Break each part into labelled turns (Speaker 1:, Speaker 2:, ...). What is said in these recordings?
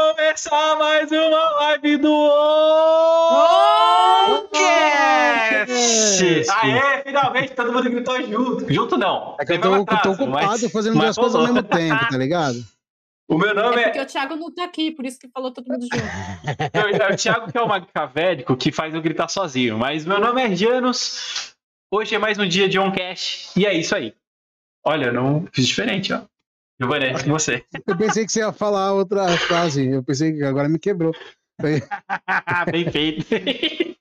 Speaker 1: Começa mais uma live do Oncast! Aê, finalmente todo mundo gritou junto. Junto não.
Speaker 2: É que eu
Speaker 1: Teve um
Speaker 2: tô, tô
Speaker 1: atraso,
Speaker 2: ocupado
Speaker 1: mas
Speaker 2: fazendo duas
Speaker 1: mas
Speaker 2: coisas ao
Speaker 1: rolou.
Speaker 2: mesmo tempo, tá ligado?
Speaker 1: O meu nome é,
Speaker 3: É porque o Thiago não tá aqui, por isso que falou todo mundo junto.
Speaker 1: é o Thiago, que é o macavédico, que faz eu gritar sozinho. Mas meu nome é Janus. Hoje é mais um dia de Oncast. E é isso aí. Olha, eu não fiz diferente, ó. Giovanni, é com você.
Speaker 2: Eu pensei que você ia falar outra frase, eu pensei que agora me quebrou. Ah,
Speaker 1: Bem feito.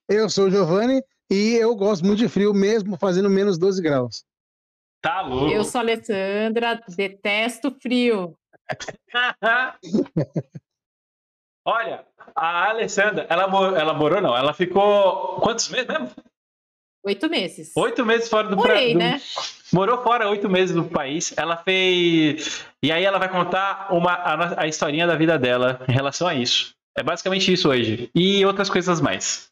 Speaker 2: Eu sou o Giovanni e eu gosto muito de frio, mesmo fazendo menos 12 graus.
Speaker 1: Tá louco.
Speaker 3: Eu sou a Alessandra, detesto frio.
Speaker 1: Olha, a Alessandra, ela, mo- ela morou não, ela ficou quantos meses mesmo?
Speaker 3: Oito meses.
Speaker 1: Oito meses fora do
Speaker 3: Morei,
Speaker 1: do-
Speaker 3: né?
Speaker 1: Morou fora oito meses do país. Ela fez. E aí ela vai contar uma, a, no- a historinha da vida dela em relação a isso. É basicamente isso hoje. E outras coisas mais.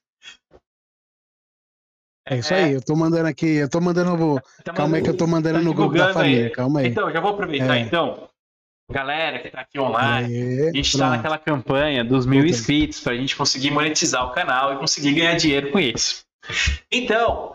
Speaker 2: É isso
Speaker 1: É.
Speaker 2: aí, eu tô mandando aqui, eu tô mandando. vou-
Speaker 1: Tá
Speaker 2: Calma aí que eu tô mandando
Speaker 1: tá
Speaker 2: no grupo da
Speaker 1: divulgando aí.
Speaker 2: família, calma aí.
Speaker 1: Então, já vou aproveitar
Speaker 2: É.
Speaker 1: então. Galera que tá aqui online,
Speaker 2: Aê,
Speaker 1: A gente tá está
Speaker 2: pronto.
Speaker 1: naquela campanha dos mil
Speaker 2: Puta.
Speaker 1: inscritos para a gente conseguir monetizar o canal e conseguir ganhar dinheiro com isso. Então,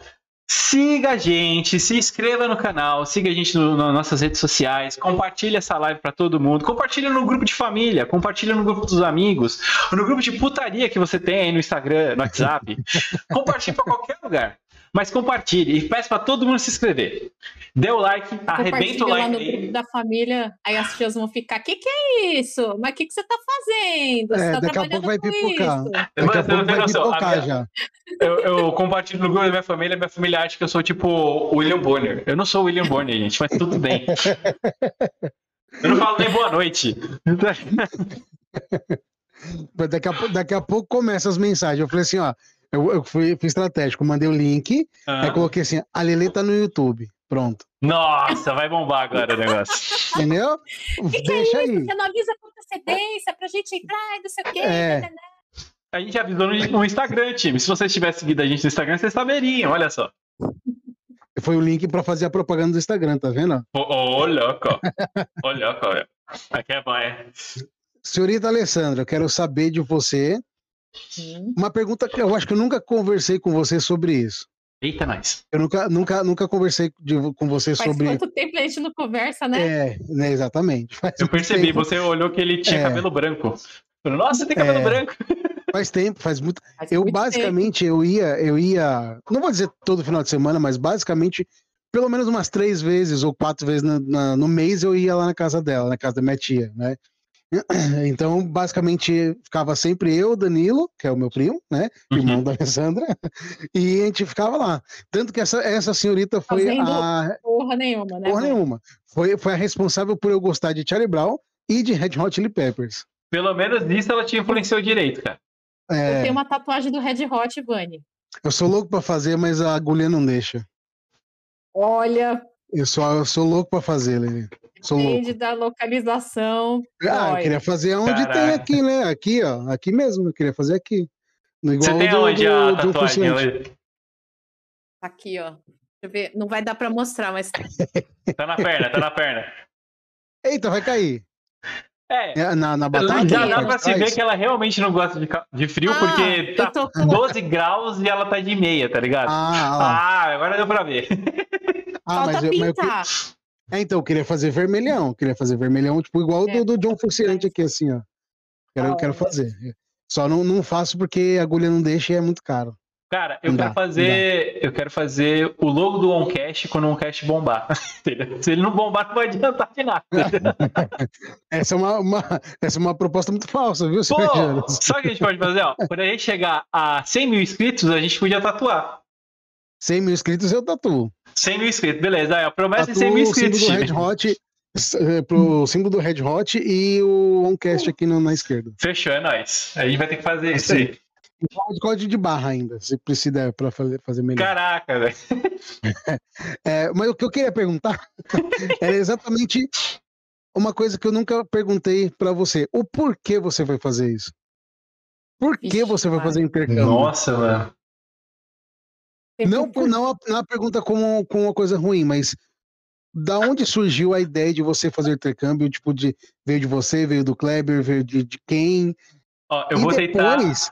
Speaker 1: siga a gente, se inscreva no canal, siga a gente no- nas nossas redes sociais, compartilha essa live para todo mundo, compartilha no grupo de família, compartilha no grupo dos amigos, no grupo de putaria que você tem aí no Instagram, no WhatsApp. compartilhe para qualquer lugar. Mas compartilhe e peço para todo mundo se inscrever. Dê o like, Tá, arrebenta
Speaker 3: Compartilha
Speaker 1: o
Speaker 3: lá
Speaker 1: like
Speaker 3: no
Speaker 1: aí.
Speaker 3: grupo da família. Aí as tias vão ficar: que que é isso? Mas o que, que você tá fazendo? Você
Speaker 2: É,
Speaker 3: tá
Speaker 2: daqui a pouco
Speaker 3: trabalhando
Speaker 2: vai
Speaker 3: com
Speaker 2: pipocar.
Speaker 3: isso?
Speaker 2: Daqui a
Speaker 1: Mano, você não
Speaker 2: pouco
Speaker 1: tem
Speaker 2: vai
Speaker 1: noção. A minha-
Speaker 2: pipocar já.
Speaker 1: Eu, eu compartilho no grupo da minha família, minha família acha que eu sou tipo o William Bonner. Eu não sou o William Bonner, gente, mas tudo bem. Eu não falo nem boa noite.
Speaker 2: Mas Daqui a, pou- daqui a pouco começa as mensagens. Eu falei assim, ó. Eu, eu fui, fui estratégico, mandei o link,
Speaker 1: Ah.
Speaker 2: aí coloquei assim, a Lele tá no YouTube. Pronto.
Speaker 1: Nossa, vai bombar agora o negócio.
Speaker 2: Entendeu?
Speaker 3: Que que é isso?
Speaker 2: Deixa aí.
Speaker 3: Você não avisa com antecedência pra gente entrar e não sei o quê.
Speaker 2: É.
Speaker 3: né, né, né.
Speaker 1: A gente avisou no, no Instagram, time. Se vocês tivessem seguido a gente no Instagram, vocês saberiam, olha só.
Speaker 2: Foi o link pra fazer a propaganda do Instagram, tá vendo?
Speaker 1: Ô, ô, ô, louco. Ô, louco, velho. Aqui é bom, é.
Speaker 2: Senhorita Alessandra, eu quero saber de você
Speaker 3: Hum,
Speaker 2: uma pergunta que eu acho que eu nunca conversei com você sobre isso.
Speaker 1: Eita, nós.
Speaker 2: Eu nunca, nunca, nunca conversei de- com você
Speaker 3: Faz
Speaker 2: É sobre.
Speaker 3: quanto tempo a gente não conversa, né?
Speaker 2: É, né, exatamente. Faz
Speaker 1: Eu
Speaker 2: um
Speaker 1: percebi,
Speaker 2: tempo-
Speaker 1: você olhou que ele tinha
Speaker 2: É.
Speaker 1: cabelo branco. Falei, Nossa, você tem cabelo
Speaker 2: É.
Speaker 1: branco.
Speaker 2: Faz tempo, faz muito.
Speaker 3: Faz
Speaker 2: É, Eu
Speaker 3: muito tempo.
Speaker 2: basicamente eu ia, eu ia. Não vou dizer todo final de semana, mas basicamente pelo menos umas três vezes ou quatro vezes na- na- no mês eu ia lá na casa dela, na casa da minha tia, né? Então, basicamente, ficava sempre eu, Danilo, que é o meu primo, né?
Speaker 1: Uhum.
Speaker 2: Irmão da Alessandra, e a gente ficava lá. Tanto que essa, essa senhorita foi
Speaker 3: Fazendo
Speaker 2: a.
Speaker 3: Porra nenhuma, né?
Speaker 2: Porra
Speaker 3: mano?
Speaker 2: nenhuma. Foi, foi a responsável por eu gostar de Charlie Brown e de Red Hot Chili Peppers.
Speaker 1: Pelo menos nisso ela te influenciou direito, cara.
Speaker 3: Eu
Speaker 2: É,
Speaker 3: tenho uma tatuagem do Red Hot, Vani.
Speaker 2: eu sou louco pra fazer, mas a agulha não deixa.
Speaker 3: Olha,
Speaker 2: Eu sou, eu sou louco pra fazer, Lili. Sou louco.
Speaker 3: desde da localização.
Speaker 2: Ah, eu
Speaker 3: Olha.
Speaker 2: queria fazer onde tem
Speaker 1: Caraca.
Speaker 2: aqui, né? Aqui, ó. Aqui mesmo, eu queria fazer aqui. No
Speaker 1: Você
Speaker 2: igual
Speaker 1: tem
Speaker 2: do-
Speaker 1: aonde
Speaker 2: do- um
Speaker 1: a
Speaker 2: do
Speaker 1: tatuagem?
Speaker 2: oficiante.
Speaker 1: Ela-
Speaker 3: Tá Aqui, ó. Deixa eu ver. Não vai dar pra mostrar, mas
Speaker 1: Tá na perna, tá na perna.
Speaker 2: Eita, vai cair.
Speaker 1: É,
Speaker 2: É, na, na
Speaker 1: já
Speaker 2: batata.
Speaker 3: aqui,
Speaker 1: dá
Speaker 2: na
Speaker 3: ó,
Speaker 1: pra
Speaker 2: parte de
Speaker 1: se ver
Speaker 2: trás?
Speaker 1: que ela realmente não gosta de, ca- de frio,
Speaker 3: Ah,
Speaker 1: porque tá
Speaker 3: eu tô com
Speaker 1: 12 graus e ela tá de meia, tá ligado?
Speaker 2: Ah, ah, lá.
Speaker 1: Ah, agora deu pra ver.
Speaker 2: ah
Speaker 3: falta
Speaker 2: mas, eu, mas eu que-
Speaker 3: pintar.
Speaker 2: É, então, eu queria fazer vermelhão. Eu queria fazer vermelhão, tipo, igual o
Speaker 3: É,
Speaker 2: do, do John Fusciante aqui, assim, ó. Quero,
Speaker 3: Da
Speaker 2: quero
Speaker 3: hora.
Speaker 2: fazer. Só não, não faço porque a agulha não deixa e é muito caro.
Speaker 1: Cara, eu
Speaker 2: Não
Speaker 1: quero
Speaker 2: dá,
Speaker 1: fazer. Eu quero fazer o logo do Oncast quando o Oncast bombar. entendeu? Se ele não bombar, não vai adiantar de nada.
Speaker 2: Essa é uma, uma- essa é uma proposta muito falsa, viu,
Speaker 1: Pô,
Speaker 2: senhor Janos?
Speaker 1: sabe o que a gente pode fazer? Ó? Quando a gente chegar a 100 mil inscritos, a gente podia tatuar.
Speaker 2: 100 mil inscritos eu tatuo.
Speaker 1: 100 mil inscritos, beleza. Aí, ó, promessa de 100 mil
Speaker 2: Tatuo o símbolo
Speaker 1: inscritos,
Speaker 2: do
Speaker 1: time.
Speaker 2: Red Hot, s- eh, pro símbolo do Red Hot e o Oncast aqui no- na esquerda.
Speaker 1: Fechou, é nóis. A gente vai ter que fazer isso
Speaker 2: Assim.
Speaker 1: aí.
Speaker 2: E Código de barra ainda, se precisar para fazer, fazer melhor.
Speaker 1: Caraca, velho.
Speaker 2: É, mas o que eu queria perguntar era exatamente uma coisa que eu nunca perguntei pra você. O porquê você foi fazer isso? Por que
Speaker 3: Vixe,
Speaker 2: você foi
Speaker 3: Mário.
Speaker 2: fazer intercâmbio?
Speaker 1: Nossa, mano.
Speaker 3: Tem
Speaker 2: Não,
Speaker 3: por-
Speaker 2: não, a, não a pergunta como, como uma coisa ruim, mas da onde surgiu a ideia de você fazer intercâmbio? Tipo, de, veio de você, veio do Kleber, veio de, de quem?
Speaker 1: Ó, eu vou tentar.
Speaker 2: depois-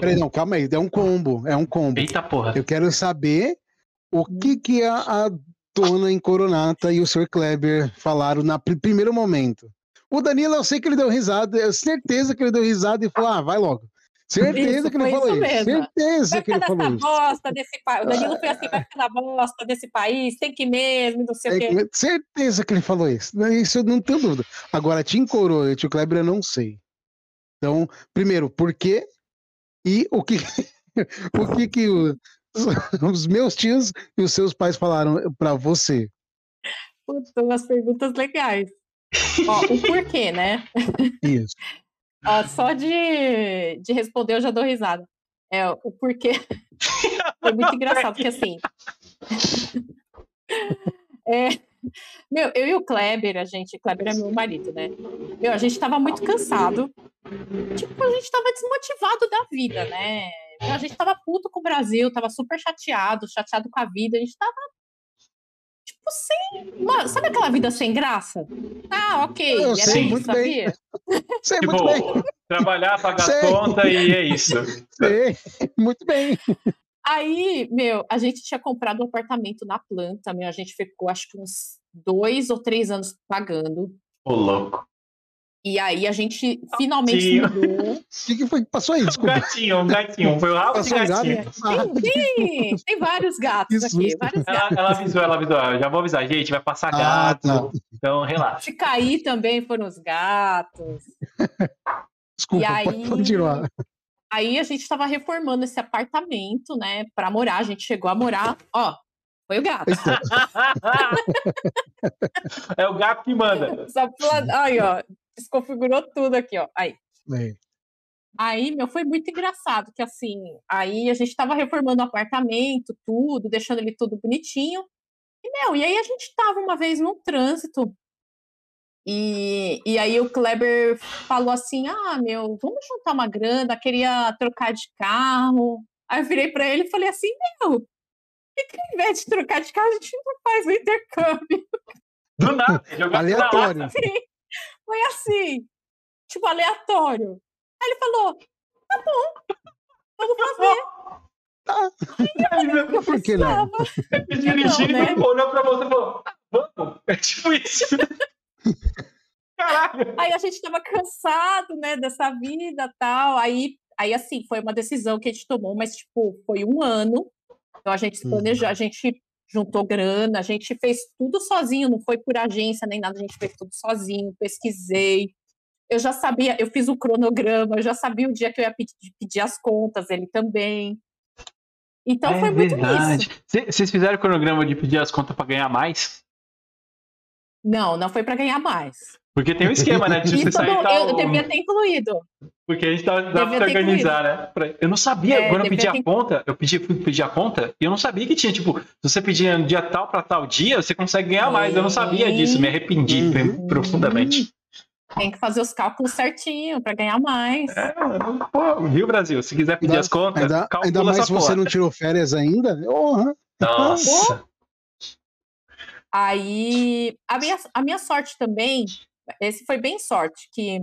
Speaker 2: Peraí, não, calma aí. É um combo. É um combo.
Speaker 1: Eita porra.
Speaker 2: Eu quero saber o que que a, a dona em Coronata e o Sr. Kleber falaram no primeiro momento. O Danilo, eu sei que ele deu risada, eu certeza que ele deu risada e falou: ah, vai logo. Certeza
Speaker 3: Isso,
Speaker 2: que ele
Speaker 3: foi
Speaker 2: falou
Speaker 3: isso
Speaker 2: isso.
Speaker 3: mesmo.
Speaker 2: Certeza
Speaker 3: Vai
Speaker 2: que ele
Speaker 3: ficar
Speaker 2: falou
Speaker 3: nessa
Speaker 2: isso.
Speaker 3: bosta desse país. O Danilo foi assim, vai ficar na bosta desse país, tem que ir mesmo, não sei o
Speaker 2: É,
Speaker 3: quê.
Speaker 2: mas certeza que ele falou isso. Não, Isso eu não tenho dúvida. Agora, Tim Coroa e Tio Kleber, eu não sei. Então, primeiro, por quê? E o que o que, que o- os meus tios e os seus pais falaram pra você?
Speaker 3: Puta, umas perguntas legais. Ó, o porquê, né?
Speaker 2: Isso.
Speaker 3: Ó, só de, de responder eu já dou risada. É, o porquê. Foi muito engraçado, porque assim. É, meu, eu e o Kleber, a gente, Kleber é meu marido, né? Meu, a gente tava muito cansado. Tipo, a gente tava desmotivado da vida, né? Então, a gente tava puto com o Brasil, tava super chateado, chateado com a vida. A gente tava, tipo, sem. Mano, sabe aquela vida sem graça? Ah, ok.
Speaker 2: Eu
Speaker 3: era
Speaker 1: sei
Speaker 3: isso,
Speaker 2: muito bem.
Speaker 3: sabia?
Speaker 2: Sei muito bem.
Speaker 1: Tipo, trabalhar, pagar
Speaker 2: Sei.
Speaker 1: conta e é isso.
Speaker 2: Sei, muito bem.
Speaker 3: Aí, meu, a gente tinha comprado um apartamento na planta, meu, a gente ficou acho que uns dois ou três anos pagando.
Speaker 1: Ô, louco.
Speaker 3: E aí a gente finalmente se
Speaker 1: Tadinho.
Speaker 3: mudou.
Speaker 2: O que, que foi que passou aí?
Speaker 1: Um
Speaker 2: Desculpa.
Speaker 1: gatinho, um gatinho. Foi o rabo de
Speaker 2: Passou um gato?
Speaker 1: gatinho.
Speaker 2: Ah,
Speaker 3: Tem, tem vários gatos
Speaker 2: Que
Speaker 3: aqui,
Speaker 2: susto.
Speaker 3: vários
Speaker 1: Ela,
Speaker 3: gatos.
Speaker 1: ela avisou, ela avisou. ó, Já vou avisar, gente, vai passar
Speaker 2: Ah,
Speaker 1: gato. Então, relaxa.
Speaker 3: Se cair também foram os gatos.
Speaker 2: desculpa,
Speaker 3: E aí-
Speaker 2: pode continuar.
Speaker 3: Aí a gente tava reformando esse apartamento, né, pra morar. A gente chegou a morar, ó, foi o gato.
Speaker 1: é o gato que manda.
Speaker 3: Só pula- Aí, ó, desconfigurou tudo aqui, ó. Aí.
Speaker 2: É.
Speaker 3: Aí, meu, foi muito engraçado, que assim, aí a gente tava reformando o apartamento, tudo, deixando ele tudo bonitinho. E, meu, e aí a gente tava uma vez num trânsito. E, e aí o Kleber falou assim: Ah, meu, vamos juntar uma grana, queria trocar de carro. Aí eu virei pra ele e falei assim: Meu, por que que ao invés de trocar de carro, a gente não faz o intercâmbio?
Speaker 1: Do nada, jogando
Speaker 2: Aleatório.
Speaker 3: assim, foi assim, tipo, aleatório. Aí ele falou, tá bom, vamos fazer.
Speaker 1: na
Speaker 3: Eu
Speaker 2: Por que não?
Speaker 3: precisava.
Speaker 1: Ele dirigindo
Speaker 3: Não, né?
Speaker 1: e olhou pra você e falou: "Ah, Vamos. É tipo isso. Caralho.
Speaker 3: Aí a gente tava cansado, né, dessa vida tal. Aí, aí, assim, foi uma decisão que a gente tomou, mas, tipo, foi um ano. Então a gente se
Speaker 2: Uhum.
Speaker 3: planejou, a gente juntou grana, a gente fez tudo sozinho, não foi por agência nem nada, a gente fez tudo sozinho, pesquisei. Eu já sabia, eu fiz o cronograma, eu já sabia o dia que eu ia pedir, pedir as contas, ele também.
Speaker 2: Ah,
Speaker 3: Então
Speaker 2: é
Speaker 3: foi muito isso.
Speaker 1: É Vocês fizeram o cronograma de pedir as contas pra ganhar mais?
Speaker 3: Não, não foi para ganhar mais.
Speaker 1: Porque tem um esquema, né? De
Speaker 3: Isso
Speaker 1: você
Speaker 3: eu,
Speaker 1: sair
Speaker 3: não-
Speaker 1: tal.
Speaker 3: eu, eu devia ter incluído.
Speaker 1: Porque a gente tá, dá, dá pra
Speaker 3: Devia
Speaker 1: se
Speaker 3: ter
Speaker 1: organizar, né? Pra- Eu não sabia,
Speaker 3: É,
Speaker 1: quando eu
Speaker 3: devia
Speaker 1: pedi
Speaker 3: ter-
Speaker 1: a conta, eu pedi, fui pedir a conta, e eu não sabia que tinha, tipo, se você pedir no dia tal pra tal dia, você consegue ganhar mais. Eu não sabia disso, me arrependi
Speaker 2: Uhum.
Speaker 1: profundamente.
Speaker 3: Tem que fazer os cálculos certinho para ganhar mais.
Speaker 1: É, pô, viu, Brasil? Se quiser pedir
Speaker 2: Ainda-
Speaker 1: as contas,
Speaker 2: Ainda,
Speaker 1: calcula
Speaker 2: ainda mais
Speaker 1: essa
Speaker 2: se você tá.
Speaker 1: porra.
Speaker 2: não tirou férias ainda. né? Porra.
Speaker 1: Nossa.
Speaker 3: Aí, a minha, a minha sorte também, esse foi bem sorte, que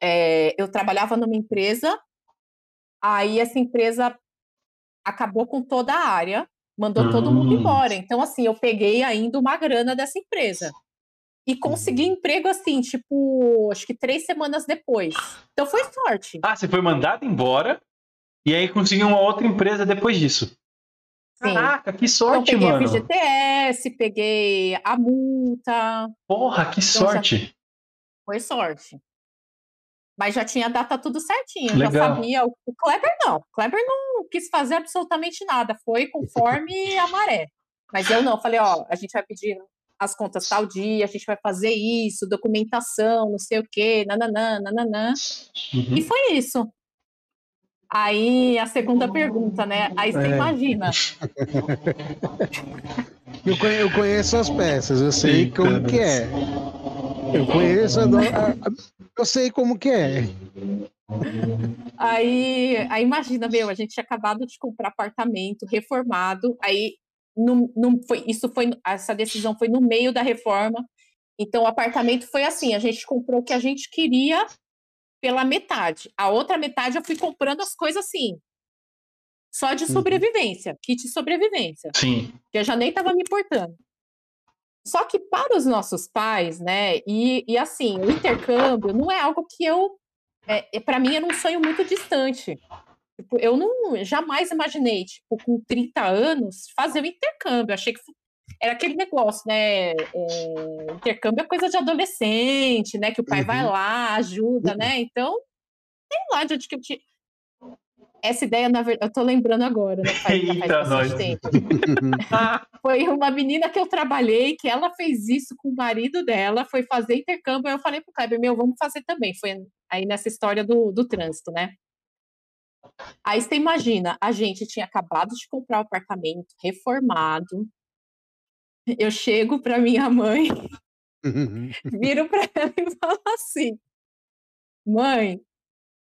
Speaker 3: eh, eu trabalhava numa empresa, aí essa empresa acabou com toda a área, mandou todo mundo
Speaker 1: Hum.
Speaker 3: embora. Então, assim, eu peguei ainda uma grana dessa empresa. E consegui
Speaker 1: Uhum.
Speaker 3: emprego, assim, tipo, acho que três semanas depois. Então, foi sorte.
Speaker 1: Ah, você foi mandado embora, e aí conseguiu uma outra empresa depois disso.
Speaker 3: Sim.
Speaker 1: Caraca, que
Speaker 3: Então,
Speaker 1: sorte,
Speaker 3: peguei
Speaker 1: mano.
Speaker 3: a FGTS, peguei a multa,
Speaker 1: Porra, que sorte.
Speaker 3: Foi sorte. Mas já tinha a data tudo certinho, já
Speaker 1: Legal.
Speaker 3: sabia. O o Kleber não. O Kleber não quis fazer absolutamente nada, foi conforme a maré. Mas eu não, falei, ó, a gente vai pedir as contas tal dia, a gente vai fazer isso, documentação, não sei o quê, nananã, nananã.
Speaker 1: Uhum.
Speaker 3: E foi isso. Aí a segunda pergunta, né? Aí você
Speaker 2: É.
Speaker 3: imagina.
Speaker 2: Eu, conhe- eu conheço as peças, eu sei
Speaker 1: Eita,
Speaker 2: como que é. Eu conheço a, do- a- a- Eu sei como que é.
Speaker 3: Aí, aí imagina, meu, a gente tinha acabado de comprar apartamento, reformado, aí não, não foi, isso foi, no- essa decisão foi no meio da reforma. Então o apartamento foi assim, a gente comprou o que a gente queria pela metade. A outra metade eu fui comprando as coisas assim, só de sobrevivência, kit sobrevivência,
Speaker 1: Sim.
Speaker 3: que eu já nem estava me importando. Só que para os nossos pais, né, e, e assim, o intercâmbio não é algo que eu, é, para mim era um sonho muito distante. Tipo, eu não, jamais imaginei, tipo, com 30 anos, fazer o intercâmbio. Eu Achei que era aquele negócio, né, é, intercâmbio é coisa de adolescente, né, que o pai vai
Speaker 2: Uhum.
Speaker 3: lá, ajuda,
Speaker 2: Uhum.
Speaker 3: né, então, sei lá de onde que eu tinha... Essa ideia, na verdade, eu tô lembrando agora, né, faz,
Speaker 2: Então,
Speaker 3: faz
Speaker 1: Eita,
Speaker 3: bastante
Speaker 1: nós.
Speaker 3: tempo
Speaker 1: Ah,
Speaker 3: foi uma menina que eu trabalhei, que ela fez isso com o marido dela, foi fazer intercâmbio. Aí eu falei pro Kleber, meu, vamos fazer também. Foi aí nessa história do, do trânsito, né? Aí você imagina, a gente tinha acabado de comprar o apartamento reformado. Eu chego pra minha mãe,
Speaker 1: Uhum.
Speaker 3: viro pra ela e falo assim: Mãe,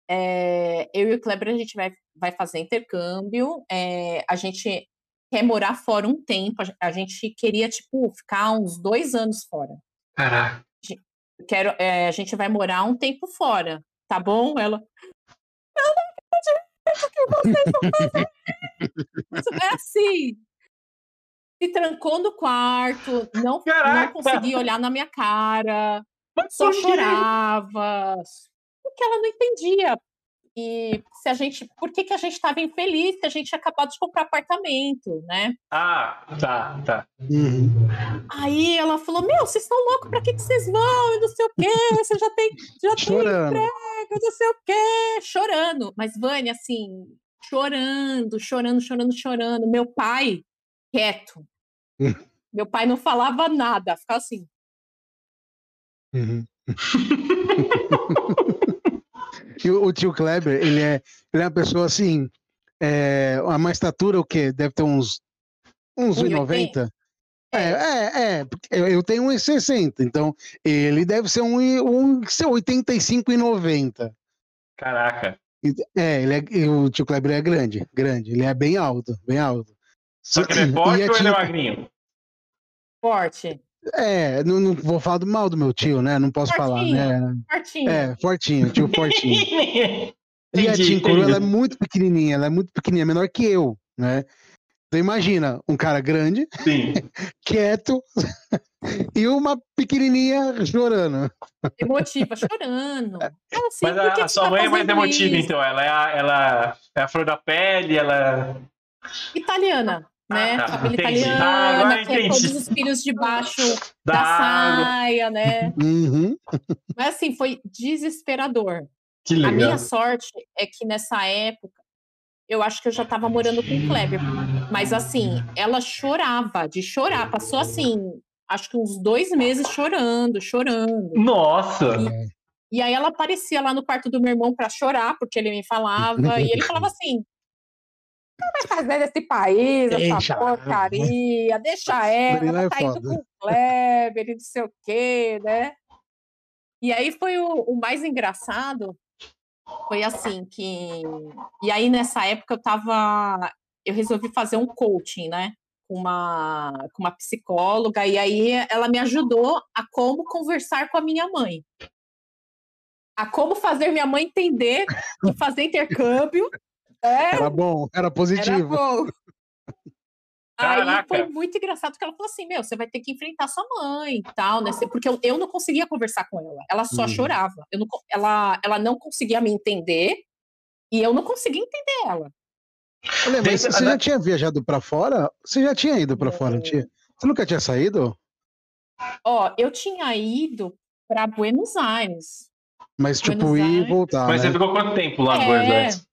Speaker 3: eh, eu e o Kleber a gente vai, vai fazer intercâmbio, eh, a gente quer morar fora um tempo, a gen- a gente queria, tipo, ficar uns dois anos fora.
Speaker 1: caraca.
Speaker 3: Eu Quero, eh, a gente vai morar um tempo fora, tá bom? Ela. Eu não acredito que vocês vão fazer isso. É assim. Se trancou no quarto, não, não
Speaker 1: Caraca!
Speaker 3: conseguia olhar na minha cara
Speaker 1: Mas
Speaker 3: só
Speaker 1: por quê?
Speaker 3: chorava, porque ela não entendia. E se a gente, por que, que a gente estava infeliz se a gente tinha acabado de comprar apartamento, né?
Speaker 1: Ah, tá, tá.
Speaker 2: Uhum.
Speaker 3: Aí ela falou: Meu, vocês estão loucos, pra que, que vocês vão? E não sei o quê, você já tem, já tem
Speaker 2: Chorando.
Speaker 3: eu não sei o quê, chorando. Mas, Vânia, assim, chorando, chorando, chorando, chorando. Meu pai, quieto.
Speaker 2: Hum.
Speaker 3: Meu pai não falava nada, ficava assim.
Speaker 2: Uhum. e o, o tio Kleber, ele é, ele é uma pessoa assim, é, a mais estatura o quê? Deve ter uns, uns
Speaker 3: 1,80?
Speaker 2: 1,90? É, é, é, porque eu eu tenho 1,60, então ele deve ser um, e- um 85 e 90.
Speaker 1: Caraca.
Speaker 2: É, ele é- e o tio Kleber é grande, grande, ele é bem alto, bem alto.
Speaker 1: Só que ele é
Speaker 2: E
Speaker 1: forte
Speaker 2: é
Speaker 1: ou ele é
Speaker 2: tipo-
Speaker 1: magrinho?
Speaker 3: Forte,
Speaker 2: É, não, não vou falar do mal do meu tio, né? Não posso falar, né?
Speaker 3: fortinho.
Speaker 2: É, fortinho, tio fortinho. E a
Speaker 1: Entendi,
Speaker 2: Tim Coroa, ela é
Speaker 1: entendi.
Speaker 2: muito pequenininha, ela é muito pequenininha, menor que eu, né? Então imagina, um cara grande,
Speaker 1: Sim.
Speaker 2: quieto, e uma pequenininha chorando.
Speaker 3: emotiva, chorando. Fala assim,
Speaker 1: Mas
Speaker 3: por que
Speaker 1: a, a
Speaker 3: que
Speaker 1: sua
Speaker 3: tá
Speaker 1: mãe é mais
Speaker 3: fazendo
Speaker 1: emotiva,
Speaker 3: isso?
Speaker 1: então. Ela é a, ela é a flor da pele, ela.
Speaker 3: Italiana, né?
Speaker 1: então. Ah, tá.
Speaker 3: Família
Speaker 1: Entendi. Ah,
Speaker 3: italiana,
Speaker 1: agora
Speaker 3: que é
Speaker 1: entendi.
Speaker 3: todos os filhos debaixo da
Speaker 1: Dá.
Speaker 3: saia, né?
Speaker 2: Uhum.
Speaker 3: Mas assim, foi desesperador.
Speaker 1: Que
Speaker 3: A minha
Speaker 1: legal.
Speaker 3: sorte é que nessa época, eu acho que eu já tava morando com o Kleber. Mas assim, ela chorava de chorar. Passou assim, acho que uns dois meses chorando, chorando.
Speaker 1: Nossa!
Speaker 3: E aí ela aparecia lá no quarto do meu irmão para chorar, porque ele me falava, e ele falava assim: não vai fazer desse país,
Speaker 2: Deixa
Speaker 3: essa
Speaker 2: lá."
Speaker 3: porcaria, deixa ela,
Speaker 2: Lá
Speaker 3: ela
Speaker 2: é
Speaker 3: tá indo
Speaker 2: foda.
Speaker 3: com o Kleber, e não sei o quê, né? E aí foi o, o mais engraçado, foi assim que. E aí nessa época eu tava. Eu resolvi fazer um coaching, né? Com uma, com uma psicóloga, e aí ela me ajudou a como conversar com a minha mãe a como fazer minha mãe entender que fazer intercâmbio né,
Speaker 2: Era bom, era
Speaker 3: era
Speaker 2: positivo.
Speaker 3: bom. Aí
Speaker 1: Caraca.
Speaker 3: foi muito engraçado que ela falou assim: Meu, você vai ter que enfrentar sua mãe e tal, né? Você- Porque eu, eu não conseguia conversar com ela, ela só
Speaker 2: Uhum.
Speaker 3: chorava. Eu não co- ela, ela não conseguia me entender e eu não conseguia entender ela.
Speaker 2: Olha, mas
Speaker 1: Deixa-
Speaker 2: você já tinha viajado pra fora? Você já tinha ido pra fora, não tinha? Você nunca tinha saído?
Speaker 3: Ó, eu tinha ido para Buenos Aires.
Speaker 2: Mas tipo,
Speaker 3: Buenos
Speaker 2: ir e
Speaker 3: Aires.
Speaker 2: voltar,
Speaker 1: Mas você
Speaker 2: né?
Speaker 1: ficou quanto tempo lá no
Speaker 3: É.
Speaker 1: Buenos Aires?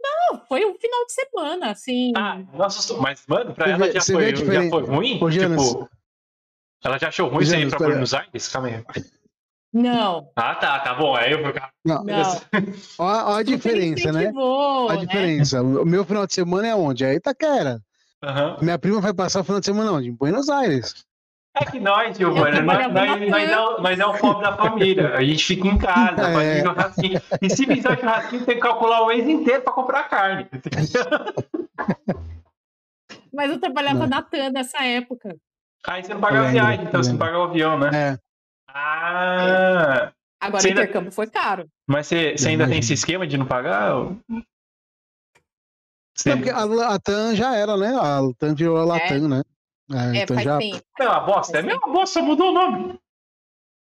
Speaker 3: Não, foi um final de semana, assim.
Speaker 1: Ah, nossa, mas, mano, pra
Speaker 2: Você
Speaker 1: ela
Speaker 2: vê-
Speaker 1: já
Speaker 2: você vê
Speaker 1: foi, um-
Speaker 2: a
Speaker 1: já
Speaker 2: diferença.
Speaker 1: foi ruim?
Speaker 2: Ô, Jonas.
Speaker 1: tipo, ela já achou ruim
Speaker 2: Ô,
Speaker 1: você ir
Speaker 2: Jonas,
Speaker 1: pra
Speaker 2: pera.
Speaker 1: Buenos Aires? Calma aí.
Speaker 3: Não,
Speaker 1: Ah, tá, tá bom. Aí eu vou ficar.
Speaker 2: Não,
Speaker 3: não.
Speaker 2: ó, ó a
Speaker 3: super
Speaker 2: diferença, né?
Speaker 3: incentivou,
Speaker 2: A
Speaker 3: né?
Speaker 2: diferença. O meu final de semana é onde? É Itaquera.
Speaker 1: Aham.
Speaker 2: Minha prima vai passar o final de semana onde? Em Buenos Aires.
Speaker 1: É que nós, Giovana,
Speaker 3: Eu
Speaker 1: nós,
Speaker 3: trabalhava
Speaker 1: nós,
Speaker 3: na
Speaker 1: nós, não, nós não fomos da família. A gente fica em casa,
Speaker 2: É.
Speaker 1: faz um churrasquinho. E se fizer churrasquinho, tem que calcular o mês inteiro pra comprar carne.
Speaker 3: Mas eu trabalhava
Speaker 2: Não.
Speaker 3: na TAM nessa época.
Speaker 1: Aí você não paga a
Speaker 2: Lembro, É.
Speaker 1: viagem, então você não
Speaker 2: lembro.
Speaker 1: paga o avião, né?
Speaker 2: É.
Speaker 1: Ah!
Speaker 3: Agora
Speaker 1: Você
Speaker 3: o
Speaker 1: ainda-
Speaker 3: intercâmbio foi caro.
Speaker 1: Mas você, você
Speaker 2: Eu
Speaker 1: ainda tem
Speaker 2: imagino.
Speaker 1: esse esquema de não pagar? ou- Você-
Speaker 2: Não, É porque a Latam já era, né? A Latam virou a Latam, né? É,
Speaker 3: É,
Speaker 2: então
Speaker 3: faz
Speaker 2: já.
Speaker 3: tempo.
Speaker 1: É uma bosta, é mesmo uma bosta, mudou o nome.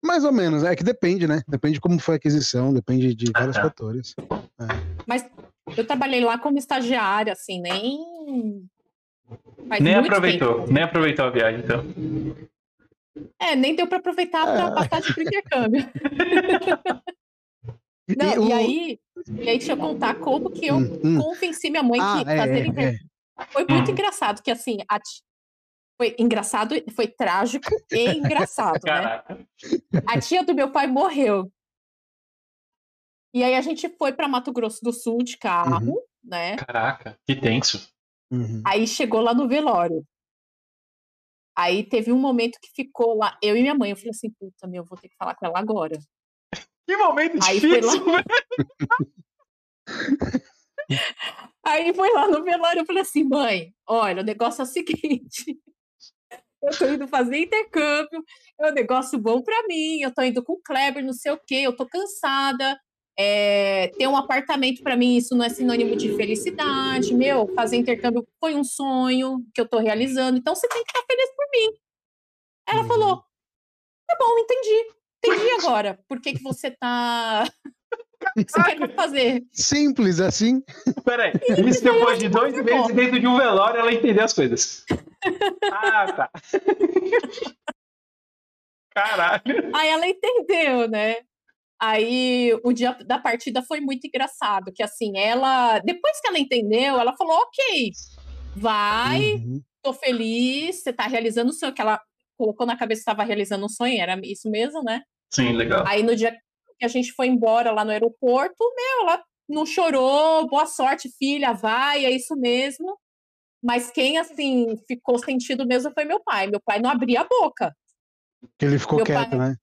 Speaker 2: Mais ou menos. É que depende, né? Depende de como foi a aquisição, depende de vários
Speaker 1: tá.
Speaker 2: fatores.
Speaker 3: Mas eu trabalhei lá como estagiária, assim, nem. faz
Speaker 1: nem
Speaker 3: muito
Speaker 1: aproveitou,
Speaker 3: tempo. Né?
Speaker 1: nem aproveitou a viagem, então.
Speaker 3: É, nem deu para aproveitar para
Speaker 2: É.
Speaker 3: passagem para intercâmbio. Não, e,
Speaker 2: o-
Speaker 3: aí, e aí, deixa eu contar como que eu
Speaker 2: Hum, hum.
Speaker 3: convenci minha mãe
Speaker 2: Ah,
Speaker 3: que
Speaker 2: é,
Speaker 3: fazer
Speaker 2: é,
Speaker 3: intercâmbio.
Speaker 2: é.
Speaker 3: Foi muito engraçado, que assim, a ti- foi engraçado, foi trágico e engraçado, né?
Speaker 1: Caraca.
Speaker 3: A tia do meu pai morreu. E aí a gente foi para Mato Grosso do Sul de carro, né?
Speaker 1: Caraca, que tenso.
Speaker 2: Uhum.
Speaker 3: Aí chegou lá no velório. Aí teve um momento que ficou lá, eu e minha mãe. Eu falei assim, puta, meu, vou ter que falar com ela agora.
Speaker 1: Que momento
Speaker 3: Aí foi
Speaker 1: difícil, velho.
Speaker 3: Aí foi lá no velório, eu falei assim, mãe, olha, o negócio é o seguinte. Eu tô indo fazer intercâmbio, é um negócio bom pra mim, eu tô indo com o Kleber, não sei o quê, eu tô cansada. É, ter um apartamento pra mim, isso não é sinônimo de felicidade. Meu, fazer intercâmbio foi um sonho que eu tô realizando, então você tem que estar feliz por mim. Ela
Speaker 2: Uhum.
Speaker 3: falou: tá bom, entendi. Entendi agora. Por que, que você tá. O que você quer fazer?
Speaker 2: Simples assim.
Speaker 1: Peraí, isso depois de dois
Speaker 3: ficou
Speaker 1: meses
Speaker 3: bom.
Speaker 1: dentro de um velório, ela entendeu as coisas. Ah, tá. Caralho.
Speaker 3: Aí ela entendeu, né? Aí o dia da partida foi muito engraçado, que assim, ela, depois que ela entendeu, ela falou: "OK, vai,
Speaker 2: Uhum.
Speaker 3: tô feliz, você tá realizando o sonho que ela colocou na cabeça que estava realizando um sonho, era isso mesmo, né?
Speaker 1: Sim, legal.
Speaker 3: Aí no dia que a gente foi embora lá no aeroporto, meu, ela não chorou, boa sorte, filha, vai, é isso mesmo. Mas quem assim ficou sentido mesmo foi meu pai. Meu pai não abria a boca.
Speaker 2: Que ele ficou
Speaker 3: Meu
Speaker 2: quieto,
Speaker 3: pai-
Speaker 2: né?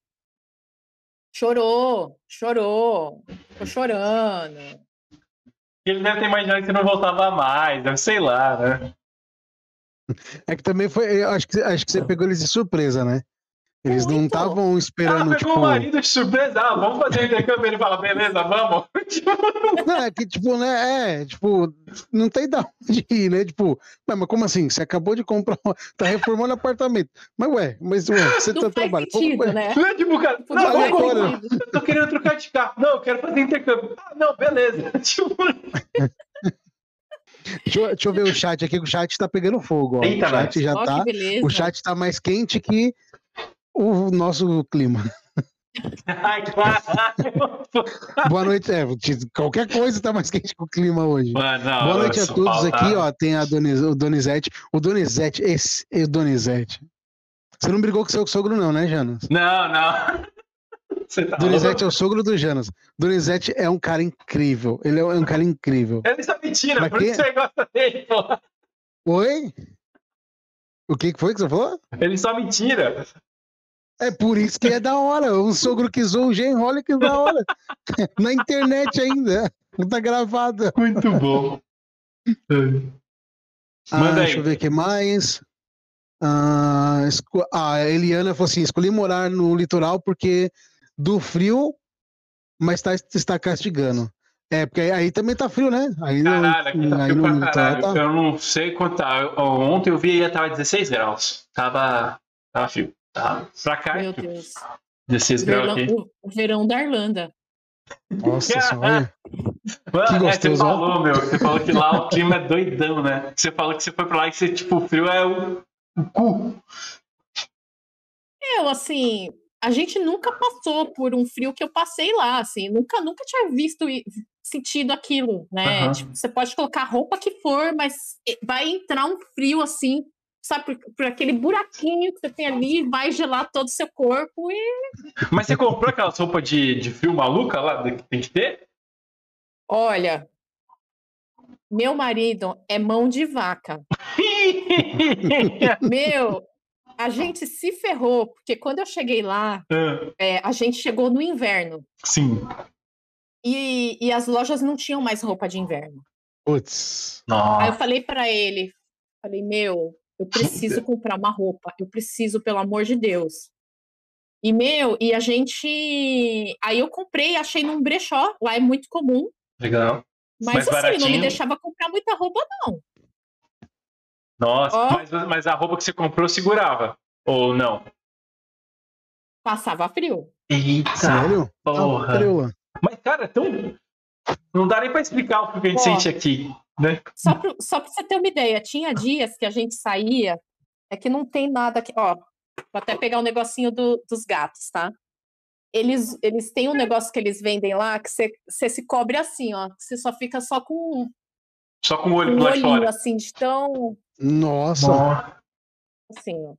Speaker 3: Chorou, chorou,
Speaker 2: Hum.
Speaker 3: ficou chorando.
Speaker 1: Ele deve ter imaginado que não voltava mais, né? sei lá, né?
Speaker 2: É que também foi. eu acho, que, acho que você pegou eles de surpresa, né? Eles não
Speaker 3: Muito. Ah,
Speaker 2: estavam
Speaker 1: Ela
Speaker 2: esperando,
Speaker 1: Ah, pegou
Speaker 2: tipo.
Speaker 1: o marido de surpresa, ah, vamos fazer o intercâmbio. Ele fala, beleza, vamos. Tipo,
Speaker 2: Não, é que, tipo, né? É, tipo, não tem da onde ir, né? Tipo, não, mas como assim? Você acabou de comprar, uma- tá reformando apartamento. Mas ué, mas ué, você
Speaker 3: Não
Speaker 2: tá
Speaker 3: faz
Speaker 2: trabalhando.
Speaker 3: sentido, né?
Speaker 1: Não é tipo, cara,
Speaker 3: Tipo,
Speaker 1: não,
Speaker 3: não
Speaker 2: vai
Speaker 1: vamos
Speaker 3: faz
Speaker 2: agora. né,
Speaker 1: comprar.
Speaker 3: sentido.
Speaker 1: Eu tô querendo trocar de carro. Não, eu quero fazer intercâmbio. Ah, não, beleza. Tipo,
Speaker 3: né?
Speaker 2: Deixa, eu- deixa eu ver o chat aqui, que o chat tá pegando fogo. Ó.
Speaker 1: Eita,
Speaker 2: o chat já
Speaker 3: Ó,
Speaker 2: tá.
Speaker 3: que beleza.
Speaker 2: O chat tá mais quente que o nosso clima.
Speaker 1: ai, caralho.
Speaker 2: Boa noite, é, te- qualquer coisa tá mais quente que o clima hoje.
Speaker 1: Mano, não,
Speaker 2: Boa noite a
Speaker 1: São
Speaker 2: todos
Speaker 1: Paulo tá-
Speaker 2: aqui, ó. Tem a Doniz, o Donizete. O Donizete, esse é o Donizete. Você não brigou com seu sogro, não, né, Janas?
Speaker 1: Não, não. Você tá louco?
Speaker 2: Donizete é o sogro do Janas. Donizete é um cara incrível. Ele é um cara incrível.
Speaker 1: Ele só mentira,
Speaker 2: Pra
Speaker 1: por isso
Speaker 2: quê?
Speaker 1: você gosta dele, pô.
Speaker 2: Oi? O que que foi que você falou?
Speaker 1: Ele só mentira.
Speaker 2: É por isso que é da hora. Um sogro que zoou o genro, olha que da hora. Na internet ainda. Não tá gravado.
Speaker 1: Muito bom. É.
Speaker 2: Ah,
Speaker 1: Manda aí.
Speaker 2: Deixa eu ver o que mais. Ah, esco- a Eliana falou assim: escolhi morar no litoral porque do frio, mas tá, está castigando. É, porque aí, aí também tá frio, né? Aí, no-
Speaker 1: Caralho, aqui tá
Speaker 2: aí
Speaker 1: frio
Speaker 2: no
Speaker 1: pra
Speaker 2: litoral
Speaker 1: caralho.
Speaker 2: tá-
Speaker 1: Eu não sei quanto tá. Eu- Ontem eu vi e tava 16 graus. Tava. Tava frio. Tava pra cá,
Speaker 3: Meu Deus.
Speaker 1: 16 graus
Speaker 3: Verão,
Speaker 1: aqui.
Speaker 3: o- o verão da Irlanda.
Speaker 2: Nossa senhora.
Speaker 1: Mano,
Speaker 2: Que
Speaker 1: é,
Speaker 2: gostoso,
Speaker 1: você
Speaker 2: ó.
Speaker 1: falou, meu. Você falou que lá o clima é doidão, né? Você falou que você foi pra lá e que você, tipo, o frio é o, o cu.
Speaker 3: Eu, assim, a gente nunca passou por um frio que eu passei lá, assim, nunca, nunca tinha visto e sentido aquilo, né?
Speaker 1: Aham.
Speaker 3: Tipo, você pode colocar a roupa que for, mas e- vai entrar um frio assim, sabe, por, por aquele buraquinho que você tem ali, vai gelar todo o seu corpo e
Speaker 1: Mas você comprou aquelas roupas de, de frio maluca lá que tem que ter?
Speaker 3: Olha, meu marido é mão de vaca. Meu, a gente se ferrou, porque quando eu cheguei lá,
Speaker 1: Ah,
Speaker 3: é, a gente chegou no inverno.
Speaker 1: Sim.
Speaker 3: E, e as lojas não tinham mais roupa de inverno.
Speaker 2: Putz.
Speaker 3: Aí eu
Speaker 1: Nossa.
Speaker 3: falei pra ele, falei, meu, eu preciso comprar uma roupa, eu preciso, pelo amor de Deus. E, meu, e a gente. Aí eu comprei, achei num brechó, lá é muito comum.
Speaker 1: Legal.
Speaker 3: Mas
Speaker 1: Mais
Speaker 3: assim, não me
Speaker 1: baratinho.
Speaker 3: deixava comprar muita roupa, não.
Speaker 1: Nossa,
Speaker 3: Ó.
Speaker 1: mas, mas a roupa que você comprou segurava. Ou não?
Speaker 3: Passava frio.
Speaker 1: Eita,
Speaker 2: Sério?
Speaker 1: Tá. porra.
Speaker 2: Trela.
Speaker 1: Mas, cara, é tão. Não dá nem pra explicar o que a gente
Speaker 3: Ó.
Speaker 1: sente aqui, né?
Speaker 3: Só pra, só pra você ter uma ideia, tinha dias que a gente saía, é que não tem nada aqui. Ó, vou até pegar o negocinho do- dos gatos, tá? Eles, eles têm um negócio que eles vendem lá que você você se cobre assim, ó. que Você só fica só com
Speaker 1: Só com o olho
Speaker 3: um
Speaker 1: pro lado de
Speaker 3: olhinho,
Speaker 1: fora.
Speaker 3: assim, de tão.
Speaker 2: Nossa.
Speaker 1: Nossa.
Speaker 3: Assim, ó.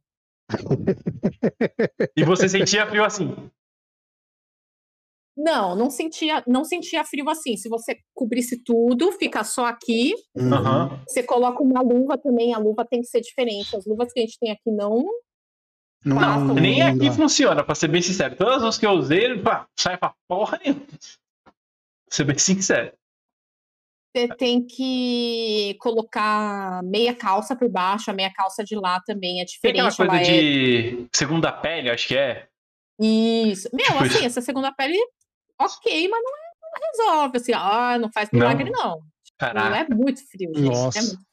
Speaker 1: E você sentia frio assim.
Speaker 3: Não, não sentia, não sentia frio assim. Se você cobrisse tudo, fica só aqui.
Speaker 2: Uhum.
Speaker 1: Aham.
Speaker 3: Você coloca uma luva também, a luva tem que ser diferente. As luvas que a gente tem aqui não.
Speaker 2: Não,
Speaker 3: Não,
Speaker 2: não,
Speaker 1: Nem
Speaker 2: não
Speaker 1: aqui
Speaker 2: dá.
Speaker 1: funciona, pra ser bem sincero. Todas as que eu usei, pá, sai pra porra nenhuma. Pra ser bem sincero.
Speaker 3: Você tem que colocar meia calça por baixo, a meia calça de lá também é
Speaker 1: Tem aquela
Speaker 3: diferente.
Speaker 1: coisa
Speaker 3: ela é...
Speaker 1: de segunda pele, acho que é.
Speaker 3: Isso. Meu,
Speaker 1: Tipo
Speaker 3: assim,
Speaker 1: isso.
Speaker 3: essa segunda pele, ok, mas não, é- não resolve. Assim, ah, não faz milagre, não. Não
Speaker 1: Caraca.
Speaker 3: é muito frio, gente.
Speaker 2: Nossa.
Speaker 1: né?
Speaker 3: É muito-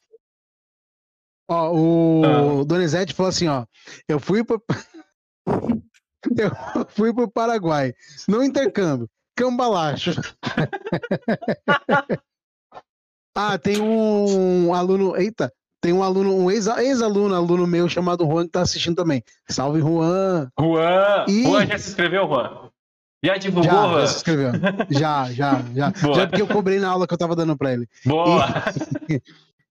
Speaker 2: Ó, o
Speaker 1: Ah.
Speaker 2: Donizete falou assim, ó. Eu fui pro... eu fui pro Paraguai. Não intercâmbio. Cambalacho. ah, tem um aluno... Eita. Tem um aluno, um ex- ex-aluno, aluno meu chamado Juan que tá assistindo também. Salve, Juan.
Speaker 1: Juan!
Speaker 2: Ih.
Speaker 1: Juan já se inscreveu, Juan? Já divulgou,
Speaker 2: Já,
Speaker 1: Juan?
Speaker 2: já se inscreveu. Já, já, já.
Speaker 1: Boa.
Speaker 2: Já é porque eu cobrei na aula que eu tava dando pra ele.
Speaker 1: Boa!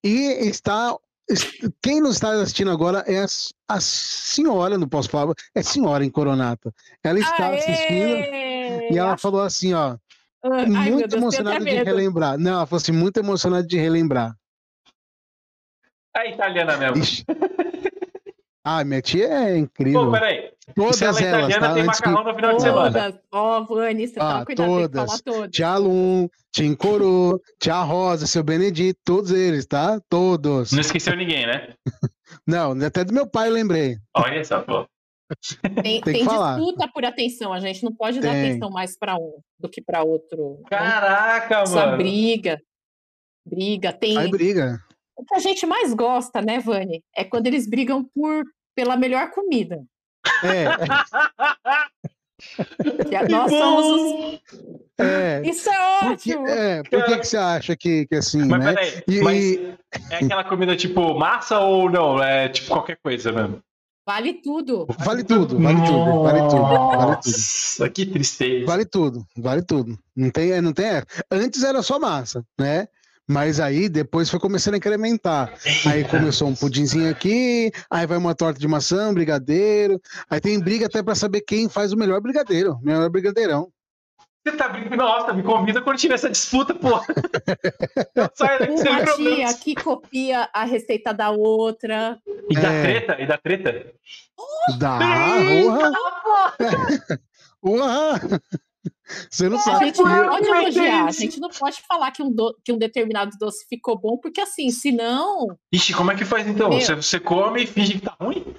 Speaker 2: E está. est- Quem nos está assistindo agora é a, s- a senhora, não posso falar, é senhora em Coronata. Ela está assistindo
Speaker 3: Aê! Ah,
Speaker 2: e ela falou assim, ó,
Speaker 3: Ai, meu Deus, tenho
Speaker 2: muito
Speaker 3: até
Speaker 2: emocionada de
Speaker 3: medo.
Speaker 2: relembrar. Não, ela falou assim, muito emocionada de relembrar.
Speaker 1: É italiana mesmo.
Speaker 2: Ixi. Ah, minha tia é
Speaker 1: Pô,
Speaker 2: incrível.
Speaker 1: peraí.
Speaker 2: Todas
Speaker 1: Se ela é
Speaker 2: elas,
Speaker 1: italiana,
Speaker 2: tá?
Speaker 1: tem
Speaker 2: Antes que
Speaker 1: macarrão no final de semana.
Speaker 3: Todas. Ó, Vani, você
Speaker 2: Ah,
Speaker 3: tava cuidado, tem que falar
Speaker 2: todas.
Speaker 3: todas.
Speaker 2: Tia Lum, Tia Encorô, Tia Rosa, Seu Benedito, todos eles, tá? Todos.
Speaker 1: Não esqueceu ninguém, né?
Speaker 2: Não, até do meu pai eu lembrei.
Speaker 1: Olha só, pô.
Speaker 3: Tem,
Speaker 2: que
Speaker 3: tem
Speaker 2: falar.
Speaker 3: disputa por atenção, a gente não pode dar
Speaker 2: Tem.
Speaker 3: atenção mais para um do que para outro. né?
Speaker 1: Caraca,
Speaker 3: Essa
Speaker 1: mano.
Speaker 3: briga. Briga. Tem.
Speaker 2: Aí briga.
Speaker 3: O que a gente mais gosta, né, Vani? É quando eles brigam por pela melhor comida.
Speaker 2: É,
Speaker 3: Que é a-
Speaker 1: Que
Speaker 3: nós somos
Speaker 1: bom!
Speaker 2: é.
Speaker 3: os- Isso é
Speaker 2: Por que,
Speaker 3: ótimo!
Speaker 2: é, por que, que você acha que, que assim,
Speaker 1: Mas
Speaker 2: né?
Speaker 1: peraí,
Speaker 2: E-
Speaker 1: mas é aquela comida tipo massa ou não? É tipo qualquer coisa mesmo.
Speaker 3: Vale tudo.
Speaker 2: Vale tudo, vale tudo, vale tudo, vale tudo.
Speaker 1: Nossa, que tristeza.
Speaker 2: Vale tudo, vale tudo. Não tem, é, não tem erro. Antes era só massa, né? Mas aí depois foi começando a incrementar. Aí começou um pudinzinho aqui, aí vai uma torta de maçã, um brigadeiro. Aí tem briga até pra saber quem faz o melhor brigadeiro, o melhor brigadeirão.
Speaker 1: Você tá brincando? Nossa, me convida quando tiver essa disputa, pô. Eu saio daqui sem
Speaker 3: Uma
Speaker 1: problema.
Speaker 3: tia que copia a receita da outra.
Speaker 1: E da
Speaker 2: É.
Speaker 1: treta? E da treta?
Speaker 2: Dá, porra! Porra! Você não é
Speaker 3: A
Speaker 2: sabe.
Speaker 3: gente não
Speaker 1: eu
Speaker 3: pode
Speaker 1: não
Speaker 3: elogiar, a
Speaker 1: entendi.
Speaker 3: gente não pode falar que um, do- que um determinado doce ficou bom, porque assim, senão
Speaker 1: Ixi, como é que faz então?
Speaker 3: Meu.
Speaker 1: Você, você come e finge que tá ruim?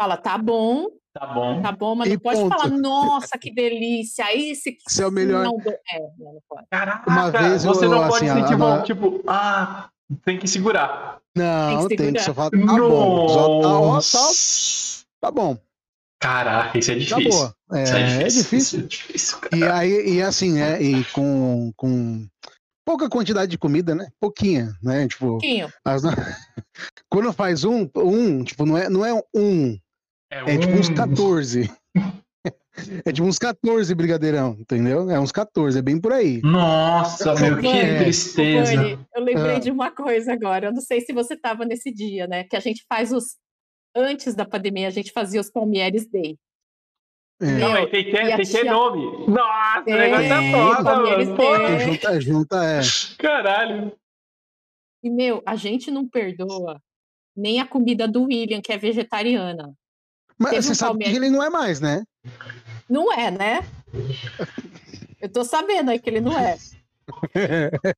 Speaker 3: fala, tá bom,
Speaker 1: Tá bom.
Speaker 3: Tá bom, mas
Speaker 2: E
Speaker 3: não pode
Speaker 2: ponto.
Speaker 3: falar, nossa, que delícia, esse que
Speaker 2: Esse é o melhor.
Speaker 3: Não, do- é, não, não pode.
Speaker 1: Caraca,
Speaker 2: Uma vez eu-
Speaker 1: você não pode
Speaker 2: assim,
Speaker 1: sentir
Speaker 2: a-
Speaker 1: bom,
Speaker 2: a-
Speaker 1: tipo, ah, tem que segurar.
Speaker 2: Não,
Speaker 3: Tem que
Speaker 2: tem que só falar.
Speaker 3: segurar.
Speaker 2: Tá bom, só tá, ó, tá,
Speaker 1: Nossa.
Speaker 2: tá bom.
Speaker 1: Caraca, isso é
Speaker 2: Tá
Speaker 1: difícil.
Speaker 2: boa.
Speaker 1: Isso é
Speaker 2: É, é
Speaker 1: difícil.
Speaker 2: difícil.
Speaker 1: isso é difícil, cara.
Speaker 2: E aí, e assim, né? E com, com pouca quantidade de comida, né? Pouquinha, né? Tipo,
Speaker 3: Pouquinho.
Speaker 2: as no- quando faz um, um, tipo, não é, não é um, é tipo uns
Speaker 1: um-
Speaker 2: 14. É tipo uns 14 brigadeirão, entendeu? É uns 14, é bem por aí.
Speaker 1: Nossa, meu, que
Speaker 2: É.
Speaker 3: Vani,
Speaker 1: tristeza.
Speaker 3: Vani, eu lembrei
Speaker 2: Ah.
Speaker 3: de uma coisa agora, eu não sei se você estava nesse dia, né? Que a gente faz os. Antes da pandemia, a gente fazia os Palmieres Day.
Speaker 2: É.
Speaker 1: Não, mas tem que
Speaker 3: e a
Speaker 1: ter, tem que ter
Speaker 3: tia-
Speaker 1: nome. Nossa, o negócio
Speaker 2: Tem,
Speaker 1: tá foda,
Speaker 3: como eles
Speaker 1: mano. Pô,
Speaker 3: têm.
Speaker 2: Porque Junta, junta, é.
Speaker 1: Caralho.
Speaker 3: E, meu, a gente não perdoa nem a comida do William, que é vegetariana.
Speaker 2: Mas
Speaker 3: Teve
Speaker 2: você
Speaker 3: um
Speaker 2: sabe que
Speaker 3: Palmeiras-
Speaker 2: ele não é mais, né?
Speaker 3: Não é, né? Eu tô sabendo aí que ele não é.
Speaker 2: É.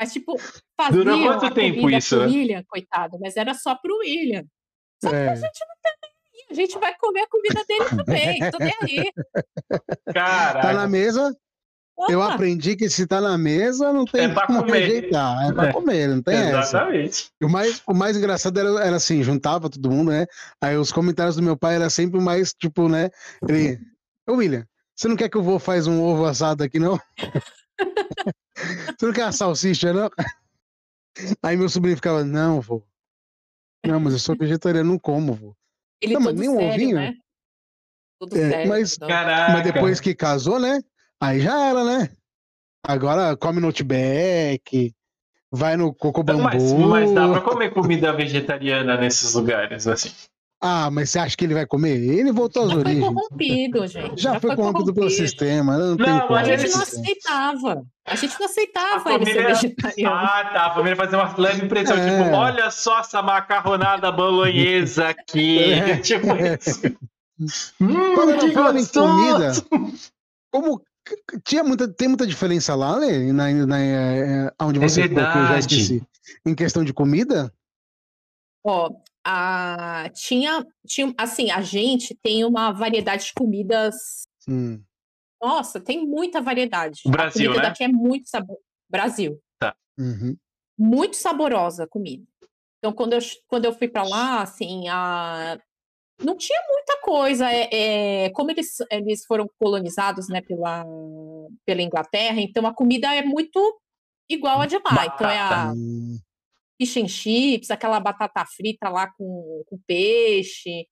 Speaker 3: Mas, tipo, fazia
Speaker 1: Durou quanto tempo isso,
Speaker 3: pro
Speaker 1: né?
Speaker 3: William, coitado, mas era só pro William.
Speaker 2: É.
Speaker 3: a gente vai comer a comida dele também, tô nem aí.
Speaker 1: Caraca.
Speaker 2: Tá na mesa? Eu
Speaker 3: Opa,
Speaker 2: aprendi que se tá na mesa, não tem
Speaker 1: É pra
Speaker 2: como
Speaker 1: comer.
Speaker 2: rejeitar. É pra
Speaker 1: É.
Speaker 2: comer, não tem essa.
Speaker 1: Exatamente.
Speaker 2: E O mais, o mais engraçado era, era assim, juntava todo mundo, né? Aí os comentários do meu pai era sempre mais, tipo, né? Ele, ô William, você não quer que eu vou faz um ovo assado aqui, não? você não quer a salsicha, não? Aí meu sobrinho ficava, não, vô. Não, mas eu sou vegetariano, não como, vô.
Speaker 3: ele
Speaker 2: Não, mas
Speaker 3: todo
Speaker 2: nem um
Speaker 3: sério,
Speaker 2: ovinho?
Speaker 3: né? Todo
Speaker 2: É,
Speaker 3: sério.
Speaker 2: mas-
Speaker 3: não.
Speaker 1: Caraca.
Speaker 2: Mas depois que casou, né? Aí já era, né? Agora come no Outback, vai no Coco
Speaker 1: Então,
Speaker 2: Bambu.
Speaker 1: mas, mas dá pra comer comida vegetariana nesses lugares, assim.
Speaker 2: Ah, mas você acha que ele vai comer? Ele voltou às
Speaker 3: Já foi
Speaker 2: origens. né?
Speaker 3: corrompido, gente.
Speaker 2: Já, foi corrompido pelo sistema. Não, tem
Speaker 1: Não,
Speaker 3: A
Speaker 2: como,
Speaker 1: mas
Speaker 3: gente não
Speaker 1: ele-
Speaker 2: sistema.
Speaker 3: aceitava. A gente não aceitava
Speaker 1: A
Speaker 3: ele ser
Speaker 1: família-
Speaker 3: vegetariano.
Speaker 1: Ah, tá. A família fazer uma leve impressão.
Speaker 2: É.
Speaker 1: Tipo, olha só essa macarronada bolonhesa aqui.
Speaker 2: É.
Speaker 1: Tipo isso. Hum,
Speaker 2: Falando-
Speaker 1: que
Speaker 2: falando em
Speaker 1: gostoso.
Speaker 2: Como c- c- tinha muita, tem muita diferença lá, Lê, na, na, eh, onde
Speaker 1: É
Speaker 2: você ficou, que eu já
Speaker 1: verdade.
Speaker 2: esqueci. Em questão de comida?
Speaker 3: Ó, a- tinha, tinha, assim, a gente tem uma variedade de comidas.
Speaker 2: Hum.
Speaker 3: Nossa, tem muita variedade.
Speaker 1: Brasil,
Speaker 3: a comida
Speaker 1: né?
Speaker 3: daqui é muito sabor. Brasil,
Speaker 2: Uhum.
Speaker 3: muito saborosa a comida. Então, quando eu, ch- quando eu fui para lá, assim, a... não tinha muita coisa. É, é, Como eles, eles foram colonizados, né, pela, pela Inglaterra, então a comida é muito igual a de lá. Então, é a
Speaker 2: Hum.
Speaker 3: fish and chips, aquela batata frita lá com, com peixe.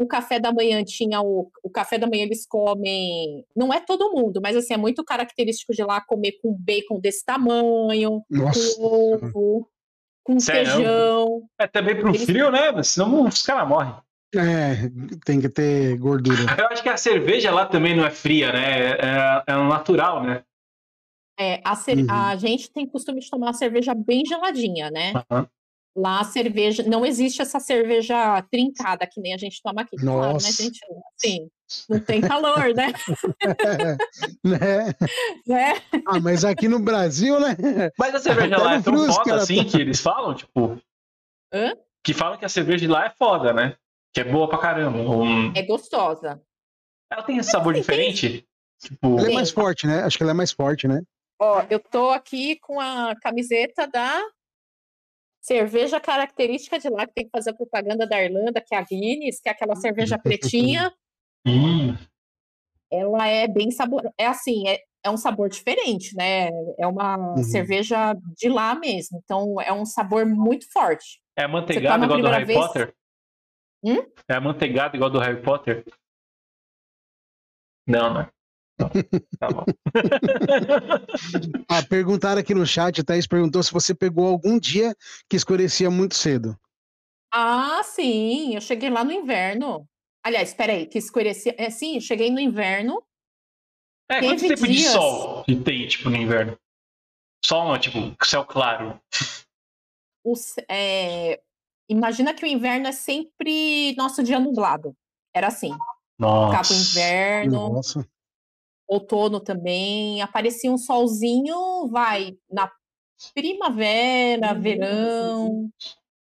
Speaker 3: O café da manhã tinha o, o café da manhã eles comem, não é todo mundo, mas assim é muito característico de lá comer com bacon desse tamanho,
Speaker 2: Nossa.
Speaker 3: com ovo, com
Speaker 1: Sério?
Speaker 3: feijão.
Speaker 1: É também pro
Speaker 3: Eles-
Speaker 1: frio, né? Senão os caras morrem.
Speaker 2: É, tem que ter gordura.
Speaker 1: Eu acho que a cerveja lá também não é fria, né? É, é natural, né?
Speaker 3: É, a, cer-
Speaker 2: Uhum.
Speaker 3: a gente tem costume de tomar cerveja bem geladinha, né?
Speaker 2: Ah.
Speaker 1: Aham.
Speaker 3: Lá a cerveja, não existe essa cerveja trincada que nem a gente toma aqui. Claro, né,
Speaker 2: Nossa.
Speaker 3: gente? Assim, não tem calor, né?
Speaker 2: né?
Speaker 3: né?
Speaker 2: Ah, mas aqui no Brasil, né?
Speaker 1: Mas a cerveja
Speaker 2: Até
Speaker 1: lá
Speaker 2: no
Speaker 1: é tão
Speaker 2: frio os
Speaker 1: foda
Speaker 2: caras
Speaker 1: assim
Speaker 2: tomam.
Speaker 1: que eles falam, tipo.
Speaker 3: Hã?
Speaker 1: Que falam que a cerveja de lá é foda, né? Que é boa pra caramba. Um-
Speaker 3: É gostosa.
Speaker 1: Ela tem esse sabor
Speaker 3: assim, tem-
Speaker 1: diferente? Tipo.
Speaker 2: Ela é mais forte, né? Acho que ela é mais forte, né?
Speaker 3: Ó, eu tô aqui com a camiseta da cerveja característica de lá, que tem que fazer a propaganda da Irlanda, que é a Guinness, que é
Speaker 2: Uhum.
Speaker 3: aquela cerveja pretinha.
Speaker 1: Hum,
Speaker 3: Ela é bem sabor... É assim, é, é um sabor diferente, né? É uma
Speaker 2: Uhum.
Speaker 3: cerveja de lá mesmo. Então, é um sabor muito forte.
Speaker 1: é amanteigado
Speaker 3: Você toma a
Speaker 1: igual do
Speaker 3: primeira
Speaker 1: Harry
Speaker 3: vez?
Speaker 1: Potter?
Speaker 3: Hum?
Speaker 1: É amanteigado igual do Harry Potter? Não, né? Não. Tá bom.
Speaker 2: Ah, perguntaram aqui no chat, a Thaís perguntou se você pegou algum dia que escurecia muito cedo.
Speaker 3: Ah, sim, eu cheguei lá no inverno. Aliás, peraí, que escurecia. É, sim, cheguei no inverno.
Speaker 1: É, quanto
Speaker 3: Teve
Speaker 1: tempo de
Speaker 3: dias-
Speaker 1: sol que tem, tipo, no inverno? Sol não, tipo, céu claro.
Speaker 3: o c- é, imagina que o inverno é sempre nosso dia nublado. Era assim, ficava
Speaker 1: Nossa.
Speaker 3: o inverno,
Speaker 2: Nossa.
Speaker 3: outono também, aparecia um solzinho, vai, na primavera, verão,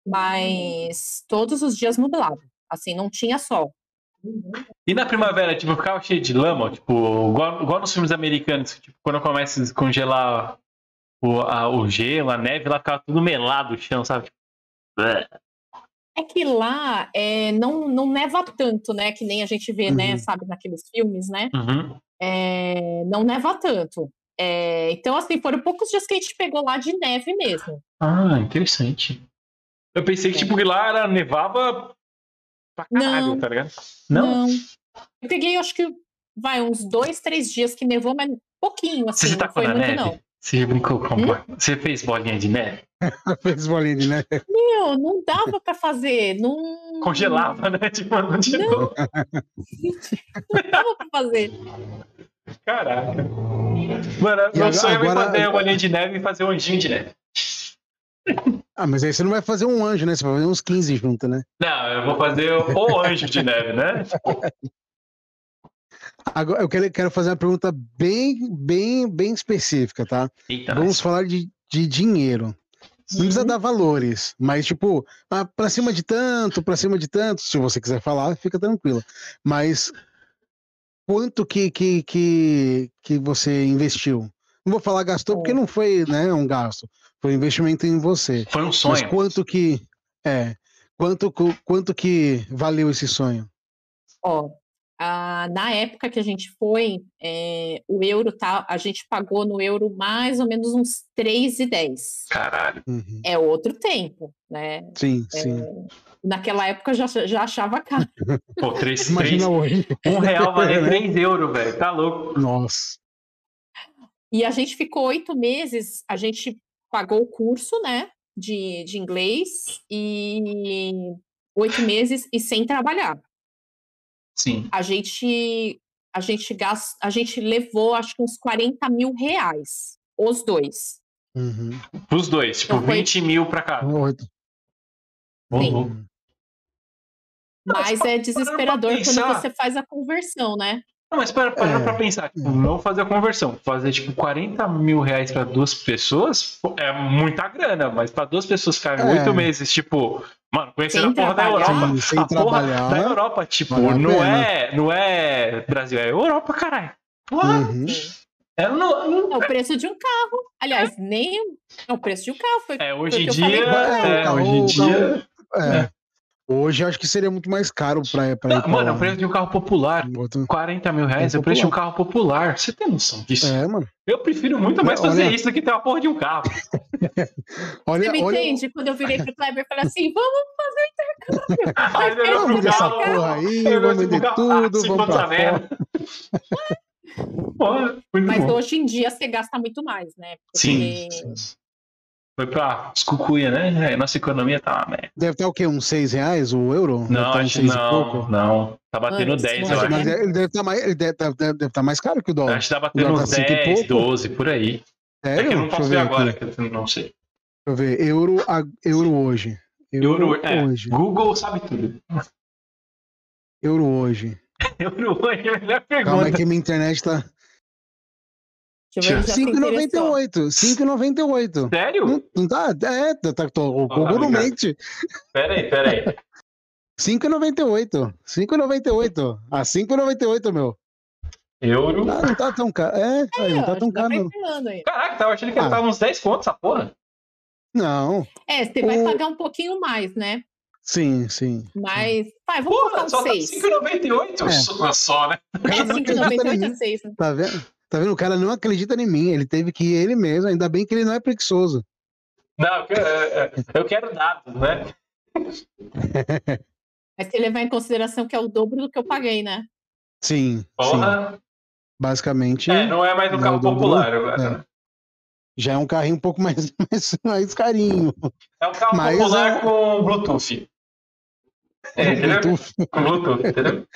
Speaker 3: mas todos os dias nublado, assim, não tinha sol.
Speaker 1: E na primavera, tipo, ficava cheio de lama, tipo, igual, igual nos filmes americanos, que, tipo, quando começa a descongelar o, a- o gelo, a neve, lá ficava tudo melado o chão, sabe? Tipo, bleh.
Speaker 3: É que lá é, não, não neva tanto, né, que nem a gente vê, né,
Speaker 2: Uhum.
Speaker 3: sabe, naqueles filmes, né?
Speaker 1: Uhum.
Speaker 3: É, não neva tanto. É, então, assim, foram poucos dias que a gente pegou lá de neve mesmo.
Speaker 1: Ah, interessante. Eu pensei que, tipo, que lá era, nevava pra caralho,
Speaker 3: É. Não.
Speaker 1: tá ligado? Não?
Speaker 3: Eu peguei, acho que vai uns dois, três dias que nevou, mas pouquinho, assim,
Speaker 1: Você já
Speaker 3: não
Speaker 1: tacou
Speaker 3: foi
Speaker 1: na
Speaker 3: muito,
Speaker 1: neve?
Speaker 3: não.
Speaker 1: Você já brincou com
Speaker 3: Hum?
Speaker 1: bo- Você fez bolinha de neve?
Speaker 2: Fez bolinha de neve.
Speaker 3: Meu, não dava pra fazer, não...
Speaker 1: Congelava, né? Tipo, não tinha
Speaker 3: Hum. Não.
Speaker 1: como.
Speaker 3: Não dava pra fazer.
Speaker 1: Caraca. Mano,
Speaker 2: E
Speaker 1: meu
Speaker 2: agora-
Speaker 1: sonho é
Speaker 2: agora-
Speaker 1: fazer uma linha de neve e fazer um anjinho de neve.
Speaker 2: Ah, mas aí você não vai fazer um anjo, né? Você vai fazer uns 15 junto, né?
Speaker 1: Não, eu vou fazer o anjo de neve, né?
Speaker 2: Agora, eu quero, quero fazer uma pergunta bem, bem, bem específica, tá?
Speaker 1: Eita,
Speaker 2: Vamos falar de, de dinheiro. Não
Speaker 3: Uhum.
Speaker 2: precisa dar valores, mas tipo, ah, pra cima de tanto, pra cima de tanto, se você quiser falar, fica tranquila. Mas quanto que, que, que, que você investiu? Não vou falar gastou, porque não foi né, um gasto, foi um investimento em você.
Speaker 1: Foi um
Speaker 2: Mas
Speaker 1: sonho.
Speaker 2: quanto que. É. Quanto, cu- quanto que valeu esse sonho?
Speaker 3: Ó, ah, na época que a gente foi, eh, o euro tá, a gente pagou no euro mais ou menos uns 3,10.
Speaker 1: Caralho.
Speaker 2: Uhum.
Speaker 3: É outro tempo, né?
Speaker 2: Sim,
Speaker 3: É,
Speaker 2: sim.
Speaker 3: Naquela época eu já, já achava caro.
Speaker 1: Pô, 3,
Speaker 2: Imagina né? hoje.
Speaker 1: um real valer 3 euros, velho. Tá louco.
Speaker 2: Nossa.
Speaker 3: E a gente ficou oito meses, a gente pagou o curso, né, de, de inglês, e oito meses e sem trabalhar.
Speaker 1: Sim.
Speaker 3: A gente, a gente, gas- a gente levou, acho que uns 40 mil reais, os dois.
Speaker 2: Uhum.
Speaker 1: Pros dois, tipo,
Speaker 3: Então foi-
Speaker 1: 20 mil pra cá.
Speaker 2: Outro.
Speaker 1: Ô,
Speaker 3: Sim.
Speaker 1: louco.
Speaker 2: Uhum.
Speaker 1: Não, mas
Speaker 3: Mas é desesperador
Speaker 1: pensar-
Speaker 3: quando você faz a conversão, né?
Speaker 1: Não, mas para, para
Speaker 2: É.
Speaker 1: pra pensar. Tipo, não fazer a conversão. Fazer, tipo, 40 mil reais pra duas pessoas pô, é muita grana, mas pra duas pessoas ficarem
Speaker 2: É.
Speaker 1: oito meses, tipo. Mano, conhecendo
Speaker 3: Sem
Speaker 1: a porra da
Speaker 3: trabalhar.
Speaker 1: Europa.
Speaker 2: Sim, sem
Speaker 1: a Ah, porra
Speaker 2: trabalhar.
Speaker 1: da Europa, tipo,
Speaker 2: Vale a
Speaker 1: não
Speaker 2: pena.
Speaker 1: é, não é Brasil, é Europa, caralho. Porra,
Speaker 2: Uhum.
Speaker 1: é, no- no-
Speaker 3: É o preço de um carro. Aliás, nem é o preço de um carro. Foi...
Speaker 1: é, hoje em
Speaker 3: Porque eu falei
Speaker 1: dia.
Speaker 2: com-
Speaker 1: É,
Speaker 2: É, o
Speaker 1: hoje em
Speaker 2: carro-
Speaker 1: dia.
Speaker 2: É. Hoje acho que seria muito mais caro pra, pra ir pra
Speaker 1: Mano,
Speaker 2: lá,
Speaker 1: é o preço de um carro popular.
Speaker 2: né? Outro-
Speaker 1: 40 mil reais é o preço de um carro popular. Você tem noção disso?
Speaker 2: É, mano.
Speaker 1: Eu prefiro muito mais
Speaker 2: Olha-
Speaker 1: fazer isso do que ter uma porra de um carro.
Speaker 2: Olha,
Speaker 3: Você me
Speaker 2: olha,
Speaker 3: entende? Quando eu virei pro Kleber e falei assim, vamos
Speaker 1: Aí eu
Speaker 2: vamos
Speaker 1: olho
Speaker 2: vender
Speaker 1: pro
Speaker 2: essa
Speaker 1: carro,
Speaker 2: porra aí,
Speaker 1: eu olho pro
Speaker 2: vamos vender
Speaker 1: carro, ah,
Speaker 2: tudo, vamos
Speaker 1: 50
Speaker 2: pra fora.
Speaker 1: merda. Porra, muito
Speaker 3: Mas
Speaker 1: bom.
Speaker 3: hoje em dia você gasta muito mais, né?
Speaker 1: Sim. Foi pra escucuia, né? É, Nossa economia tá uma merda.
Speaker 2: Deve estar o quê? Uns 6 reais o euro? Deve
Speaker 1: Não,
Speaker 2: tá uns
Speaker 1: acho
Speaker 2: seis e
Speaker 1: não,
Speaker 2: pouco?
Speaker 1: não. Tá batendo
Speaker 3: Mano,
Speaker 1: 10,
Speaker 3: sim,
Speaker 1: eu
Speaker 2: Mas,
Speaker 1: acho.
Speaker 3: acho.
Speaker 2: mas ele deve estar mais, ele deve, deve, deve, deve tá mais caro que o dólar.
Speaker 1: Acho que tá batendo
Speaker 2: Já tá
Speaker 1: uns
Speaker 2: cinco e
Speaker 1: 10,
Speaker 2: pouco?
Speaker 1: 12, por aí. É,
Speaker 2: Sério?
Speaker 1: que eu não
Speaker 2: Deixa
Speaker 1: posso
Speaker 2: eu
Speaker 1: ver
Speaker 2: ver
Speaker 1: agora,
Speaker 2: aqui.
Speaker 1: que eu não sei.
Speaker 2: Deixa eu ver. Euro, a- euro hoje.
Speaker 1: Euro, é,
Speaker 2: hoje.
Speaker 1: Google sabe tudo.
Speaker 2: Euro hoje.
Speaker 1: Euro hoje é a melhor
Speaker 2: Calma aí
Speaker 1: pergunta.
Speaker 2: que minha internet tá.
Speaker 3: Deixa eu ver se já se interessou.
Speaker 2: 5,98. 5,98.
Speaker 1: Sério?
Speaker 2: Não, não tá? É, tá, tá, tô- o
Speaker 1: tá
Speaker 2: Google não
Speaker 1: brincando.
Speaker 2: mente.
Speaker 1: Pera aí, pera aí.
Speaker 2: 5,98. 5,98. A 5,98, meu.
Speaker 1: Euro.
Speaker 2: Ah, não tá tão caro. É, aí, não tá
Speaker 3: Não,
Speaker 2: tão
Speaker 3: já
Speaker 2: caro. não.
Speaker 3: entrando aí.
Speaker 1: Caraca, tava achando que
Speaker 2: Ah.
Speaker 1: tava uns 10 contos essa porra.
Speaker 2: Não.
Speaker 3: É, você vai
Speaker 2: O-
Speaker 3: pagar um pouquinho mais, né?
Speaker 2: Sim, sim.
Speaker 3: Mas, vai, vamos
Speaker 1: Porra,
Speaker 3: colocar
Speaker 1: só
Speaker 3: um
Speaker 1: tá
Speaker 3: 6.
Speaker 1: 5,98
Speaker 2: É.
Speaker 1: só, só, né?
Speaker 3: É,
Speaker 2: não
Speaker 3: 5,98
Speaker 2: acredita
Speaker 3: é
Speaker 2: nem-
Speaker 3: 6.
Speaker 2: Tá vendo? Tá vendo? O cara não acredita em mim. Ele teve que ir ele mesmo. Ainda bem que ele não é preguiçoso.
Speaker 1: Não, eu quero- é, é, eu quero dados, né?
Speaker 3: Mas se levar em consideração que é o dobro do que eu paguei, né?
Speaker 2: Sim. sim.
Speaker 1: Porra,
Speaker 2: Basicamente,
Speaker 1: é, não é mais um
Speaker 2: Não,
Speaker 1: carro
Speaker 2: dobrou,
Speaker 1: popular agora.
Speaker 2: é.
Speaker 1: né?
Speaker 2: já é um carrinho um pouco mais, mais, mais carinho.
Speaker 1: É um carro
Speaker 2: Mas
Speaker 1: popular
Speaker 2: é-
Speaker 1: com Bluetooth. É, entendeu?
Speaker 2: Bluetooth.
Speaker 1: Com Bluetooth, entendeu?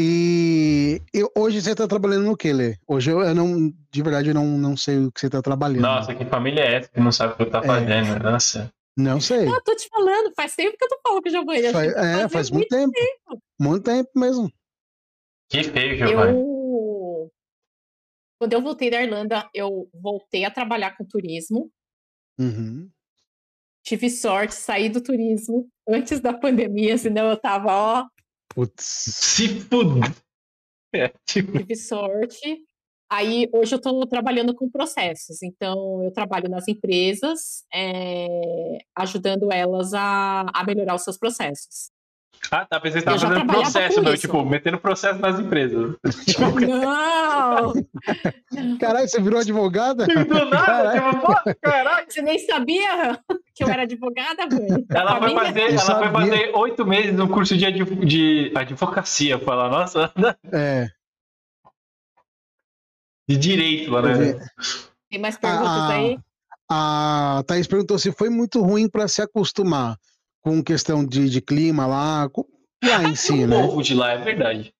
Speaker 2: E, e hoje você tá trabalhando no que, Lê? Hoje eu, eu não, de verdade, eu não, não sei o que você tá trabalhando.
Speaker 1: Nossa, que família é essa que não sabe o que tá
Speaker 2: É.
Speaker 1: fazendo? Nossa.
Speaker 2: Não sei.
Speaker 3: Ah, tô te falando, faz tempo que eu tô falando com o Giovanni. acho que
Speaker 2: Faz-
Speaker 3: eu tô
Speaker 2: é,
Speaker 3: fazendo
Speaker 2: faz muito tempo. Muito tempo mesmo.
Speaker 1: Que feio, Giovanni.
Speaker 3: Eu... Quando eu voltei da Irlanda, eu voltei a trabalhar com turismo.
Speaker 2: Uhum.
Speaker 3: Tive sorte, saí do turismo antes da pandemia, senão eu tava, ó,
Speaker 2: Putz.
Speaker 1: Se fuder. É, tipo,
Speaker 3: tive sorte. Aí, hoje eu estou trabalhando com processos. Então, eu trabalho nas empresas, eh, ajudando elas a, a melhorar os seus processos.
Speaker 1: ah, tá, pensei que tava
Speaker 3: Eu já
Speaker 1: fazendo
Speaker 3: trabalhava
Speaker 1: processo,
Speaker 3: com
Speaker 1: meu,
Speaker 3: isso.
Speaker 1: tipo, metendo processo nas empresas. Tipo,
Speaker 3: Não!
Speaker 2: Caralho, você virou advogada?
Speaker 1: do nada, tipo, pô, caralho.
Speaker 3: Você nem sabia que eu era advogada, Vani?
Speaker 1: Ela foi,
Speaker 3: Família-
Speaker 1: fazer,
Speaker 2: Eu
Speaker 1: ela foi
Speaker 2: sabia.
Speaker 1: fazer oito meses no curso de, adv- de advocacia, foi lá, nossa,
Speaker 2: É.
Speaker 1: de direito lá,
Speaker 2: eu
Speaker 1: né?
Speaker 2: vi.
Speaker 3: Tem mais perguntas aí?
Speaker 2: A, a, a Thaís perguntou se foi muito ruim pra se acostumar com questão de, de clima lá, com- lá em si,
Speaker 1: o
Speaker 2: né?
Speaker 1: povo de lá, é verdade.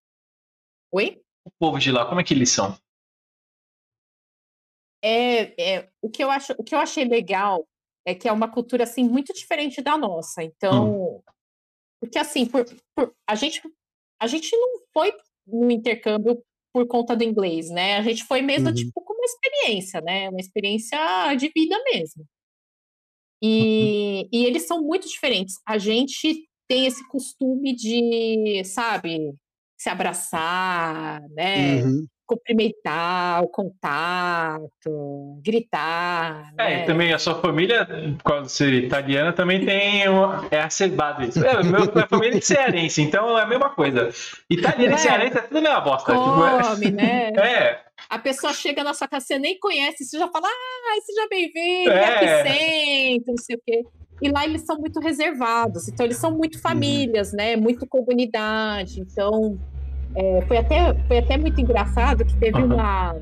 Speaker 3: Oi?
Speaker 1: O povo de lá, como é que eles são?
Speaker 3: É, é, o, que eu acho, o que eu achei legal é que é uma cultura assim muito diferente da nossa. Então, porque assim, por, por- a, gente, a gente não foi no intercâmbio por conta do inglês, né? A gente foi mesmo
Speaker 2: Uhum.
Speaker 3: tipo com uma experiência, né? Uma experiência de vida mesmo. E, e eles são muito diferentes. A gente tem esse costume de, sabe, se abraçar, né?
Speaker 2: Uhum.
Speaker 3: Cumprimentar, o contato, gritar.
Speaker 1: É,
Speaker 3: né?
Speaker 1: e também a sua família, por causa de ser italiana, também tem. Um, é acerbado isso. É, meu, minha família é de cearense, então é a mesma coisa. Italiano
Speaker 3: É.
Speaker 1: e cearense é tudo a mesma bosta. tipo,
Speaker 3: Come, né?
Speaker 1: é, é,
Speaker 3: A pessoa chega na sua casa, você nem conhece, você já fala, ah, seja bem-vindo,
Speaker 1: É.
Speaker 3: é. epicentro, não sei o quê. E lá eles são muito reservados, então eles são muito
Speaker 1: Uhum.
Speaker 3: famílias, né? Muito comunidade. Então, é, foi, até, foi até muito engraçado que teve
Speaker 1: Aham.
Speaker 3: uma.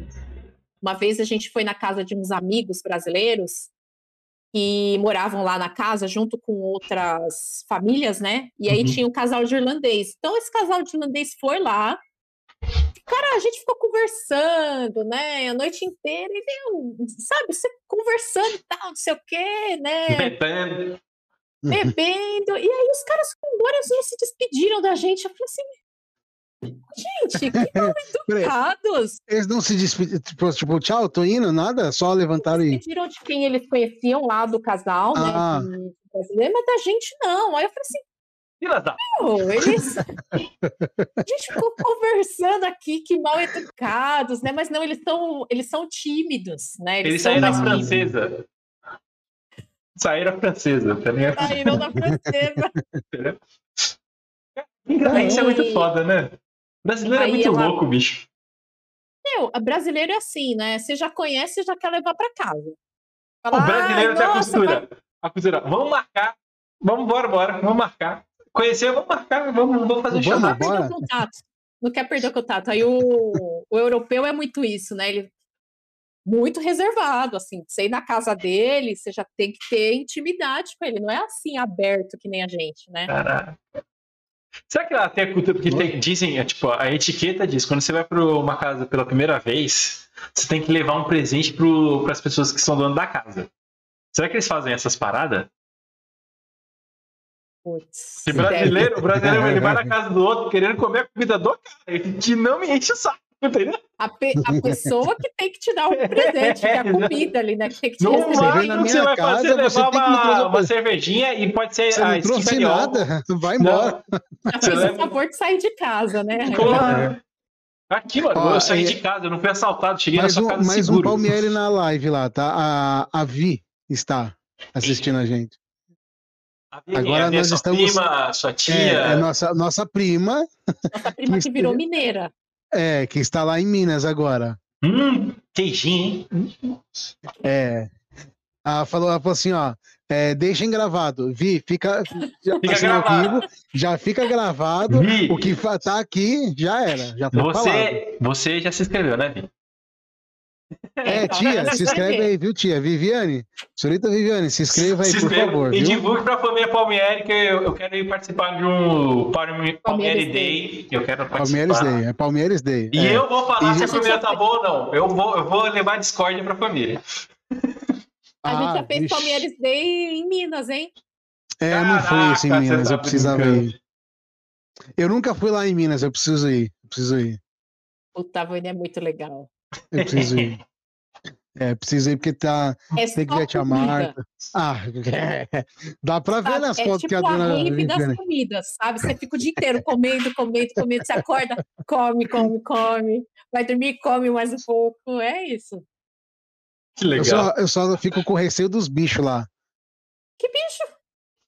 Speaker 3: Uma vez a gente foi na casa de uns amigos brasileiros que moravam lá na casa junto com outras famílias, né? E aí
Speaker 1: Uhum.
Speaker 3: tinha um casal de irlandês. Então esse casal de irlandês foi lá. Cara, a gente ficou conversando, né? A noite inteira. E, meu, sabe, você conversando e tal, não sei o quê,
Speaker 1: é,
Speaker 3: né?
Speaker 1: bebendo.
Speaker 3: Bebendo. E aí os caras foram embora, eles não se despediram da gente. Eu falei assim, gente, que
Speaker 2: Peraí,
Speaker 3: errados.
Speaker 2: Eles não se despediram, tipo, tipo, tchau, tô indo, nada, só levantaram e.
Speaker 3: pediram de quem eles conheciam lá do casal,
Speaker 2: Ah.
Speaker 3: né? de brasileiro, mas da gente não. Aí eu falei assim,
Speaker 1: Filhas da
Speaker 3: pô, eles. A gente ficou conversando aqui, que mal educados, né? Mas não, eles são, eles são tímidos, né?
Speaker 1: Eles
Speaker 3: são
Speaker 1: saíram da
Speaker 3: mais tímidos.
Speaker 1: francesa. Saíram da francesa, tá ligado?
Speaker 3: Saíram da
Speaker 1: né?
Speaker 3: francesa.
Speaker 1: Cara, Isso é muito
Speaker 3: Aí-
Speaker 1: foda, né? Brasileiro é
Speaker 3: Aí
Speaker 1: muito
Speaker 3: ela-
Speaker 1: louco, bicho.
Speaker 3: Meu, a brasileiro é assim, né? Você já conhece, você já quer levar pra casa.
Speaker 1: O
Speaker 3: Fala,
Speaker 1: brasileiro
Speaker 3: "Ai,
Speaker 1: tem a
Speaker 3: nossa,
Speaker 1: costura. A costura. Vamos marcar. Vamos embora, bora. Vamos marcar. Conhecer, vamos marcar. Vamos, vamos fazer um
Speaker 2: Vamos,
Speaker 1: chamado.
Speaker 3: não quer perder
Speaker 2: Bora.
Speaker 3: o contato. Não quer perder o contato. Aí o, o europeu é muito isso, né? Ele muito reservado, assim. Você ir na casa dele, você já tem que ter intimidade com ele. Não é assim aberto que nem a gente, né?
Speaker 1: Caraca. Será que ela tem a cultura? Porque tem- dizem, é, tipo, a etiqueta diz, quando você vai para uma casa pela primeira vez, você tem que levar um presente para as pessoas que são dono da casa. Será que eles fazem essas paradas?
Speaker 3: Putz,
Speaker 1: Que
Speaker 3: deve-
Speaker 1: brasileiro, o brasileiro ele vai na casa do outro querendo comer a comida do cara. Ele te- não me enche o saco, entendeu?
Speaker 3: A, pe- a pessoa que tem que te dar um presente, que é a comida ali, né? Que tem que te
Speaker 1: No
Speaker 2: você
Speaker 3: receber.
Speaker 2: vem na
Speaker 1: máximo que você
Speaker 2: minha
Speaker 1: vai fazer é
Speaker 2: casa, você
Speaker 1: levar
Speaker 2: tem que me trazer
Speaker 1: uma,
Speaker 2: uma
Speaker 1: uma
Speaker 2: coisa.
Speaker 1: cervejinha e pode ser
Speaker 2: Você
Speaker 1: a
Speaker 2: não trouxe
Speaker 1: esquiva de ovo.
Speaker 2: nada, vai
Speaker 1: é Não,
Speaker 2: embora.
Speaker 3: Já fez
Speaker 1: leva-
Speaker 3: o favor de sair de casa, né?
Speaker 1: Porra. Aqui, mano,
Speaker 2: Ó,
Speaker 1: eu saí
Speaker 2: é-
Speaker 1: de casa, eu não fui assaltado, cheguei
Speaker 2: Mais
Speaker 1: na
Speaker 2: um,
Speaker 1: sua casa
Speaker 2: mais um
Speaker 1: seguro.
Speaker 2: Palmieri na live lá, tá? A, a Vi está assistindo a gente.
Speaker 1: A minha-
Speaker 2: Agora
Speaker 1: a é minha
Speaker 2: nós
Speaker 1: sua
Speaker 2: estamos-
Speaker 1: prima, sua tia.
Speaker 2: É, é nossa, nossa prima,
Speaker 3: Nossa prima que virou mineira.
Speaker 2: é, que está lá em Minas agora.
Speaker 1: Hum, queijinho, hein?
Speaker 2: É. Ela falou, ela falou assim, ó, é, deixem gravado. Vi, fica,
Speaker 1: Fica
Speaker 2: assina Assim, o
Speaker 1: gravado.
Speaker 2: arquivo, já fica gravado.
Speaker 1: Vi,
Speaker 2: O que fa- tá aqui já era, já foi falado.
Speaker 1: você, você já se inscreveu, né, Vi?
Speaker 2: É,
Speaker 3: então,
Speaker 2: tia,
Speaker 3: vai
Speaker 2: se inscreve
Speaker 3: saber.
Speaker 2: aí, viu, tia? Viviane, senhorita Viviane, se inscreva aí,
Speaker 1: Se
Speaker 2: por
Speaker 1: inscreva
Speaker 2: favor,
Speaker 1: E
Speaker 2: viu?
Speaker 1: divulgue pra família Palmieri que eu, eu quero ir participar de um Palmieri, Palmieri
Speaker 3: Palmeiras
Speaker 1: Day. que Eu quero participar.
Speaker 2: Palmeiras Day, é Palmeiras Day.
Speaker 1: E
Speaker 2: é.
Speaker 1: eu vou falar
Speaker 2: E-
Speaker 1: se
Speaker 3: A
Speaker 1: a
Speaker 3: gente
Speaker 1: família
Speaker 3: já
Speaker 1: tá
Speaker 3: foi-
Speaker 1: boa ou não. Eu vou, eu vou levar discórdia pra família.
Speaker 3: A gente já fez
Speaker 2: Ah, vixe.
Speaker 3: Palmeiras Day em Minas, hein?
Speaker 2: É, não foi isso em
Speaker 1: Caraca,
Speaker 2: Minas,
Speaker 1: você
Speaker 2: eu
Speaker 1: tá
Speaker 2: precisava
Speaker 1: brincando.
Speaker 2: ir. Eu nunca fui lá em Minas, eu preciso ir, eu preciso ir,
Speaker 3: Puta, Vânia é muito legal.
Speaker 2: eu preciso ir. É, preciso ir porque tá,
Speaker 3: É
Speaker 2: tem que
Speaker 3: só
Speaker 2: ver a tia
Speaker 3: comida,
Speaker 2: Marta. Ah, dá pra ver
Speaker 3: sabe?
Speaker 2: nas
Speaker 3: é
Speaker 2: fotos
Speaker 3: tipo
Speaker 2: que a
Speaker 3: a
Speaker 2: dona
Speaker 3: rave das
Speaker 2: Viviane...
Speaker 3: comidas, sabe? Você fica o dia inteiro comendo, comendo, comendo, você acorda, come, come, come, vai dormir, come mais um pouco, é isso.
Speaker 1: Que
Speaker 2: Eu
Speaker 1: legal.
Speaker 2: só, eu só fico com receio dos bichos lá.
Speaker 3: Que bicho!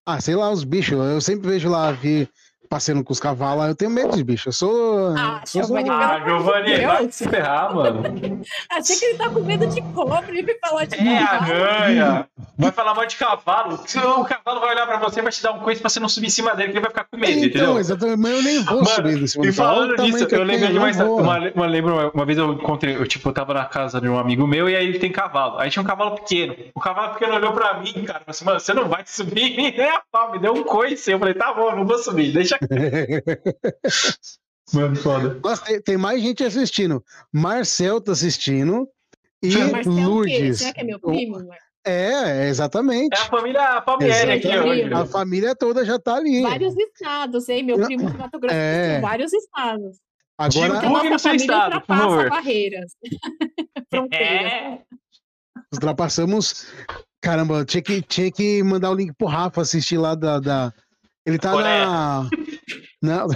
Speaker 2: Ah, sei lá, os bichos. Eu sempre vejo lá a Vi passeando com os cavalos. Eu tenho medo de bicho. Eu sou.
Speaker 3: Ah,
Speaker 2: sou-
Speaker 3: Giovanni,
Speaker 2: sou-
Speaker 1: Ah,
Speaker 3: Pelo
Speaker 1: Giovanni,
Speaker 3: amor de
Speaker 1: vai
Speaker 3: Deus.
Speaker 1: se ferrar, mano.
Speaker 3: Achei que ele tá com medo de cobre, ele me falou de
Speaker 1: É
Speaker 3: cavalo.
Speaker 1: aranha. Vai falar mal de cavalo. Senão o cavalo vai olhar pra você e vai te dar um coice pra você não subir em cima dele, que ele vai ficar com medo, entendeu?
Speaker 2: Então, exatamente. Mas eu nem vou
Speaker 1: Mano,
Speaker 2: subir desse
Speaker 1: E
Speaker 2: mundo.
Speaker 1: falando disso, eu lembrei de mais uma,
Speaker 2: uma...
Speaker 1: uma, lembro uma, uma vez eu encontrei, eu, tipo, eu tava na casa de um amigo meu e aí ele tem cavalo. Aí tinha um cavalo pequeno. O cavalo pequeno olhou pra mim, cara, falou assim, mano, você não vai subir nem a pau, me deu um coice. Eu falei, tá bom, não vou subir, deixa aqui. Mano, foda.
Speaker 2: Nossa, tem, tem mais gente assistindo. Marcel tá assistindo. E
Speaker 3: Ah, Marcelo, o quê?
Speaker 2: Lourdes.
Speaker 3: Será que é meu
Speaker 2: O-
Speaker 3: primo?
Speaker 2: É,
Speaker 1: É
Speaker 2: exatamente.
Speaker 1: a família Palmieri aqui
Speaker 2: Exatamente.
Speaker 1: hoje.
Speaker 2: A família toda já tá ali.
Speaker 3: Vários estados, hein? Meu primo de Mato Grosso do
Speaker 2: É.
Speaker 3: Sul, vários estados.
Speaker 2: Agora,
Speaker 3: Porque a
Speaker 1: Divulgue no
Speaker 3: nossa
Speaker 1: seu
Speaker 3: família
Speaker 1: estado, por
Speaker 3: ultrapassa É.
Speaker 1: favor.
Speaker 3: barreiras, fronteiras.
Speaker 1: É.
Speaker 2: ultrapassamos Caramba, eu tinha que, tinha que mandar o link pro Rafa assistir lá da. da- Ele tá
Speaker 1: Coreia.
Speaker 2: na. Não,